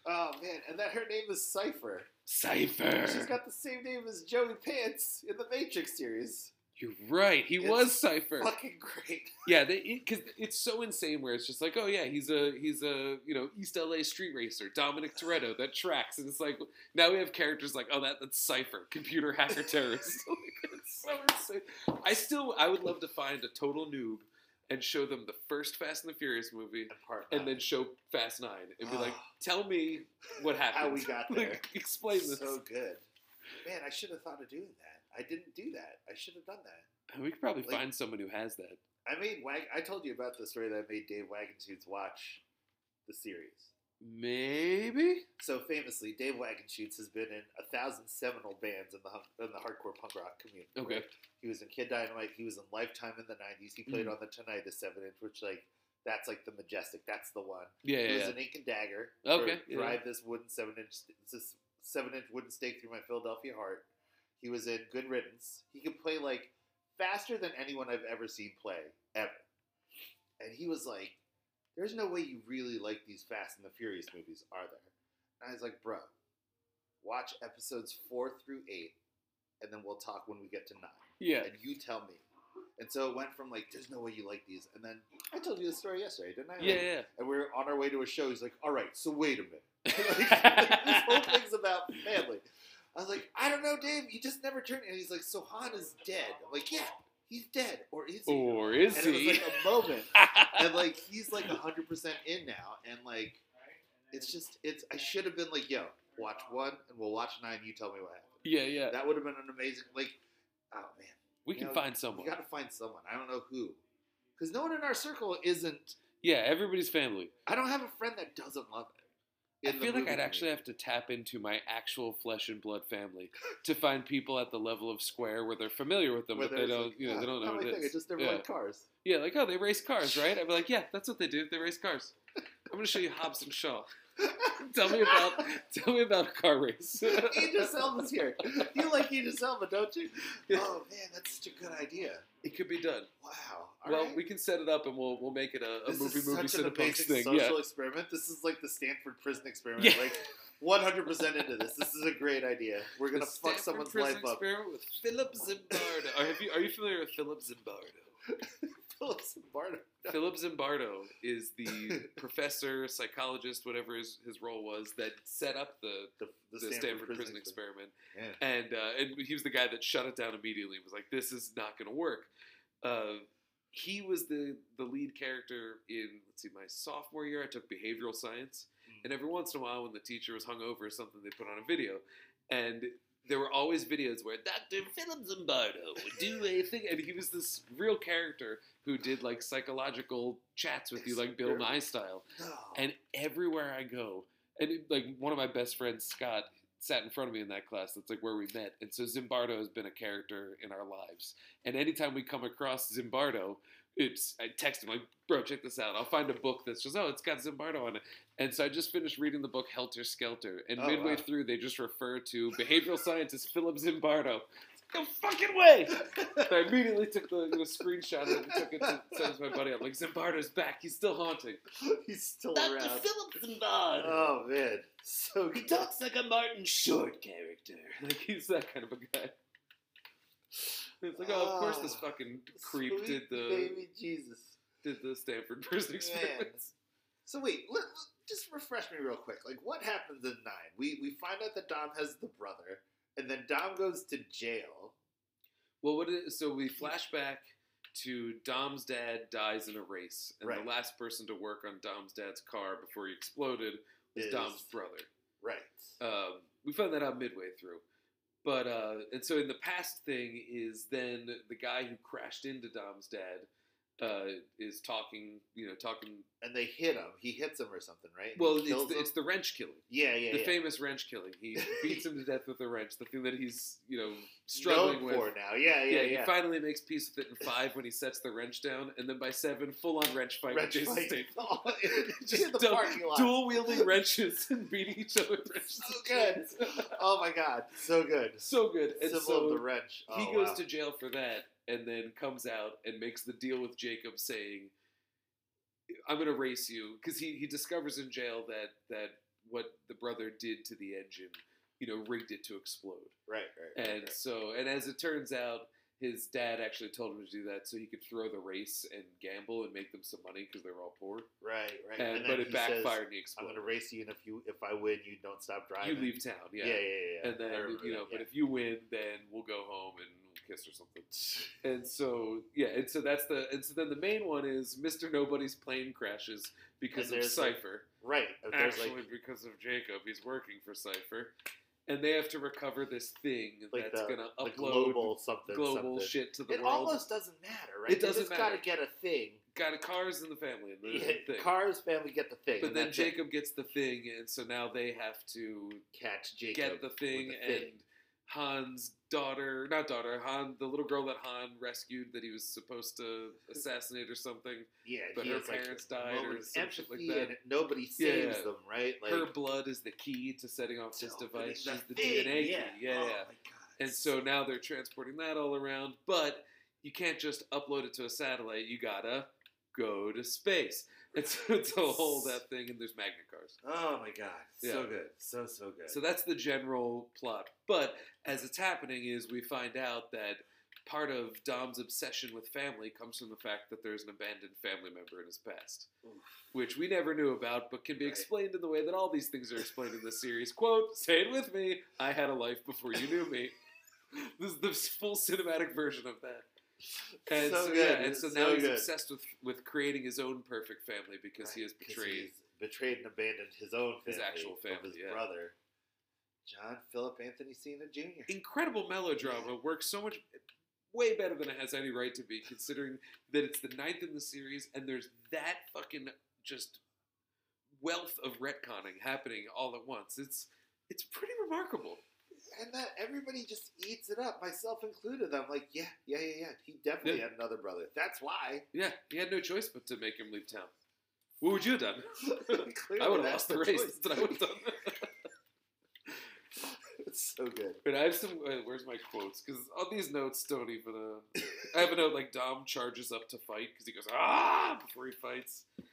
Speaker 3: Oh man, and that her name is Cipher.
Speaker 2: Cipher.
Speaker 3: She's got the same name as Joey Pants in the Matrix series.
Speaker 2: You're right. He
Speaker 3: It's
Speaker 2: was Cipher.
Speaker 3: Fucking great.
Speaker 2: Yeah, because it's so insane. Where it's just like, oh yeah, he's a he's a you know East LA street racer, Dominic Toretto that tracks, and it's like now we have characters like, oh that that's Cipher, computer hacker terrorist. Like, it's so insane. I still I would love to find a total noob and show them the first Fast and the Furious movie,
Speaker 3: Part
Speaker 2: and
Speaker 3: nine.
Speaker 2: then show Fast Nine and be like, tell me what happened,
Speaker 3: How we got
Speaker 2: Like,
Speaker 3: there.
Speaker 2: explain this.
Speaker 3: So good. Man, I should have thought of doing that. I didn't do that. I should have done that.
Speaker 2: we could probably
Speaker 3: like-
Speaker 2: find someone who has that.
Speaker 3: I made Wag. I told you about the story that I made Dave Wagenshoots watch the series.
Speaker 2: Maybe.
Speaker 3: So famously, Dave Wagonshoots has been in a thousand seminal bands in the hunk- in the hardcore punk rock community.
Speaker 2: Okay.
Speaker 3: He was in Kid Dynamite. He was in Lifetime in the '90s. He played on the Tonight a seven inch, which like that's like the majestic. That's the one.
Speaker 2: Yeah,
Speaker 3: He
Speaker 2: yeah,
Speaker 3: was
Speaker 2: yeah.
Speaker 3: in Ink and Dagger.
Speaker 2: Okay,
Speaker 3: for
Speaker 2: yeah.
Speaker 3: Drive this wooden seven inch this seven inch wooden stake through my Philadelphia heart. He was in Good Riddance. He could play like faster than anyone I've ever seen play ever. And he was like, "There's no way you really like these Fast and the Furious movies, are there?" And I was like, "Bro, watch episodes four through eight, and then we'll talk when we get to nine,
Speaker 2: Yeah.
Speaker 3: and you tell me." And so it went from like, "There's no way you like these," and then I told you the story yesterday, didn't I?
Speaker 2: Yeah,
Speaker 3: Like,
Speaker 2: yeah.
Speaker 3: and we are on our way to a show. He's like, "All right, so wait a minute. Like, this whole thing's about family." I was like, "I don't know, Dave. You just never turn." And he's like, "So Han is dead." I'm like, "Yeah, he's dead, or is he?"
Speaker 2: Or is
Speaker 3: and it was
Speaker 2: he?
Speaker 3: like a moment, and like he's like hundred percent in now, and like it's just it's. I should have been like, "Yo, watch one, and we'll watch nine. You tell me what happened."
Speaker 2: yeah, yeah.
Speaker 3: That would have been an amazing like. Oh man,
Speaker 2: We
Speaker 3: you
Speaker 2: can
Speaker 3: know,
Speaker 2: find someone.
Speaker 3: you got to find someone. I don't know who, because no one in our circle isn't
Speaker 2: yeah, everybody's family.
Speaker 3: I don't have a friend that doesn't love it.
Speaker 2: I
Speaker 3: in the
Speaker 2: feel like
Speaker 3: movie
Speaker 2: I'd actually
Speaker 3: community.
Speaker 2: have to tap into my actual flesh and blood family to find people at the level of square where they're familiar with them,
Speaker 3: Where
Speaker 2: but they
Speaker 3: there's
Speaker 2: don't,
Speaker 3: like,
Speaker 2: you know,
Speaker 3: "Ah,
Speaker 2: they don't know
Speaker 3: not
Speaker 2: what
Speaker 3: my
Speaker 2: it
Speaker 3: thing, I
Speaker 2: is.
Speaker 3: just never
Speaker 2: yeah.
Speaker 3: liked cars.
Speaker 2: yeah, like oh, they race cars, right? I'd be like, yeah, that's what they do. They race cars. I'm gonna show you Hobbs and Shaw. tell me about, tell me about a car race.
Speaker 3: Idris Elba's here. You like Idris Elba, don't you?
Speaker 2: Yeah.
Speaker 3: Oh man, that's such a good idea.
Speaker 2: it could be done.
Speaker 3: Wow.
Speaker 2: well,
Speaker 3: Alright.
Speaker 2: we can set it up and we'll we'll make it a, a
Speaker 3: this
Speaker 2: movie
Speaker 3: is
Speaker 2: movie
Speaker 3: such an
Speaker 2: cinepunks
Speaker 3: amazing
Speaker 2: thing.
Speaker 3: social
Speaker 2: Yeah,
Speaker 3: experiment. This is like the Stanford prison experiment.
Speaker 2: Yeah.
Speaker 3: Like 100 percent into this. This is a great idea. We're gonna
Speaker 2: The
Speaker 3: fuck
Speaker 2: Stanford
Speaker 3: someone's
Speaker 2: prison
Speaker 3: life up.
Speaker 2: Experiment with Philip Zimbardo. Are, have you, are you familiar with Philip Zimbardo?
Speaker 3: Philip Zimbardo.
Speaker 2: Philip Zimbardo is the professor, psychologist, whatever his, his role was, that set up the,
Speaker 3: The,
Speaker 2: the, Stanford, prison, experiment.
Speaker 3: experiment.
Speaker 2: And, uh, and he was the guy that shut it down immediately. Was like, this is not going to work. Uh, he was the, the lead character in, let's see, my sophomore year. I took behavioral science.
Speaker 3: Yeah.
Speaker 2: And every once in a while, when the teacher was hungover or something, they put on a video. And there were always videos where Dr. Philip Zimbardo would do a thing. And he was this real character who did like psychological chats with you, like Bill Nye style.
Speaker 3: No.
Speaker 2: And everywhere I go, and it, like one of my best friends, Scott, sat in front of me in that class. That's like where we met. And so Zimbardo has been a character in our lives. And anytime we come across Zimbardo, it's I text him like, "Bro, check this out. I'll find a book that's just oh, it's got Zimbardo on it." And so I just finished reading the book Helter Skelter, and
Speaker 3: Oh,
Speaker 2: midway
Speaker 3: wow.
Speaker 2: through, they just refer to behavioral scientist Philip Zimbardo. Go fucking way! And I immediately took the, the screenshot of it and took it to sent it to my buddy. I'm like, Zimbardo's back. He's still haunting.
Speaker 3: He's still
Speaker 4: Dr.
Speaker 3: around.
Speaker 4: Phillips Bond.
Speaker 3: Oh man, so
Speaker 4: he
Speaker 3: good.
Speaker 4: talks like a Martin Short character.
Speaker 2: Like he's that kind of a guy. It's like, oh, of course this
Speaker 3: Ah,
Speaker 2: fucking creep
Speaker 3: Sweet
Speaker 2: did the
Speaker 3: baby Jesus.
Speaker 2: did the Stanford prison
Speaker 3: Man.
Speaker 2: experiment.
Speaker 3: So wait, let, let- just refresh me real quick. Like, what happens in nine? We we find out that Dom has the brother, and then Dom goes to jail.
Speaker 2: Well, what it, so we flash back to Dom's dad dies in a race, and
Speaker 3: Right.
Speaker 2: the last person to work on Dom's dad's car before he exploded was
Speaker 3: Is-
Speaker 2: Dom's brother.
Speaker 3: Right.
Speaker 2: Um, we found that out midway through. But uh, and so in the past thing is then the guy who crashed into Dom's dad uh, is talking, you know, talking.
Speaker 3: and they hit him. He hits him or something, right? And
Speaker 2: Well,
Speaker 3: he kills
Speaker 2: it's the,
Speaker 3: him?
Speaker 2: it's the wrench killing.
Speaker 3: yeah, yeah,
Speaker 2: the
Speaker 3: yeah.
Speaker 2: famous wrench killing. He beats him to death with a wrench, the thing that he's you know struggling
Speaker 3: Known
Speaker 2: with.
Speaker 3: for now. Yeah,
Speaker 2: Yeah,
Speaker 3: yeah, yeah.
Speaker 2: he finally makes peace with it in five when he sets the wrench down, and then by seven, full on wrench fight
Speaker 3: Wrench
Speaker 2: with Jason
Speaker 3: fight.
Speaker 2: Statham.
Speaker 3: Just in the
Speaker 2: Dual-
Speaker 3: parking lot.
Speaker 2: Dual wielding wrenches and beating each other. with wrenches.
Speaker 3: So good. Oh my god, so good.
Speaker 2: so good. And
Speaker 3: Symbol
Speaker 2: so
Speaker 3: of the wrench. Oh,
Speaker 2: he goes
Speaker 3: wow.
Speaker 2: to jail for that, and then comes out and makes the deal with Jacob, saying, "I'm going to race you," because he he discovers in jail that that what the brother did to the engine, you know, rigged it to explode.
Speaker 3: right, right, right,
Speaker 2: And
Speaker 3: right.
Speaker 2: so, and as it turns out, his dad actually told him to do that so he could throw the race and gamble and make them some money because they were all poor.
Speaker 3: Right, right.
Speaker 2: And,
Speaker 3: then
Speaker 2: but it
Speaker 3: he says,
Speaker 2: backfired and he
Speaker 3: I'm
Speaker 2: exploded.
Speaker 3: gonna race you, and if you if I win, you don't stop driving.
Speaker 2: You leave town, yeah.
Speaker 3: Yeah, yeah, yeah. yeah.
Speaker 2: And then
Speaker 3: I remember
Speaker 2: you
Speaker 3: that,
Speaker 2: know,
Speaker 3: yeah.
Speaker 2: but if you win, then we'll go home and we'll kiss or something. And so yeah, and so that's the and so then the main one is Mr. Nobody's plane crashes because
Speaker 3: And
Speaker 2: of
Speaker 3: there's, like,
Speaker 2: Cipher.
Speaker 3: right, if there's
Speaker 2: Actually,
Speaker 3: like
Speaker 2: because of Jacob, he's working for Cipher. and they have to recover this thing
Speaker 3: Like
Speaker 2: that's
Speaker 3: the-
Speaker 2: going to
Speaker 3: The
Speaker 2: upload
Speaker 3: global something.
Speaker 2: global
Speaker 3: something.
Speaker 2: shit to the
Speaker 3: It
Speaker 2: world.
Speaker 3: almost doesn't matter, right?
Speaker 2: It doesn't
Speaker 3: Got to
Speaker 2: matter.
Speaker 3: get a thing.
Speaker 2: Got a cars in the family. And the thing.
Speaker 3: Cars family get the thing,
Speaker 2: but
Speaker 3: and
Speaker 2: then
Speaker 3: that's it.
Speaker 2: Jacob gets the thing, and so now they have to
Speaker 3: catch Jacob.
Speaker 2: get the thing,
Speaker 3: with the
Speaker 2: and
Speaker 3: thing.
Speaker 2: Han's daughter, not daughter, Han, the little girl that Han rescued that he was supposed to assassinate or something.
Speaker 3: yeah,
Speaker 2: but
Speaker 3: he
Speaker 2: her
Speaker 3: has, like,
Speaker 2: parents
Speaker 3: a
Speaker 2: died or
Speaker 3: moment of
Speaker 2: some shit like
Speaker 3: empathy
Speaker 2: that.
Speaker 3: and nobody saves them, right? Like
Speaker 2: Her blood is the key to setting off this
Speaker 3: so
Speaker 2: device.
Speaker 3: the
Speaker 2: She's the
Speaker 3: thing,
Speaker 2: DNA
Speaker 3: Yeah,
Speaker 2: key. Yeah,
Speaker 3: Oh
Speaker 2: yeah.
Speaker 3: my God.
Speaker 2: And so now they're transporting that all around, but you can't just upload it to a satellite. You gotta go to space. And so it's a whole that thing, and there's magnet cars.
Speaker 3: Oh my god, so
Speaker 2: Yeah.
Speaker 3: good, so so good.
Speaker 2: So that's the general plot. But as it's happening, is we find out that part of Dom's obsession with family comes from the fact that there's an abandoned family member in his past,
Speaker 3: Oof.
Speaker 2: which we never knew about, but can be
Speaker 3: Right.
Speaker 2: explained in the way that all these things are explained in this series. Quote: "Say it with me. I had a life before you knew me." this is the full cinematic version of that. And so,
Speaker 3: So
Speaker 2: yeah,
Speaker 3: good.
Speaker 2: and so
Speaker 3: So
Speaker 2: now he's
Speaker 3: good.
Speaker 2: obsessed with with creating his own perfect family because he
Speaker 3: Right,
Speaker 2: has betrayed.
Speaker 3: he's betrayed and abandoned his own family,
Speaker 2: His actual
Speaker 3: of
Speaker 2: family,
Speaker 3: his
Speaker 2: yeah.
Speaker 3: brother, John Philip Anthony Cena Jr.
Speaker 2: Incredible melodrama works so much way better than it has any right to be, considering that it's the ninth in the series and there's that fucking just wealth of retconning happening all at once. It's it's pretty remarkable.
Speaker 3: And that everybody just eats it up, myself included. I'm like, yeah, yeah, yeah, yeah. He definitely
Speaker 2: Yeah.
Speaker 3: had another brother. That's why.
Speaker 2: Yeah, he had no choice but to make him leave town. What would you have done?
Speaker 3: Clearly
Speaker 2: I would have
Speaker 3: that's
Speaker 2: lost the race.
Speaker 3: choice.
Speaker 2: That's what I would have done.
Speaker 3: it's so good.
Speaker 2: But I have some. Uh, where's my quotes? Because all these notes don't even. Uh, I have a note like Dom charges up to fight because he goes ah before he fights. Um,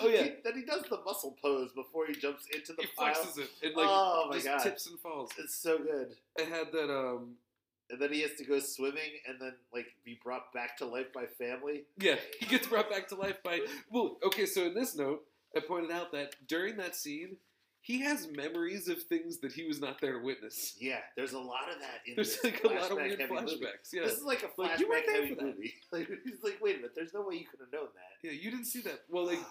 Speaker 2: oh yeah,
Speaker 3: He- then he does the muscle pose before he jumps into the
Speaker 2: he
Speaker 3: pile.
Speaker 2: flexes it and like
Speaker 3: oh my
Speaker 2: just
Speaker 3: god,
Speaker 2: tips and falls.
Speaker 3: it's so good.
Speaker 2: I had that. Um,
Speaker 3: And then he has to go swimming, and then like be brought back to life by family.
Speaker 2: yeah, he gets brought back to life by. Well, okay, so in this note, I pointed out that during that scene, he has memories of things that he was not there to witness.
Speaker 3: Yeah, there's a lot of that in
Speaker 2: There's
Speaker 3: this
Speaker 2: like a lot
Speaker 3: flashback
Speaker 2: of weird
Speaker 3: heavy movie.
Speaker 2: flashbacks. Yeah.
Speaker 3: This is like a
Speaker 2: Like, you weren't
Speaker 3: flashback
Speaker 2: there
Speaker 3: heavy
Speaker 2: for that.
Speaker 3: movie. Like, he's like, wait a minute, there's no way you could have known that.
Speaker 2: Yeah, you didn't see that. Well, like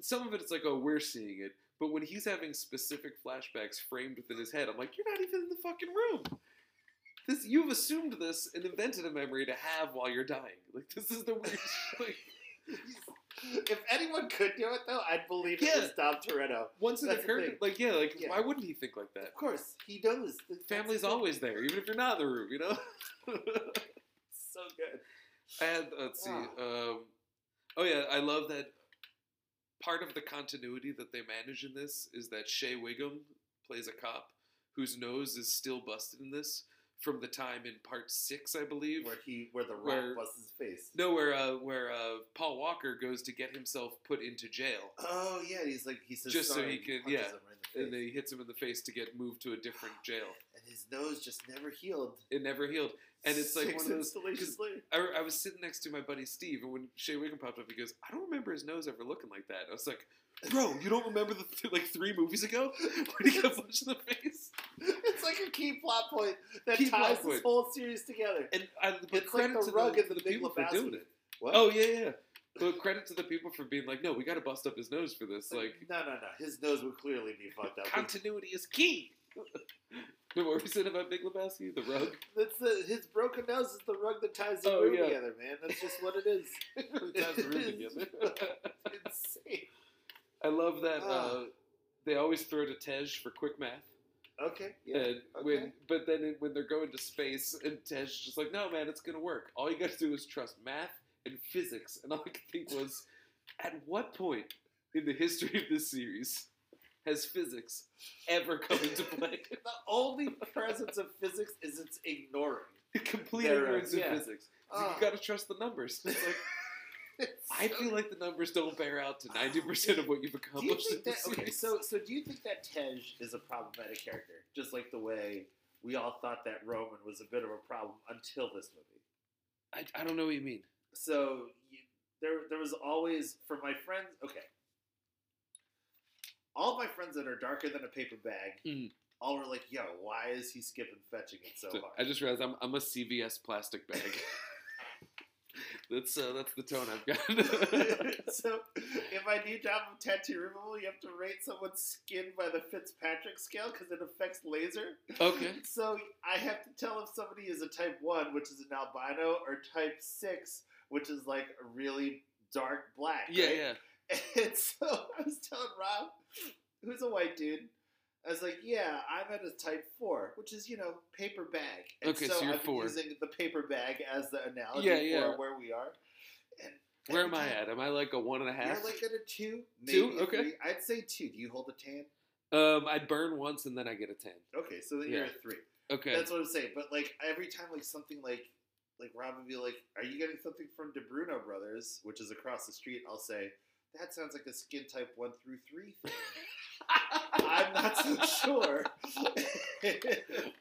Speaker 2: some of it, it's like, oh, we're seeing it. But when he's having specific flashbacks framed within his head, I'm like, you're not even in the fucking room. This you've assumed this and invented a memory to have while you're dying. Like this is the weird. like
Speaker 3: if anyone could do it though, I'd believe it
Speaker 2: Yeah.
Speaker 3: was Dom Toretto.
Speaker 2: once it
Speaker 3: That's the
Speaker 2: occurred,
Speaker 3: thing.
Speaker 2: like yeah, like
Speaker 3: Yeah.
Speaker 2: why wouldn't he think like that?
Speaker 3: Of course, he knows. that that's
Speaker 2: Family's
Speaker 3: the-
Speaker 2: always there, even if you're not in the room. You know.
Speaker 3: so good.
Speaker 2: I had let's see. Um, oh yeah, I love that. Part of the continuity that they manage in this is that Shea Wiggum plays a cop whose nose is still busted in this from the time in part six, I believe.
Speaker 3: Where he, where the rock
Speaker 2: Where-
Speaker 3: busts his face.
Speaker 2: No, where uh, where uh, Paul Walker goes to get himself put into jail,
Speaker 3: Oh yeah, and he's like he says
Speaker 2: Just so
Speaker 3: sorry,
Speaker 2: he
Speaker 3: and
Speaker 2: could-
Speaker 3: punches
Speaker 2: yeah.
Speaker 3: him right in the face.
Speaker 2: and then he hits him in the face to get moved to a different jail.
Speaker 3: and his nose just never healed.
Speaker 2: It never healed. And it's like
Speaker 3: Six
Speaker 2: one of those-
Speaker 3: installations later.
Speaker 2: I, I was sitting next to my buddy Steve, and when Shea Wiggum popped up, he goes, "I don't remember his nose ever looking like that." I was like, "Bro, you don't remember the th- like three movies ago when he got punched in the face?"
Speaker 3: It's like a key plot point that
Speaker 2: Key plot
Speaker 3: ties
Speaker 2: point.
Speaker 3: this whole series together.
Speaker 2: And I but
Speaker 3: It's like
Speaker 2: credit
Speaker 3: the
Speaker 2: to
Speaker 3: rug
Speaker 2: the,
Speaker 3: in
Speaker 2: to
Speaker 3: The
Speaker 2: the
Speaker 3: Big
Speaker 2: people for doing
Speaker 3: Lebowski.
Speaker 2: it.
Speaker 3: What?
Speaker 2: Oh yeah, yeah. But credit to the people for being like, "No, we got to bust up his nose for this."
Speaker 3: It's like,
Speaker 2: Like
Speaker 3: no, no, no. His nose would clearly be fucked up.
Speaker 2: continuity is key. no, what were we saying about Big Lebowski? The rug.
Speaker 3: That's the, his broken nose is the rug that ties the
Speaker 2: Oh,
Speaker 3: room
Speaker 2: yeah.
Speaker 3: together, man. That's just what it is.
Speaker 2: It ties the room together.
Speaker 3: It's insane.
Speaker 2: I love that uh,
Speaker 3: Ah.
Speaker 2: they always throw to Tej for quick math.
Speaker 3: Okay. Yeah.
Speaker 2: And when, but then when they're going to space, and Tej just like, no, man, it's gonna work. All you got to do is trust math and physics. And all I could think was, at what point in the history of this series has physics ever come into play?
Speaker 3: The only presence of physics is its ignoring.
Speaker 2: Complete
Speaker 3: There, uh,
Speaker 2: ignorance of
Speaker 3: yeah.
Speaker 2: physics. It's like,
Speaker 3: Ah,
Speaker 2: you got to trust the numbers. It's like,
Speaker 3: it's
Speaker 2: I
Speaker 3: so-
Speaker 2: feel like the numbers don't bear out to ninety percent of what you've
Speaker 3: Do you
Speaker 2: accomplished. in
Speaker 3: think that
Speaker 2: this
Speaker 3: okay?
Speaker 2: series.
Speaker 3: So, so do you think that Tej is a problematic character, just like the way we all thought that Roman was a bit of a problem until this movie?
Speaker 2: I, I don't know what you mean.
Speaker 3: so you, there there was always for my friends okay all my friends that are darker than a paper bag
Speaker 2: Mhm.
Speaker 3: all were like yo why is he skipping fetching it so
Speaker 2: So,
Speaker 3: hard
Speaker 2: I just realized I'm, I'm a CVS plastic bag. That's uh, that's the tone I've got.
Speaker 3: so, if I need to have tattoo removal, you have to rate someone's skin by the Fitzpatrick scale because it affects laser.
Speaker 2: okay.
Speaker 3: So I have to tell if somebody is a type one, which is an albino, or type six, which is like a really dark black.
Speaker 2: Yeah,
Speaker 3: right?
Speaker 2: yeah.
Speaker 3: And so I was telling Rob, who's a white dude, I was like, "Yeah, I'm at a type four, which is you know paper bag." And
Speaker 2: Okay, so you're
Speaker 3: I've been
Speaker 2: four.
Speaker 3: using the paper bag as the analogy
Speaker 2: Yeah, yeah.
Speaker 3: for where we are. And
Speaker 2: Where am
Speaker 3: every
Speaker 2: I
Speaker 3: time-
Speaker 2: at? Am I like a one and a half?
Speaker 3: You're like at a two, maybe
Speaker 2: Two?
Speaker 3: a
Speaker 2: Okay.
Speaker 3: three. I'd say two. Do you hold a tan?
Speaker 2: um, I'd burn once and then I get a ten.
Speaker 3: Okay, so then you're
Speaker 2: Yeah.
Speaker 3: a three.
Speaker 2: Okay.
Speaker 3: That's what I'm saying. But like every time, like something like like Rob would be like, "Are you getting something from De Bruno Brothers?" Which is across the street. I'll say that sounds like a skin type one through three thing. I'm not so sure.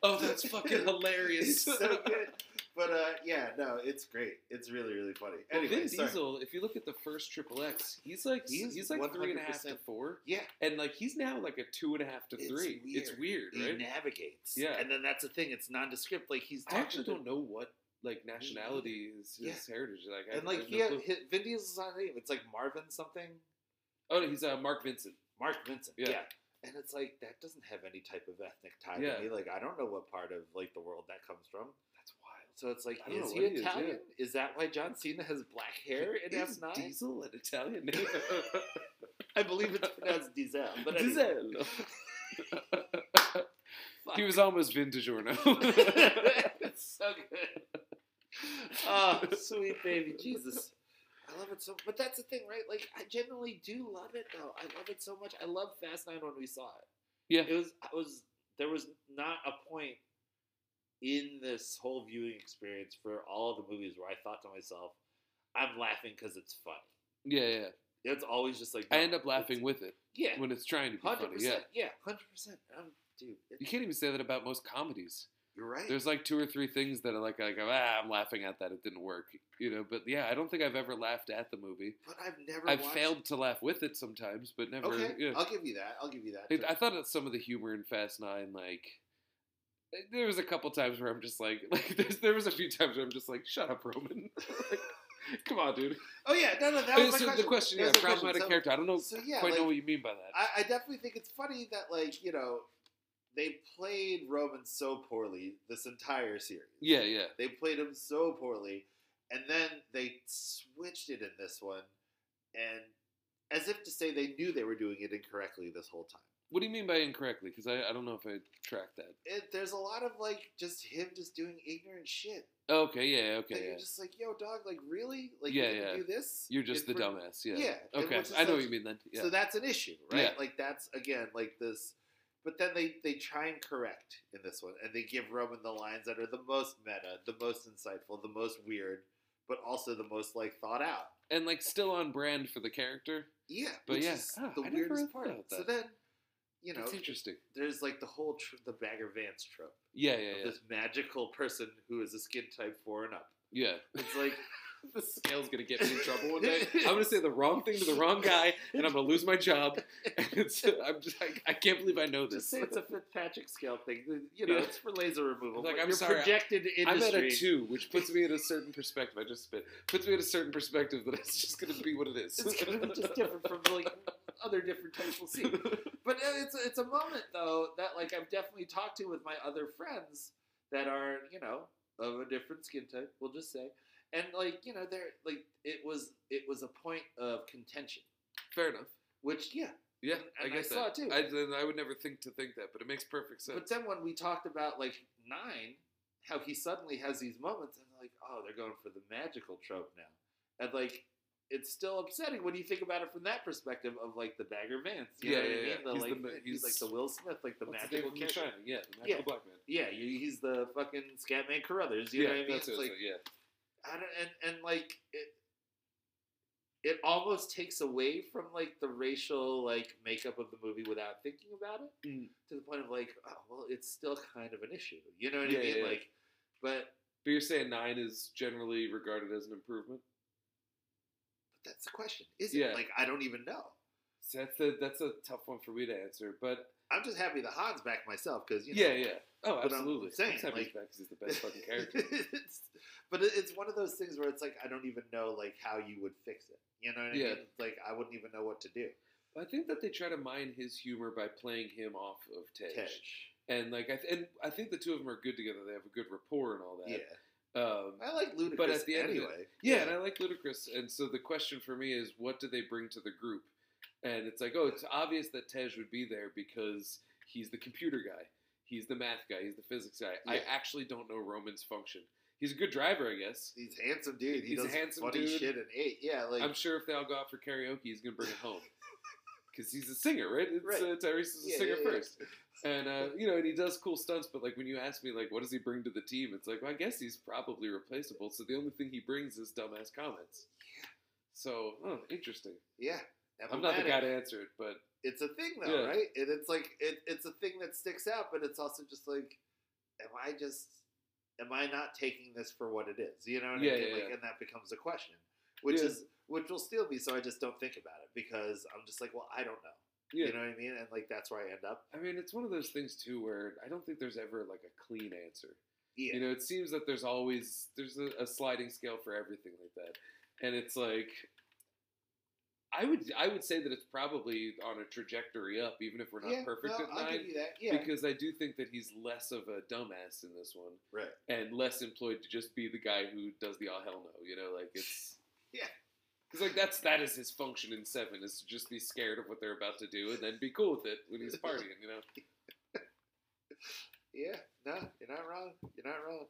Speaker 2: oh, that's fucking
Speaker 3: it's
Speaker 2: hilarious.
Speaker 3: so good, but uh, yeah, no, it's great. It's really really funny.
Speaker 2: Well,
Speaker 3: Anyway,
Speaker 2: Vin
Speaker 3: sorry.
Speaker 2: Diesel, if you look at the first Triple X, he's like
Speaker 3: He's
Speaker 2: he's, like three and a half to
Speaker 3: 100%.
Speaker 2: four,
Speaker 3: yeah,
Speaker 2: and like he's now like a two and a half to
Speaker 3: It's
Speaker 2: three. It's weird,
Speaker 3: he
Speaker 2: right?
Speaker 3: navigates.
Speaker 2: Yeah.
Speaker 3: and then that's the thing. It's nondescript. Like he's
Speaker 2: I
Speaker 3: talking
Speaker 2: actually
Speaker 3: to-
Speaker 2: don't know what like nationality is his heritage. Like, I,
Speaker 3: And
Speaker 2: I
Speaker 3: like
Speaker 2: have
Speaker 3: he
Speaker 2: no
Speaker 3: had,
Speaker 2: clue.
Speaker 3: his, Vin Diesel's not name. It's like Marvin something.
Speaker 2: oh, no, he's uh, Mark Vincent.
Speaker 3: Mark Vincent.
Speaker 2: Yeah.
Speaker 3: Yeah. And it's like that doesn't have any type of ethnic tie
Speaker 2: Yeah.
Speaker 3: to me. Like I don't know what part of like the world that comes from.
Speaker 2: That's wild.
Speaker 3: So it's like,
Speaker 2: I don't
Speaker 3: is
Speaker 2: know
Speaker 3: he
Speaker 2: what he is,
Speaker 3: Italian? Is, that why John Cena has black hair in
Speaker 2: Is
Speaker 3: F nine?
Speaker 2: Diesel an Italian name?
Speaker 3: I believe it's pronounced Diesel. But anyway.
Speaker 2: Diesel. he was almost Vin DiGiorno.
Speaker 3: it's so good. Oh, sweet baby Jesus. I love it so but that's the thing, right? Like I genuinely do love it though. I love it so much. I love Fast Nine when we saw it.
Speaker 2: Yeah.
Speaker 3: It was I was there was not a point in this whole viewing experience for all of the movies where I thought to myself, I'm laughing because it's funny.
Speaker 2: yeah, yeah.
Speaker 3: It's always just like
Speaker 2: I
Speaker 3: no,
Speaker 2: end up laughing
Speaker 3: it's-
Speaker 2: with it
Speaker 3: Yeah.
Speaker 2: when it's trying to be
Speaker 3: Hundred
Speaker 2: funny. Yeah.
Speaker 3: percent. Yeah, hundred percent. I'm dude, it-
Speaker 2: You can't even say that about most comedies.
Speaker 3: you're right.
Speaker 2: There's like two or three things that are like, like ah, I'm laughing at that. It didn't work, you know. But yeah, I don't think I've ever laughed at the movie.
Speaker 3: but I've never
Speaker 2: I've
Speaker 3: watched-
Speaker 2: failed to laugh with it sometimes, but never.
Speaker 3: Okay,
Speaker 2: yeah.
Speaker 3: I'll give you that. I'll give you that.
Speaker 2: It, I thought that some of the humor in Fast Nine, like eh, there was a couple times where I'm just like, like there's, there was a few times where I'm just like, shut up, Roman. like, come on, dude.
Speaker 3: oh yeah, no, no, that
Speaker 2: This
Speaker 3: was my
Speaker 2: is
Speaker 3: question.
Speaker 2: the question,
Speaker 3: That
Speaker 2: yeah,
Speaker 3: was my
Speaker 2: problematic
Speaker 3: so,
Speaker 2: character. I don't know
Speaker 3: So yeah,
Speaker 2: quite
Speaker 3: like,
Speaker 2: know what you mean by that.
Speaker 3: I, I definitely think it's funny that like you know they played Roman so poorly this entire series.
Speaker 2: yeah, yeah,
Speaker 3: They played him so poorly, and then they switched it in this one, and as if to say they knew they were doing it incorrectly this whole time.
Speaker 2: What do you mean by incorrectly? Because I, I don't know if I tracked that.
Speaker 3: It, there's a lot of like just him just doing ignorant shit.
Speaker 2: Okay, yeah, okay,
Speaker 3: that
Speaker 2: yeah.
Speaker 3: you're just like, yo, dog, like really, like
Speaker 2: Yeah,
Speaker 3: you didn't
Speaker 2: yeah.
Speaker 3: do this.
Speaker 2: You're just the
Speaker 3: And for-
Speaker 2: dumbass. Yeah.
Speaker 3: yeah, and
Speaker 2: Okay,
Speaker 3: which is
Speaker 2: I know what
Speaker 3: such-
Speaker 2: you mean then. Yeah.
Speaker 3: So that's an issue, right?
Speaker 2: Yeah.
Speaker 3: Like that's again like this but then they they try and correct in this one and they give Roman the lines that are the most meta, the most insightful, the most weird, but also the most like thought out.
Speaker 2: and like still on brand for the character.
Speaker 3: Yeah,
Speaker 2: But
Speaker 3: which
Speaker 2: yeah,
Speaker 3: is
Speaker 2: ah,
Speaker 3: the
Speaker 2: I never
Speaker 3: weirdest
Speaker 2: thought
Speaker 3: part.
Speaker 2: about
Speaker 3: So
Speaker 2: that.
Speaker 3: then, you know,
Speaker 2: That's interesting.
Speaker 3: there's like the whole tr- the Bagger Vance trope
Speaker 2: Yeah, yeah,
Speaker 3: of
Speaker 2: yeah.
Speaker 3: this magical person who is a skin type four and up.
Speaker 2: Yeah.
Speaker 3: It's like
Speaker 2: The scale's gonna get me in trouble one day. I'm gonna say the wrong thing to the wrong guy, and I'm gonna lose my job. And it's, I'm just, I, I can't believe I know
Speaker 3: just
Speaker 2: this.
Speaker 3: say it's a Fitzpatrick scale thing. You know,
Speaker 2: Yeah.
Speaker 3: it's for laser removal.
Speaker 2: Like,
Speaker 3: but
Speaker 2: I'm
Speaker 3: you're
Speaker 2: sorry, I-
Speaker 3: projected
Speaker 2: I'm
Speaker 3: industry.
Speaker 2: at a two, which puts me at a certain perspective. I just spit. Puts me at a certain perspective that it's just gonna be what it is.
Speaker 3: it's kind of just different from like other different types we'll see. But uh, it's it's a moment though that like I've definitely talked to with my other friends that are you know of a different skin type. We'll just say, and like you know they're like it was it was a point of contention,
Speaker 2: Fair enough.
Speaker 3: which yeah.
Speaker 2: Yeah,
Speaker 3: And
Speaker 2: I
Speaker 3: I
Speaker 2: guess
Speaker 3: saw
Speaker 2: that.
Speaker 3: it too.
Speaker 2: I, then I would never think to think that, but it makes perfect sense.
Speaker 3: But then when we talked about like nine, how he suddenly has these moments, and like oh they're going for the magical trope now, and like. It's still upsetting when you think about it from that perspective of like the Bagger Vance. You
Speaker 2: Yeah,
Speaker 3: know what
Speaker 2: yeah, yeah.
Speaker 3: I mean? The,
Speaker 2: He's
Speaker 3: like,
Speaker 2: the ma-
Speaker 3: he's, like
Speaker 2: he's-
Speaker 3: the Will Smith, like the
Speaker 2: What's the
Speaker 3: magical
Speaker 2: name
Speaker 3: character.
Speaker 2: of the Shining? Yeah, the
Speaker 3: Yeah.
Speaker 2: magical black man.
Speaker 3: Yeah, you, he's the fucking Scatman Carruthers. You
Speaker 2: yeah,
Speaker 3: know what I mean?
Speaker 2: that's
Speaker 3: It's
Speaker 2: what
Speaker 3: like,
Speaker 2: it was,
Speaker 3: I
Speaker 2: yeah.
Speaker 3: don't, and and like it, it almost takes away from like the racial like makeup of the movie without thinking about it
Speaker 2: Mm.
Speaker 3: to the point of like, oh well, it's still kind of an issue. You know what
Speaker 2: Yeah,
Speaker 3: I mean?
Speaker 2: yeah, yeah.
Speaker 3: Like, but
Speaker 2: But you're saying nine is generally regarded as an improvement.
Speaker 3: that's the question, is
Speaker 2: Yeah.
Speaker 3: it? Like, I don't even know.
Speaker 2: So that's a that's a tough one for me to answer, but
Speaker 3: I'm just happy the Han's back myself because you know.
Speaker 2: yeah, yeah. Oh,
Speaker 3: But I'm
Speaker 2: absolutely.
Speaker 3: saying,
Speaker 2: I'm happy he's
Speaker 3: like-
Speaker 2: back 'cause he's the best fucking character.
Speaker 3: It's- But it, it's one of those things where it's like I don't even know like how you would fix it. You know what I
Speaker 2: Yeah.
Speaker 3: mean? It's like I wouldn't even know what to do.
Speaker 2: I think that they try to mine his humor by playing him off of Tej,
Speaker 3: Tej.
Speaker 2: and like I th- and I think the two of them are good together. They have a good rapport and all that.
Speaker 3: Yeah,
Speaker 2: Um,
Speaker 3: I like Ludacris.
Speaker 2: But at the end of it-
Speaker 3: anyway,
Speaker 2: yeah, and I like Ludacris. And so the question for me is, what do they bring to the group? And it's like, oh, it's obvious that Tej would be there because he's the computer guy, he's the math guy, he's the physics guy. I
Speaker 3: Yeah.
Speaker 2: actually don't know Roman's function. He's a good driver, I guess.
Speaker 3: he's a handsome dude. He
Speaker 2: He's a
Speaker 3: does
Speaker 2: handsome
Speaker 3: funny
Speaker 2: dude.
Speaker 3: shit and eight. Yeah, like
Speaker 2: I'm sure if they all go out for karaoke, he's gonna bring it home because he's a singer, right? It's,
Speaker 3: Right.
Speaker 2: Uh, Tyrese is a
Speaker 3: Yeah,
Speaker 2: singer
Speaker 3: yeah, yeah.
Speaker 2: first, and uh, you know, and he does cool stunts. But like when you ask me, like, what does he bring to the team? It's like, well, I guess he's probably replaceable. So the only thing he brings is dumbass comments. So oh, interesting.
Speaker 3: yeah.
Speaker 2: I'm not the
Speaker 3: emblematic.
Speaker 2: guy to answer it, but
Speaker 3: it's a thing though,
Speaker 2: Yeah.
Speaker 3: right? And it's like it, it's a thing that sticks out, but it's also just like, am I just am I not taking this for what it is? You know what
Speaker 2: Yeah,
Speaker 3: I mean?
Speaker 2: yeah,
Speaker 3: like,
Speaker 2: yeah.
Speaker 3: And that becomes a question, which
Speaker 2: Yeah.
Speaker 3: is which will still be. So I just don't think about it because I'm just like, well, I don't know.
Speaker 2: yeah.
Speaker 3: You know what I mean? And like that's where I end up.
Speaker 2: I mean, it's one of those things too where I don't think there's ever like a clean answer.
Speaker 3: Yeah,
Speaker 2: You know, it seems that there's always there's a, a sliding scale for everything like that, and it's like I would I would say that it's probably on a trajectory up, even if we're not
Speaker 3: yeah,
Speaker 2: perfect
Speaker 3: no,
Speaker 2: at
Speaker 3: I'll give
Speaker 2: nine,
Speaker 3: you that. Yeah,
Speaker 2: because I do think that he's less of a dumbass in this one
Speaker 3: right.
Speaker 2: and less employed to just be the guy who does the all hell no. You know, like it's
Speaker 3: Yeah.
Speaker 2: Because like that's that is his function in seven is to just be scared of what they're about to do and then be cool with it when he's partying, you know.
Speaker 3: Yeah, no, you're not wrong. You're not wrong.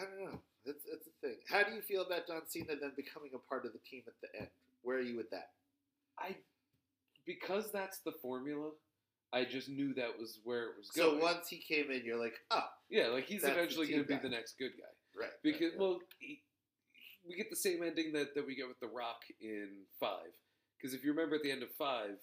Speaker 3: I don't know. That's that's a thing. How do you feel about John Cena then becoming a part of the team at the end? Where are you with that?
Speaker 2: I because that's the formula. I just knew that was where it was
Speaker 3: So
Speaker 2: going.
Speaker 3: once he came in, you're like, oh,
Speaker 2: yeah, like he's
Speaker 3: that's the
Speaker 2: eventually going
Speaker 3: team
Speaker 2: to be
Speaker 3: guy.
Speaker 2: the next good guy
Speaker 3: right.
Speaker 2: because
Speaker 3: right, right.
Speaker 2: well, he, we get the same ending that that we get with The Rock in five. Because if you remember at the end of five,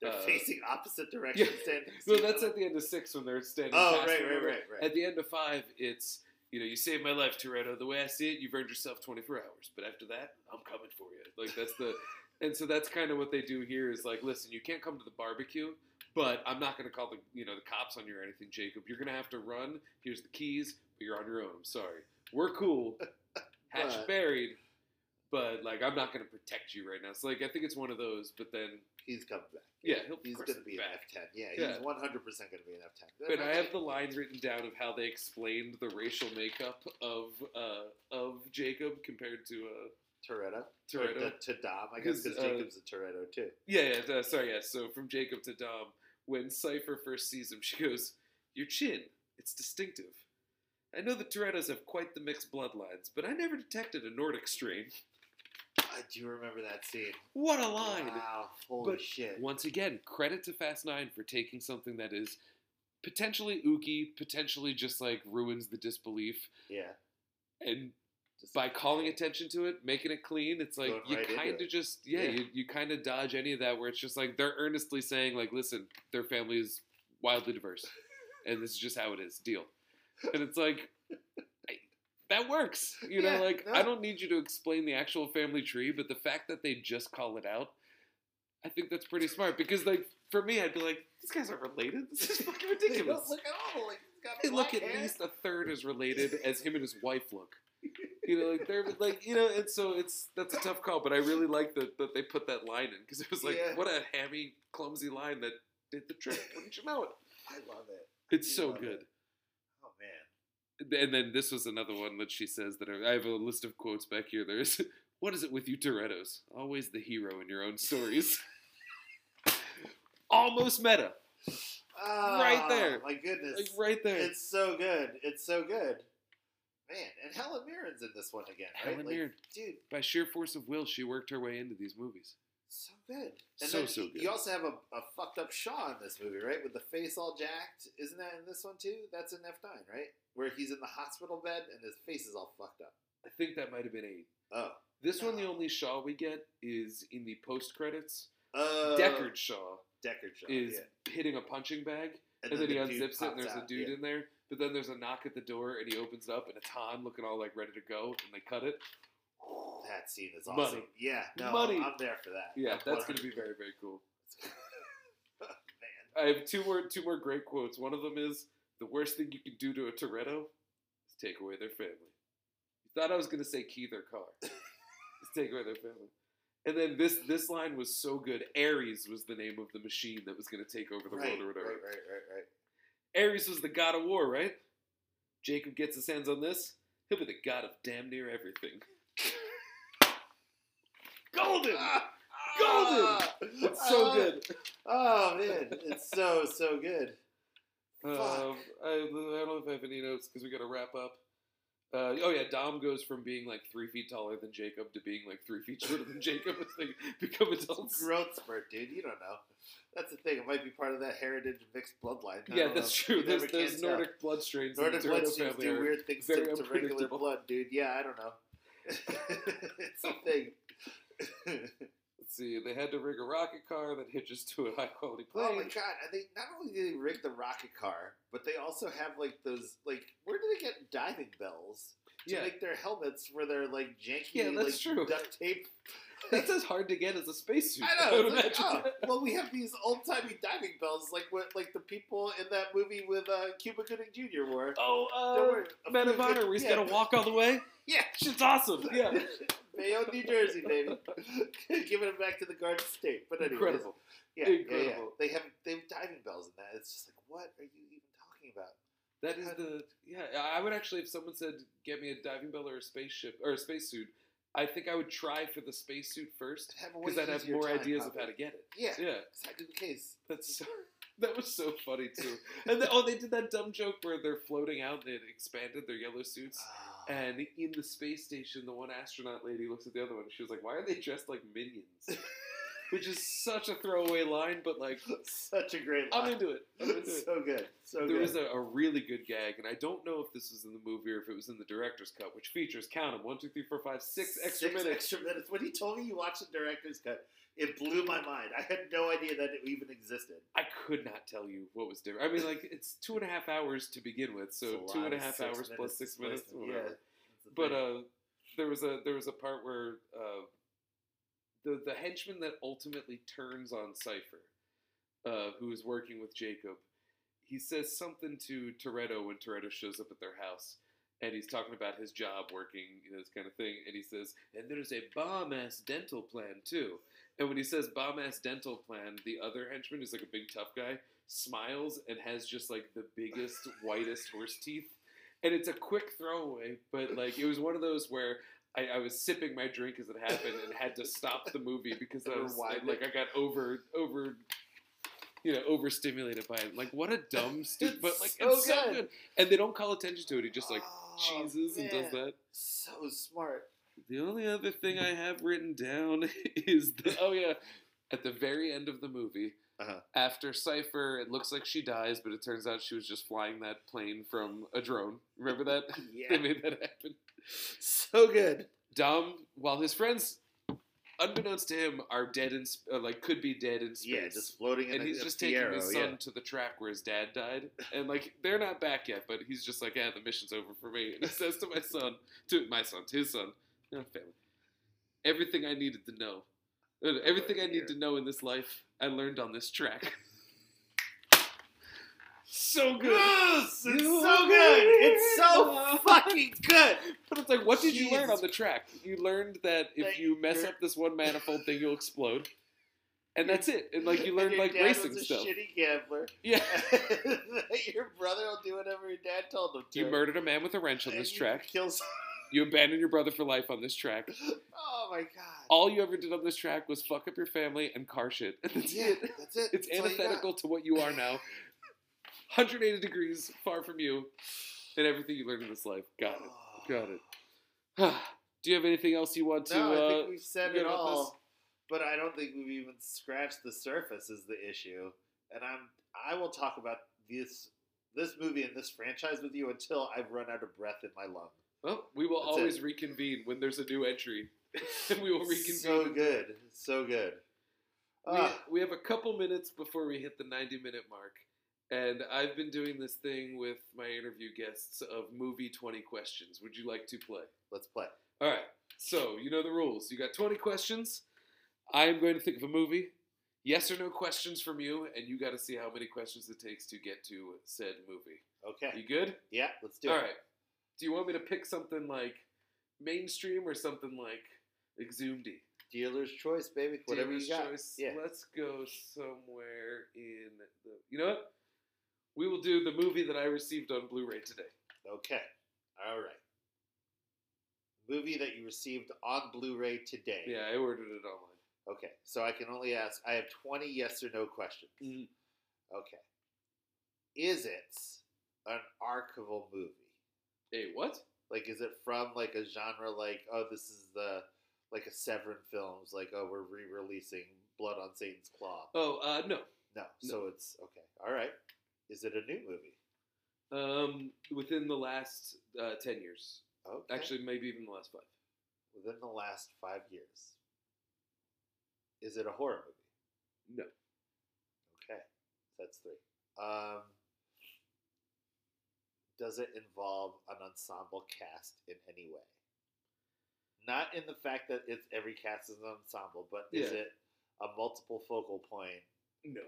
Speaker 3: they're
Speaker 2: uh,
Speaker 3: facing opposite directions.
Speaker 2: yeah.
Speaker 3: standing
Speaker 2: no,
Speaker 3: next to
Speaker 2: that's
Speaker 3: each
Speaker 2: at the end of six when they're standing.
Speaker 3: other. Oh,
Speaker 2: past
Speaker 3: right,
Speaker 2: one
Speaker 3: right,
Speaker 2: another.
Speaker 3: right, right.
Speaker 2: At the end of five, it's you know you saved my life, Toretto. The way I see it, you've earned yourself 24 hours. But after that, I'm coming for you. Like that's the, and so that's kind of what they do here is like, listen, you can't come to the barbecue, but I'm not going to call the you know the cops on you or anything, Jacob. You're going to have to run. Here's the keys, but you're on your own. I'm sorry. We're cool. Hatch
Speaker 3: But-
Speaker 2: buried. But like I'm not going to protect you right now. So like I think it's one of those. But then
Speaker 3: He's coming back.
Speaker 2: yeah, he'll, of
Speaker 3: He's
Speaker 2: course
Speaker 3: going to
Speaker 2: he'll
Speaker 3: be an F10. Yeah, he's
Speaker 2: Yeah.
Speaker 3: 100% going to be an F10.
Speaker 2: But I have the line written down of how they explained the racial makeup of uh, of Jacob compared to uh,
Speaker 3: Toretto. Or
Speaker 2: Toretto.
Speaker 3: To, to Dom, I guess,
Speaker 2: His,
Speaker 3: because
Speaker 2: uh,
Speaker 3: Jacob's a Toretto too.
Speaker 2: Yeah, yeah. uh, sorry, yeah. So from Jacob to Dom, when Cipher first sees him, she goes, "Your chin, it's distinctive." I know the Torettos have quite the mixed bloodlines, but I never detected a Nordic strain.
Speaker 3: I do remember that scene.
Speaker 2: What a line!
Speaker 3: Wow, holy
Speaker 2: But
Speaker 3: shit.
Speaker 2: Once again, credit to Fast Nine for taking something that is potentially ooky, potentially just like ruins the disbelief,
Speaker 3: yeah.
Speaker 2: and
Speaker 3: Just
Speaker 2: by calling attention to it, making it clean, it's like
Speaker 3: Going
Speaker 2: you
Speaker 3: right into
Speaker 2: kind of
Speaker 3: it.
Speaker 2: just yeah,
Speaker 3: Yeah.
Speaker 2: you, you kind of dodge any of that where it's just like they're earnestly saying like, listen, their family is wildly diverse, and this is just how it is. Deal, and it's like. I- That works, you know.
Speaker 3: Yeah,
Speaker 2: like
Speaker 3: no.
Speaker 2: I don't need you to explain the actual family tree, but the fact that they just call it out, I think that's pretty smart. Because like for me, I'd be like, these guys aren't related. This is fucking
Speaker 3: They don't
Speaker 2: ridiculous.
Speaker 3: look at all. Like, he's got
Speaker 2: They look
Speaker 3: black
Speaker 2: at
Speaker 3: hair.
Speaker 2: least a third as related as him and his wife look. You know, like they're like you know, and so it's that's a tough call, but I really like that that they put that line in because it was like
Speaker 3: Yeah.
Speaker 2: what a hammy, clumsy line that did the trick. Wouldn't you know it?
Speaker 3: I love it.
Speaker 2: It's
Speaker 3: You
Speaker 2: so
Speaker 3: love
Speaker 2: good.
Speaker 3: it. Oh, man.
Speaker 2: And then this was another one that she says that I have a list of quotes back here. There's what is it with you Toretto's? Always the hero in your own stories. Almost meta, Right
Speaker 3: Ah,
Speaker 2: there.
Speaker 3: My goodness.
Speaker 2: like right there.
Speaker 3: It's so good. It's so good. Man, and Helen Mirren's in this one again, right?
Speaker 2: Helen Mirren.
Speaker 3: Dude,
Speaker 2: By sheer force of will, she worked her way into these movies.
Speaker 3: so good. And
Speaker 2: So,
Speaker 3: then
Speaker 2: so good.
Speaker 3: You also have a, a fucked up Shaw in this movie, right? With the face all jacked. Isn't that in this one too? That's in F9, right? Where he's in the hospital bed and his face is all fucked up.
Speaker 2: I think that might have been eight.
Speaker 3: Oh.
Speaker 2: This one, the
Speaker 3: No.
Speaker 2: only Shaw we get is in the post credits.
Speaker 3: Oh.
Speaker 2: Deckard Shaw
Speaker 3: Deckard Shaw.
Speaker 2: is
Speaker 3: yeah.
Speaker 2: hitting a punching bag, and, then, he
Speaker 3: dude
Speaker 2: unzips it, and
Speaker 3: pops
Speaker 2: there's a
Speaker 3: out,
Speaker 2: dude
Speaker 3: yeah.
Speaker 2: in there. But then there's a knock at the door, and he opens up, and it's Han looking all like ready to go, and they cut it.
Speaker 3: That scene is
Speaker 2: Money.
Speaker 3: awesome. Yeah, no,
Speaker 2: Money.
Speaker 3: I'm there for that.
Speaker 2: Yeah,
Speaker 3: I'm
Speaker 2: that's going
Speaker 3: 100%
Speaker 2: to be very very cool.
Speaker 3: Man,
Speaker 2: I have two more two more great quotes. One of them is the worst thing you can do to a Toretto is take away their family. You thought I was gonna say Keith or Carr. Let's take away their family. And then this this line was so good. Ares was the name of the machine that was gonna take over the
Speaker 3: right,
Speaker 2: world or
Speaker 3: right, right,
Speaker 2: whatever.
Speaker 3: right, right.
Speaker 2: Ares was the god of war, right? Jacob gets his hands on this. He'll be the god of damn near everything. Golden.
Speaker 3: Ah,
Speaker 2: Golden!
Speaker 3: ah,
Speaker 2: It's so
Speaker 3: ah,
Speaker 2: good.
Speaker 3: Oh man, it's so so good.
Speaker 2: Um, I, I don't know if I have any notes because we got to wrap up. Uh, oh yeah, Dom goes from being like three feet taller than Jacob to being like three feet shorter than Jacob as they become adults.
Speaker 3: Growth spurt, dude. You don't know. That's the thing. It might be part of that heritage mixed bloodline. I
Speaker 2: yeah,
Speaker 3: don't
Speaker 2: that's
Speaker 3: know.
Speaker 2: true.
Speaker 3: You never
Speaker 2: There's, there's
Speaker 3: can tell.
Speaker 2: Nordic blood strains.
Speaker 3: Nordic
Speaker 2: in the
Speaker 3: blood
Speaker 2: Dorito
Speaker 3: streams
Speaker 2: family
Speaker 3: do
Speaker 2: are-
Speaker 3: weird things
Speaker 2: very
Speaker 3: to, to regular
Speaker 2: unpredictable.
Speaker 3: blood, dude. Yeah, I don't know. it's a thing.
Speaker 2: Let's see, they had to rig a rocket car that hitches to a high quality
Speaker 3: Oh my
Speaker 2: plane.
Speaker 3: god! and They not only do they rig the rocket car, but they also have like those like where do they get diving bells to
Speaker 2: yeah,
Speaker 3: make their helmets where they're like janky,
Speaker 2: Yeah, that's
Speaker 3: like
Speaker 2: true.
Speaker 3: duct tape?
Speaker 2: that's as hard to get as a spacesuit.
Speaker 3: I know.
Speaker 2: would
Speaker 3: it's like,
Speaker 2: imagine.
Speaker 3: oh, well, we have these old timey diving bells, like what like the people in that movie with uh, Cuba Gooding Jr. wore. Don't
Speaker 2: Oh,
Speaker 3: worry,
Speaker 2: uh,
Speaker 3: a
Speaker 2: Man
Speaker 3: few
Speaker 2: of Honor, where he's
Speaker 3: yeah.
Speaker 2: got to walk all the way.
Speaker 3: Yeah.
Speaker 2: Shit's awesome. Yeah.
Speaker 3: Mayo, New Jersey, baby. Giving it back to the Garden State. But anyways,
Speaker 2: Incredible.
Speaker 3: Yeah, yeah, yeah.
Speaker 2: Incredible.
Speaker 3: They have they have diving bells in that. It's just like, what are you even talking about?
Speaker 2: That is the yeah. I would actually, if someone said, "Get me a diving bell or a spaceship or a spacesuit," I think I would try for the spacesuit first
Speaker 3: Have a way
Speaker 2: because I'd have
Speaker 3: easier
Speaker 2: more
Speaker 3: time,
Speaker 2: ideas
Speaker 3: probably.
Speaker 2: of how to get it.
Speaker 3: Yeah,
Speaker 2: Yeah,
Speaker 3: exactly the case.
Speaker 2: that's so, that was so funny too. And the, oh, they did that dumb joke where they're floating out and it expanded their yellow suits.
Speaker 3: Ah.
Speaker 2: And in the space station, the one astronaut lady looks at the other one. and She was like, "Why are they dressed like minions?" Which is such a throwaway line, but like,
Speaker 3: Oh, Such a great
Speaker 2: I'm
Speaker 3: line.
Speaker 2: into it. I'm into it.
Speaker 3: so good. So
Speaker 2: There
Speaker 3: good.
Speaker 2: was a, a really good gag, and I don't know if this was in the movie or if it was in the director's cut, which features count 'em, one, two, three, four, five, six extra minutes.
Speaker 3: extra minutes. When he told me you watched the director's cut, it blew my mind. I had no idea that it even existed.
Speaker 2: I could not tell you what was different. I mean, like it's two and a half hours to begin with, so
Speaker 3: It's a
Speaker 2: two
Speaker 3: lot
Speaker 2: and a
Speaker 3: of
Speaker 2: half
Speaker 3: six
Speaker 2: hours plus six minutes,
Speaker 3: displacement.
Speaker 2: whatever.
Speaker 3: that's the
Speaker 2: But
Speaker 3: thing.
Speaker 2: uh, there was a there was a part where uh, the the henchman that ultimately turns on Cipher, uh, who is working with Jacob, he says something to Toretto when Toretto shows up at their house, and he's talking about his job working, you know, this kind of thing, and he says, "And there's a bomb ass dental plan too." And when he says bomb ass dental plan, the other henchman, who's like a big tough guy, smiles and has just like the biggest, whitest horse teeth. And it's a quick throwaway, but like it was one of those where I, I was sipping my drink as it happened and had to stop the movie because I was
Speaker 3: Rewind
Speaker 2: like I got over over you know overstimulated by it. Like what a dumb stupid, but like
Speaker 3: So
Speaker 2: it's so
Speaker 3: good.
Speaker 2: good. And they don't call attention to it. He just like
Speaker 3: Oh,
Speaker 2: cheeses and does
Speaker 3: man.
Speaker 2: that.
Speaker 3: So smart.
Speaker 2: The only other thing I have written down is the oh yeah, at the very end of the movie,
Speaker 3: Uh-huh.
Speaker 2: after Cipher, it looks like she dies, but it turns out she was just flying that plane from a drone. Remember that? they
Speaker 3: Yeah.
Speaker 2: made that happen.
Speaker 3: so good.
Speaker 2: Dom, while his friends, unbeknownst to him, are dead in sp- uh, like could be dead in space.
Speaker 3: Yeah, just floating in
Speaker 2: and
Speaker 3: a,
Speaker 2: he's
Speaker 3: a
Speaker 2: just taking
Speaker 3: Fiero,
Speaker 2: his
Speaker 3: yeah.
Speaker 2: son to the track where his dad died, and like they're not back yet, but he's just like, "Yeah, the mission's over for me." And he says to my son, to my son, to his son, you know, family, everything I needed to know,
Speaker 3: Oh,
Speaker 2: uh, everything I need to know in this life, I learned on this track. so good.
Speaker 3: Yes, it's so good. It's so fucking good.
Speaker 2: But it's like, what did you learn
Speaker 3: Jesus
Speaker 2: on the track? You learned that if
Speaker 3: That
Speaker 2: you mess
Speaker 3: you're-
Speaker 2: up this one manifold thing, you'll explode. And that's it. And like you
Speaker 3: And
Speaker 2: learned
Speaker 3: your
Speaker 2: like
Speaker 3: dad
Speaker 2: racing
Speaker 3: was a
Speaker 2: stuff.
Speaker 3: Shitty gambler.
Speaker 2: Yeah.
Speaker 3: your brother will do whatever your dad told him to.
Speaker 2: You murdered a man with a wrench on
Speaker 3: And
Speaker 2: this
Speaker 3: you
Speaker 2: track.
Speaker 3: Kills.
Speaker 2: You abandoned your brother for life on this track.
Speaker 3: Oh my god.
Speaker 2: All you ever did on this track was fuck up your family and car shit. And that's
Speaker 3: yeah,
Speaker 2: it.
Speaker 3: that's it.
Speaker 2: It's
Speaker 3: That's all you got.
Speaker 2: antithetical to what you are now. 180 degrees far from you and everything you learned in this life. Got it. Got it. Do you have anything else you want to?
Speaker 3: No, I
Speaker 2: uh,
Speaker 3: think we've said
Speaker 2: you
Speaker 3: it
Speaker 2: know,
Speaker 3: all,
Speaker 2: this-
Speaker 3: but I don't think we've even scratched the surface. Is the issue, and I'm I will talk about this this movie and this franchise with you until I've run out of breath in my lung.
Speaker 2: Well, we will
Speaker 3: That's
Speaker 2: always reconvene when there's a new entry. and we will reconvene.
Speaker 3: So good, so good.
Speaker 2: We,
Speaker 3: Ah,
Speaker 2: we have a couple minutes before we hit the 90 minute mark. And I've been doing this thing with my interview guests of movie 20 questions. Would you like to play?
Speaker 3: let's play.
Speaker 2: All right. So, you know the rules. You got 20 questions. I am going to think of a movie. Yes or no questions from you, and you got to see how many questions it takes to get to said movie.
Speaker 3: Okay,
Speaker 2: You good?
Speaker 3: yeah, let's do it.
Speaker 2: All right. Do you want me to pick something like mainstream or something like Exhumed.
Speaker 3: Dealer's choice, baby. Whatever
Speaker 2: Dealer's
Speaker 3: you got.
Speaker 2: choice.
Speaker 3: Yeah.
Speaker 2: Let's go somewhere in the. You know what? We will do the movie that I received on Blu-ray today.
Speaker 3: Okay. All right. Movie that you received on Blu-ray today.
Speaker 2: Yeah, I ordered it online.
Speaker 3: Okay. So I can only ask. I have twenty yes or no questions.
Speaker 2: Mhm.
Speaker 3: Okay. Is it an archival movie?
Speaker 2: Hey, what?
Speaker 3: Like, is it from like a genre like, oh, this is the like a Severin films, like, oh, we're re-releasing Blood on Satan's Claw.
Speaker 2: Oh, uh, no.
Speaker 3: No. So it's okay. All right. Is it a new movie?
Speaker 2: Um, within the last uh, ten years,
Speaker 3: Okay.
Speaker 2: actually, maybe even the last five.
Speaker 3: within the last five years. Is it a horror movie?
Speaker 2: No.
Speaker 3: Okay, that's three. Um, does it involve an ensemble cast in any way? Not in the fact that it's every cast is an ensemble, but is
Speaker 2: Yeah.
Speaker 3: it a multiple focal point?
Speaker 2: No.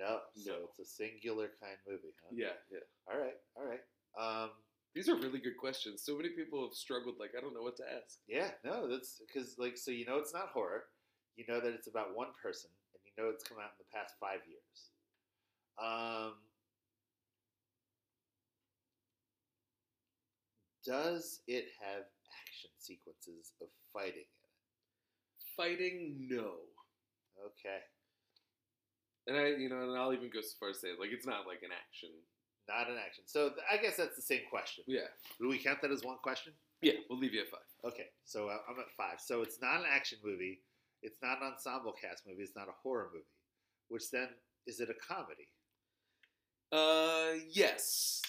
Speaker 3: No. So
Speaker 2: No.
Speaker 3: it's a singular kind movie, huh?
Speaker 2: Yeah, yeah.
Speaker 3: All right, all right. Um,
Speaker 2: These are really good questions. So many people have struggled. Like, I don't know what to ask.
Speaker 3: Yeah, no, that's because like so you know it's not horror, you know that it's about one person, and you know it's come out in the past five years. Um, does it have action sequences of fighting in
Speaker 2: Fighting, no.
Speaker 3: it? Okay,
Speaker 2: And I, you know, and I'll even go so far as to say, like, it's not like an action.
Speaker 3: not an action. So th- I guess that's the same question.
Speaker 2: Yeah,
Speaker 3: Do we count that as one question?
Speaker 2: yeah. We'll leave you at five.
Speaker 3: Okay, so uh, I'm at five. So it's not an action movie, it's not an ensemble cast movie, it's not a horror movie. Which then is it a comedy?
Speaker 2: Uh, yes.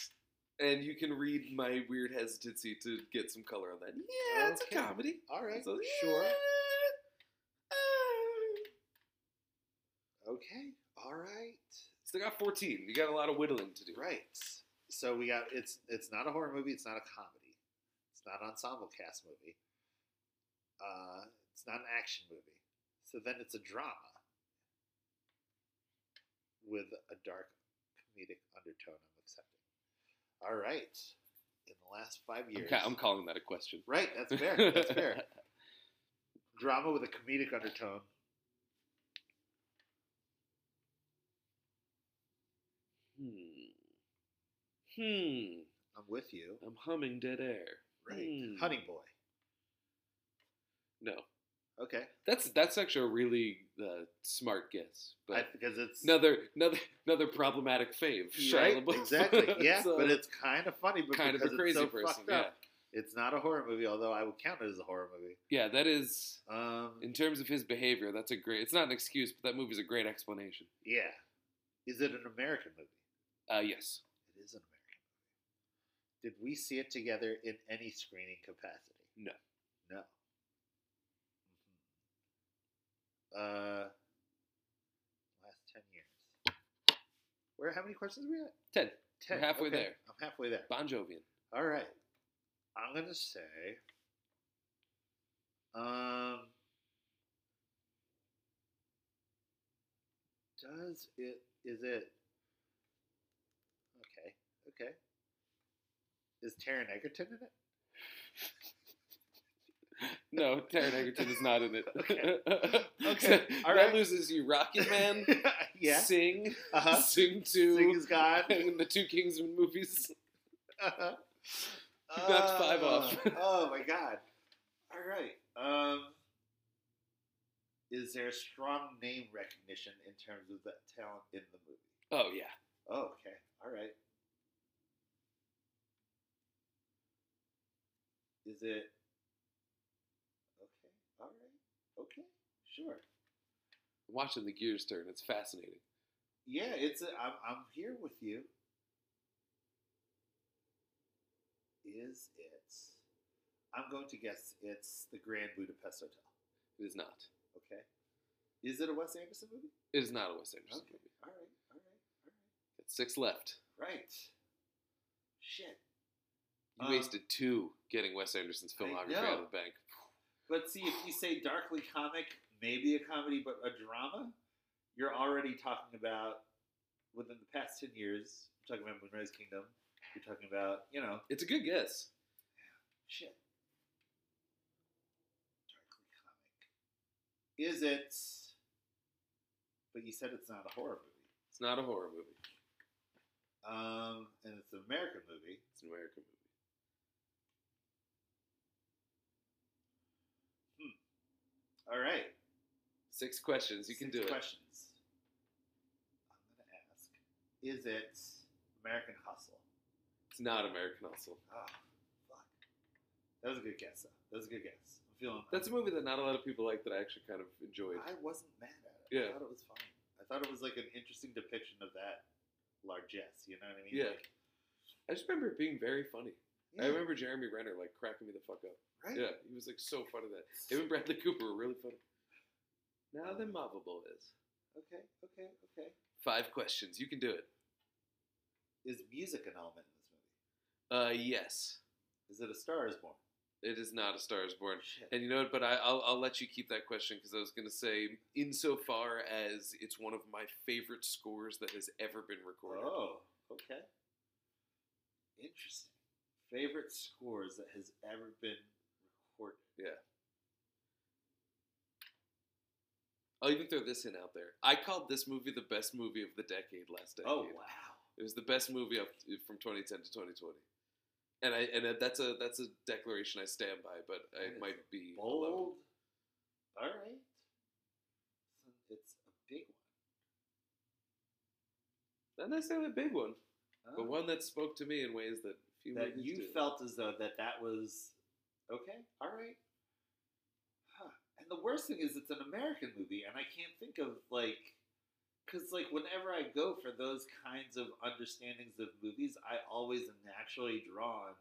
Speaker 2: And you can read my weird hesitancy to get some color on that. Yeah, it's
Speaker 3: Okay.
Speaker 2: a comedy.
Speaker 3: All right,
Speaker 2: It's a-
Speaker 3: sure.
Speaker 2: Uh,
Speaker 3: Okay. All right.
Speaker 2: Still got 14. You got a lot of whittling to do.
Speaker 3: Right. So we got it's it's not a horror movie. It's not a comedy. It's not an ensemble cast movie. Uh, it's not an action movie. So then it's a drama with a dark comedic undertone. I'm accepting. All right. In the last five
Speaker 2: I'm,
Speaker 3: years,
Speaker 2: ca- I'm calling that a question.
Speaker 3: right? That's fair. That's fair. Drama with a comedic undertone.
Speaker 2: Hmm. Hmm.
Speaker 3: I'm with you.
Speaker 2: I'm humming dead air.
Speaker 3: Right.
Speaker 2: Hmm.
Speaker 3: Honey Boy.
Speaker 2: No.
Speaker 3: Okay.
Speaker 2: That's that's actually a really uh, smart guess. But
Speaker 3: I- Because it's
Speaker 2: another another another problematic fave. Shia
Speaker 3: Right?
Speaker 2: LaBeouf.
Speaker 3: Exactly. Yeah,
Speaker 2: So,
Speaker 3: but it's kind of funny, but
Speaker 2: kind of a
Speaker 3: because it's
Speaker 2: crazy
Speaker 3: so
Speaker 2: person.
Speaker 3: fucked
Speaker 2: Yeah.
Speaker 3: up, it's not a horror movie. Although I would count it as a horror movie.
Speaker 2: Yeah, that is
Speaker 3: Um,
Speaker 2: in terms of his behavior. That's a great. It's not an excuse, but that movie's a great explanation.
Speaker 3: yeah, is it an American movie?
Speaker 2: Uh, yes.
Speaker 3: It is an American movie. Did we see it together in any screening capacity?
Speaker 2: No.
Speaker 3: No. Uh, last ten years. Where? How many questions are we at?
Speaker 2: Ten.
Speaker 3: 10
Speaker 2: We're halfway there.
Speaker 3: I'm halfway there.
Speaker 2: Bon Jovian.
Speaker 3: All right. I'm going to say um does it is it Okay. Okay. Is Taryn Egerton in it?
Speaker 2: No, Taron Egerton is not in it.
Speaker 3: Okay.
Speaker 2: So
Speaker 3: all
Speaker 2: that
Speaker 3: right.
Speaker 2: loses you Rocket Man,
Speaker 3: yeah.
Speaker 2: Sing,
Speaker 3: Uh-huh.
Speaker 2: Sing 2,
Speaker 3: Sing is God.
Speaker 2: and the two Kingsman movies.
Speaker 3: Uh-huh.
Speaker 2: Knocked five off.
Speaker 3: Uh, oh my god. All right. Um is there strong name recognition in terms of the talent in the movie?
Speaker 2: Oh, yeah.
Speaker 3: Oh, okay. All right. Is it okay? All right. Okay. Sure.
Speaker 2: I'm watching the gears turn. It's fascinating.
Speaker 3: Yeah, it's. A, I'm. I'm here with you. Is it? I'm going to guess it's the Grand Budapest Hotel.
Speaker 2: It is not.
Speaker 3: Okay. Is it a Wes Anderson movie?
Speaker 2: It is not a Wes Anderson
Speaker 3: Okay.
Speaker 2: movie.
Speaker 3: All right. All right.
Speaker 2: Got six left.
Speaker 3: All right. Right. Shit.
Speaker 2: You
Speaker 3: Um,
Speaker 2: wasted two getting Wes Anderson's
Speaker 3: I
Speaker 2: filmography
Speaker 3: know.
Speaker 2: out of the bank.
Speaker 3: But see, if you say darkly comic, maybe a comedy, but a drama, you're already talking about within the past 10 years. You're talking about Moonrise Kingdom. You're talking about, you know,
Speaker 2: It's a good guess.
Speaker 3: shit. Is it? But you said it's not a horror movie.
Speaker 2: It's not a horror movie.
Speaker 3: Um, and it's an American movie.
Speaker 2: It's an American movie.
Speaker 3: All right.
Speaker 2: Six questions. You can
Speaker 3: Six
Speaker 2: do it.
Speaker 3: questions. I'm going to ask Is it American Hustle?
Speaker 2: It's not American Hustle.
Speaker 3: Ah, fuck. That was a good guess, though. That was a good guess. I'm feeling.
Speaker 2: That's a movie that not a lot of people like that I actually kind of enjoyed.
Speaker 3: I wasn't mad at it. I
Speaker 2: Yeah.
Speaker 3: thought it was fine. I thought it was like an interesting depiction of that largesse. You know what I mean?
Speaker 2: Yeah.
Speaker 3: Like,
Speaker 2: I just remember it being very funny. I
Speaker 3: yeah,
Speaker 2: remember Jeremy Renner like cracking me the fuck up.
Speaker 3: Right?
Speaker 2: Yeah, he was like so funny that. Him and Bradley Cooper were really funny. Now the Marvel Bowl is.
Speaker 3: Okay, okay, okay.
Speaker 2: Five questions. You can do it.
Speaker 3: Is music an element in this movie?
Speaker 2: Uh, yes.
Speaker 3: Is it a Star Is Born?
Speaker 2: It is not A Star is Born.
Speaker 3: Shit.
Speaker 2: And you know what? But I, I'll, I'll let you keep that question because I was going to say, insofar as it's one of my favorite scores that has ever been recorded.
Speaker 3: Oh, okay. Interesting. Favorite scores that has ever been recorded.
Speaker 2: I'll even throw this in out there. I called this movie the best movie of the decade last decade.
Speaker 3: Oh wow.
Speaker 2: It was the best movie up from 2010 to 2020. And I and that's a that's a declaration I stand by, but
Speaker 3: That
Speaker 2: I
Speaker 3: is
Speaker 2: might be alone.
Speaker 3: Bold. All right. So it's a big one.
Speaker 2: Not necessarily a big one.
Speaker 3: Huh?
Speaker 2: but one that spoke to me in ways that few
Speaker 3: that
Speaker 2: movies
Speaker 3: you
Speaker 2: do.
Speaker 3: felt as though that that was okay. All right. Huh. And the worst thing is, it's an American movie, and I can't think of like. Because, like, whenever I go for those kinds of understandings of movies, I always am naturally drawn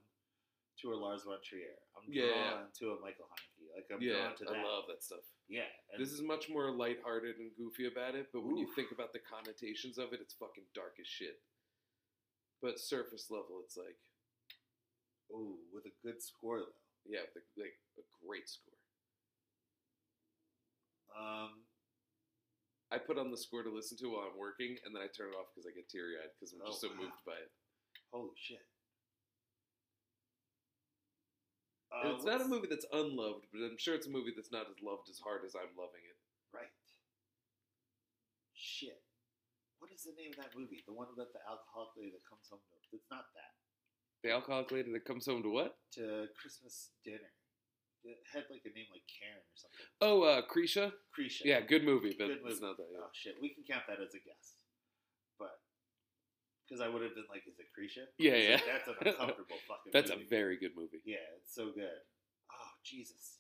Speaker 3: to a Lars von Trier. I'm
Speaker 2: Yeah,
Speaker 3: drawn
Speaker 2: yeah.
Speaker 3: to a Michael Haneke. Like, I'm
Speaker 2: yeah,
Speaker 3: drawn to
Speaker 2: I
Speaker 3: that.
Speaker 2: love that stuff.
Speaker 3: yeah. And
Speaker 2: This is much more lighthearted and goofy about it, but when you
Speaker 3: Oof.
Speaker 2: think about the connotations of it, it's fucking dark as shit. But surface level, it's like
Speaker 3: ooh, with a good score, though.
Speaker 2: yeah, the, like a great score.
Speaker 3: Um,
Speaker 2: I put on the score to listen to while I'm working, and then I turn it off because I get teary eyed because I'm
Speaker 3: Oh,
Speaker 2: just so
Speaker 3: wow.
Speaker 2: moved by it.
Speaker 3: holy shit.
Speaker 2: And
Speaker 3: Uh,
Speaker 2: it's not a
Speaker 3: what's-
Speaker 2: movie that's unloved, but I'm sure it's a movie that's not as loved as hard as I'm loving it.
Speaker 3: Right. Shit. What is the name of that movie? The one about the alcoholic lady that comes home to it's not that.
Speaker 2: The alcoholic lady that comes home to what?
Speaker 3: To Christmas dinner. It had like a name like Karen or something.
Speaker 2: Oh, uh, Creesha.
Speaker 3: Cretia.
Speaker 2: Yeah, good movie, but
Speaker 3: Good
Speaker 2: it's
Speaker 3: movie.
Speaker 2: not that. Yeah.
Speaker 3: Oh shit. We can count that as a guess. But because I would have been like, is it Cretia?
Speaker 2: Yeah,
Speaker 3: It's like,
Speaker 2: yeah.
Speaker 3: that's an uncomfortable fucking
Speaker 2: That's a
Speaker 3: movie.
Speaker 2: very good movie.
Speaker 3: Yeah, it's so good. Oh, Jesus.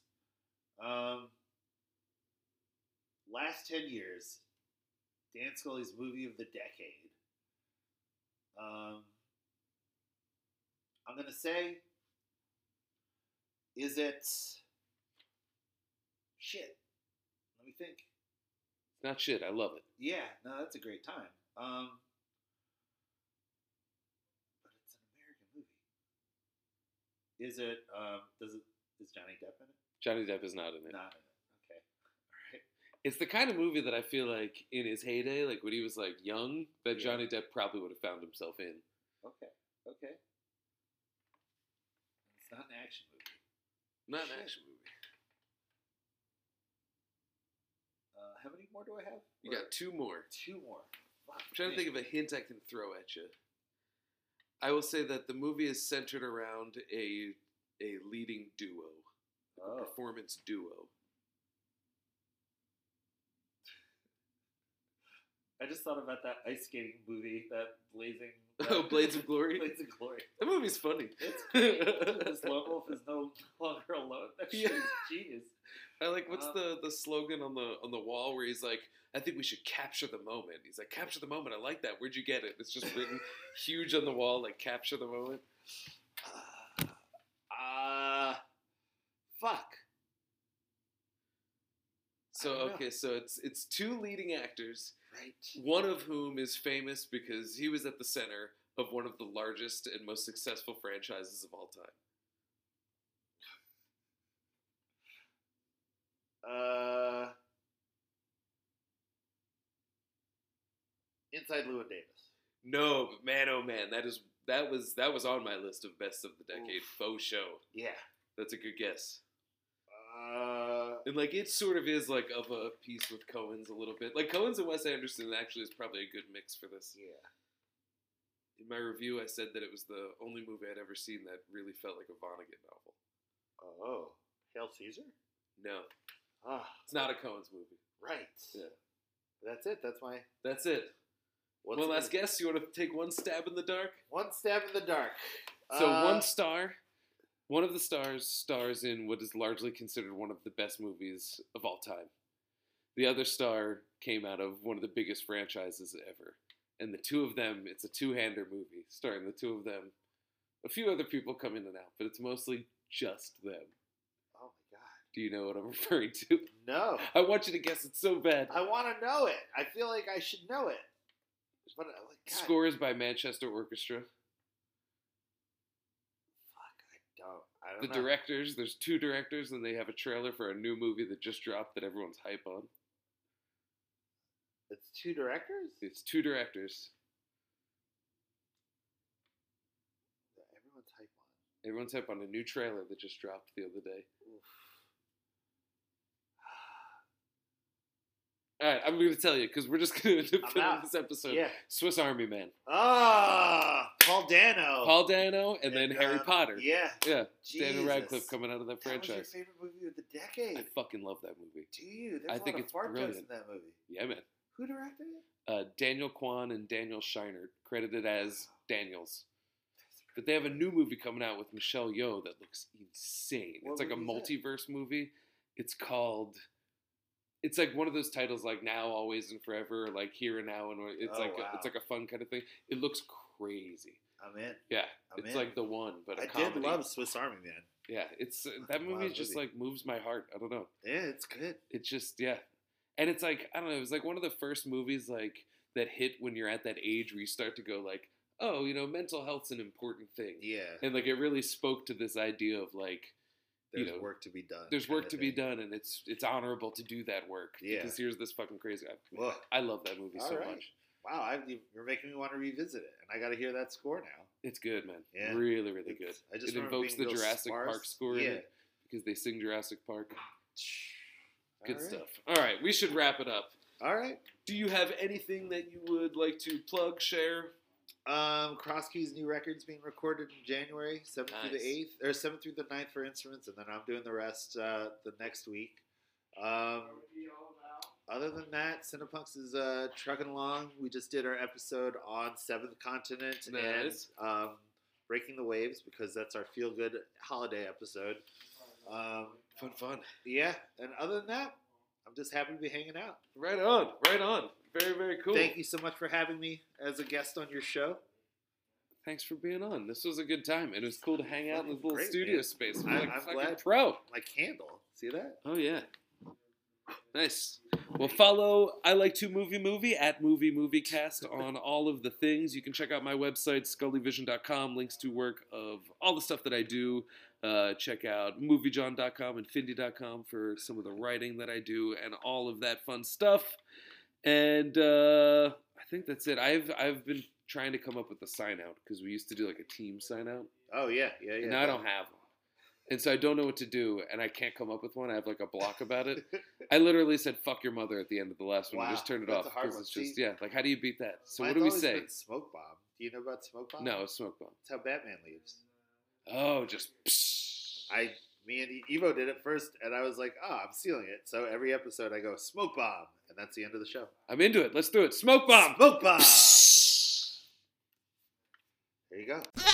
Speaker 3: Um, last 10 years, Dan Scully's movie of the decade. Um, I'm going to say, is it. Shit. Let me think.
Speaker 2: It's not shit. I love it.
Speaker 3: Yeah, no, that's a great time. Um, but it's an American movie. Is it? Um, does it? Is Johnny Depp in it?
Speaker 2: Johnny Depp is not in it.
Speaker 3: Not in it. Okay. All right.
Speaker 2: It's the kind of movie that I feel like in his heyday, like when he was like young, that
Speaker 3: Yeah.
Speaker 2: Johnny Depp probably would have found himself in.
Speaker 3: Okay. Okay. It's not an action movie.
Speaker 2: Not
Speaker 3: Shit.
Speaker 2: an action movie.
Speaker 3: Uh, how many more do I have?
Speaker 2: You got two more. I'm
Speaker 3: two more. Fuck,
Speaker 2: trying to think of a hint I can throw at you. I will say that the movie is centered around a a leading duo,
Speaker 3: Oh,
Speaker 2: performance duo.
Speaker 3: I just thought about that ice skating movie, that blazing.
Speaker 2: Oh, Blades of Glory.
Speaker 3: Blades of Glory.
Speaker 2: That movie's funny.
Speaker 3: It's great. this lone wolf is no longer alone. That shit is genius.
Speaker 2: I like what's
Speaker 3: Uh,
Speaker 2: the the slogan on the on the wall where he's like, I think we should capture the moment. He's like, capture the moment. I like that. Where'd you get it? It's just written huge on the wall, like capture the moment.
Speaker 3: Uh, fuck. I
Speaker 2: So
Speaker 3: don't know.
Speaker 2: okay, so it's it's two leading actors,
Speaker 3: Right.
Speaker 2: one of whom is famous because he was at the center of one of the largest and most successful franchises of all time.
Speaker 3: Uh, inside Lewin Davis.
Speaker 2: No, but man, oh man, that is that was that was on my list of best of the decade.
Speaker 3: Oof.
Speaker 2: Faux show.
Speaker 3: Yeah.
Speaker 2: That's a good guess.
Speaker 3: Uh,
Speaker 2: And like it sort of is like of a piece with Cohen's a little bit. Like Cohen's and Wes Anderson actually is probably a good mix for this.
Speaker 3: yeah.
Speaker 2: In my review, I said that it was the only movie I'd ever seen that really felt like a Vonnegut novel.
Speaker 3: Oh, Hail Caesar.
Speaker 2: No,
Speaker 3: Ah,
Speaker 2: it's not a Cohen's movie.
Speaker 3: right.
Speaker 2: Yeah.
Speaker 3: That's it. That's my
Speaker 2: That's it.
Speaker 3: what's
Speaker 2: one
Speaker 3: the-
Speaker 2: last guess. You want to take one stab in the dark?
Speaker 3: One stab in the dark.
Speaker 2: So
Speaker 3: Uh,
Speaker 2: one star. One of the stars stars in what is largely considered one of the best movies of all time. The other star came out of one of the biggest franchises ever. And the two of them, it's a two-hander movie starring the two of them. A few other people come in and out, but it's mostly just them.
Speaker 3: Oh my god.
Speaker 2: Do you know what I'm referring to?
Speaker 3: No.
Speaker 2: I want you to guess it so bad.
Speaker 3: I want to know it. I feel like I should know it. But uh, like, god,
Speaker 2: Scores by Manchester Orchestra.
Speaker 3: I don't. I don't
Speaker 2: The
Speaker 3: know.
Speaker 2: directors, there's two directors, and they have a trailer for a new movie that just dropped that everyone's hype on.
Speaker 3: It's two directors.
Speaker 2: It's two directors.
Speaker 3: Everyone's hype on.
Speaker 2: Everyone's hype on a new trailer that just dropped the other day.
Speaker 3: Oof.
Speaker 2: All right, I'm going to tell you because we're just going to
Speaker 3: I'm
Speaker 2: film
Speaker 3: out.
Speaker 2: this episode.
Speaker 3: yeah.
Speaker 2: Swiss Army Man,
Speaker 3: Ah, Paul Dano.
Speaker 2: Paul Dano, and, then
Speaker 3: And,
Speaker 2: Harry
Speaker 3: uh,
Speaker 2: Potter. Yeah,
Speaker 3: Yeah.
Speaker 2: Daniel
Speaker 3: Jesus.
Speaker 2: Radcliffe coming out of that
Speaker 3: That was your
Speaker 2: franchise.
Speaker 3: favorite movie of the
Speaker 2: I
Speaker 3: decade.
Speaker 2: fucking love that movie.
Speaker 3: Do you?
Speaker 2: I
Speaker 3: There's a
Speaker 2: think
Speaker 3: lot
Speaker 2: it's
Speaker 3: of fart jokes in
Speaker 2: brilliant.
Speaker 3: that movie.
Speaker 2: Yeah, man.
Speaker 3: Who directed it?
Speaker 2: Uh, Daniel Kwan and Daniel Shiner, credited as Daniels. But they have a new movie coming out with Michelle Yeoh that looks insane.
Speaker 3: What
Speaker 2: it's like a
Speaker 3: movie
Speaker 2: multiverse movie. It's called. It's like one of those titles like Now, Always, and Forever, or, like Here and Now, and it's
Speaker 3: Oh,
Speaker 2: like
Speaker 3: wow.
Speaker 2: a, it's like a fun kind of thing. It looks crazy.
Speaker 3: I'm in.
Speaker 2: Yeah,
Speaker 3: I'm
Speaker 2: it's
Speaker 3: in.
Speaker 2: like the one, but a
Speaker 3: Oh, I
Speaker 2: comedy.
Speaker 3: did love Swiss Army Man.
Speaker 2: Yeah, it's that movie
Speaker 3: Wild
Speaker 2: just
Speaker 3: movie.
Speaker 2: like moves my heart. I don't know.
Speaker 3: Yeah, it's good.
Speaker 2: It's just yeah, and it's like I don't know. It was like one of the first movies like that hit when you're at that age where you start to go like, oh, you know, mental health's an important thing.
Speaker 3: Yeah,
Speaker 2: and like it really spoke to this idea of like
Speaker 3: there's
Speaker 2: know,
Speaker 3: work to be done.
Speaker 2: there's work
Speaker 3: kinda
Speaker 2: to be
Speaker 3: thing.
Speaker 2: done and it's it's honorable to do that work
Speaker 3: Yeah.
Speaker 2: because here's this fucking crazy guy
Speaker 3: Whoa.
Speaker 2: i love that movie so
Speaker 3: All right.
Speaker 2: much
Speaker 3: Wow, I, you're making me want to revisit it, and I got to hear that score now.
Speaker 2: it's good man
Speaker 3: Yeah.
Speaker 2: really really good
Speaker 3: I just
Speaker 2: it
Speaker 3: remember
Speaker 2: invokes the
Speaker 3: being real
Speaker 2: jurassic
Speaker 3: sparse.
Speaker 2: park score in
Speaker 3: Yeah,
Speaker 2: it because they sing jurassic park good
Speaker 3: All right.
Speaker 2: stuff all right we should wrap it up
Speaker 3: All right.
Speaker 2: do you have anything that you would like to plug share
Speaker 3: Um, Crosskey's new record's being recorded in January, 7th through
Speaker 2: Nice.
Speaker 3: the 8th, or 7th through the 9th for instruments, and then I'm doing the rest uh, the next week. Um, other than that, Cinepunks is uh, trucking along. We just did our episode on Seventh Continent
Speaker 2: Nice.
Speaker 3: and um, Breaking the Waves because that's our feel good holiday episode. Um,
Speaker 2: fun fun
Speaker 3: yeah, and other than that, I'm just happy to be hanging out.
Speaker 2: right on right on very very cool
Speaker 3: Thank you so much for having me as a guest on your show.
Speaker 2: thanks for being on this was a good time and it was cool to hang out in this little
Speaker 3: Great,
Speaker 2: studio
Speaker 3: man.
Speaker 2: space
Speaker 3: I-
Speaker 2: like
Speaker 3: I'm
Speaker 2: fucking
Speaker 3: glad-
Speaker 2: pro
Speaker 3: My candle, see that?
Speaker 2: Oh yeah. Nice. Well, follow I Like to Movie Movie at Movie Movie Cast on all of the things. You can check out my website, scullyvision.com, links to work of all the stuff that I do. Uh, check out moviejohn.com and findy.com for some of the writing that I do and all of that fun stuff. And uh, I think that's it. I've I've been trying to come up with a sign out because we used to do like a team sign out.
Speaker 3: Oh yeah, yeah, yeah.
Speaker 2: And I don't have one. And so I don't know what to do, and I can't come up with one. I have like a block about it. I literally said "fuck your mother" at the end of the last one. I
Speaker 3: Wow,
Speaker 2: just turned it
Speaker 3: that's
Speaker 2: off
Speaker 3: a hard one.
Speaker 2: it's just
Speaker 3: See-
Speaker 2: yeah. Like, how do you beat that? So
Speaker 3: Mine's
Speaker 2: what do we
Speaker 3: always
Speaker 2: say?
Speaker 3: been smoke bomb. Do you know about smoke bomb?
Speaker 2: No, it's smoke bomb.
Speaker 3: That's how Batman leaves.
Speaker 2: Oh, just psh.
Speaker 3: I, me and E, Evo did it first, and I was like, "Ah, I'm sealing it." So every episode, I go smoke bomb, and that's the end of the show.
Speaker 2: I'm into it. Let's do it. Smoke bomb.
Speaker 3: Smoke bomb.
Speaker 2: Psh.
Speaker 3: There you go.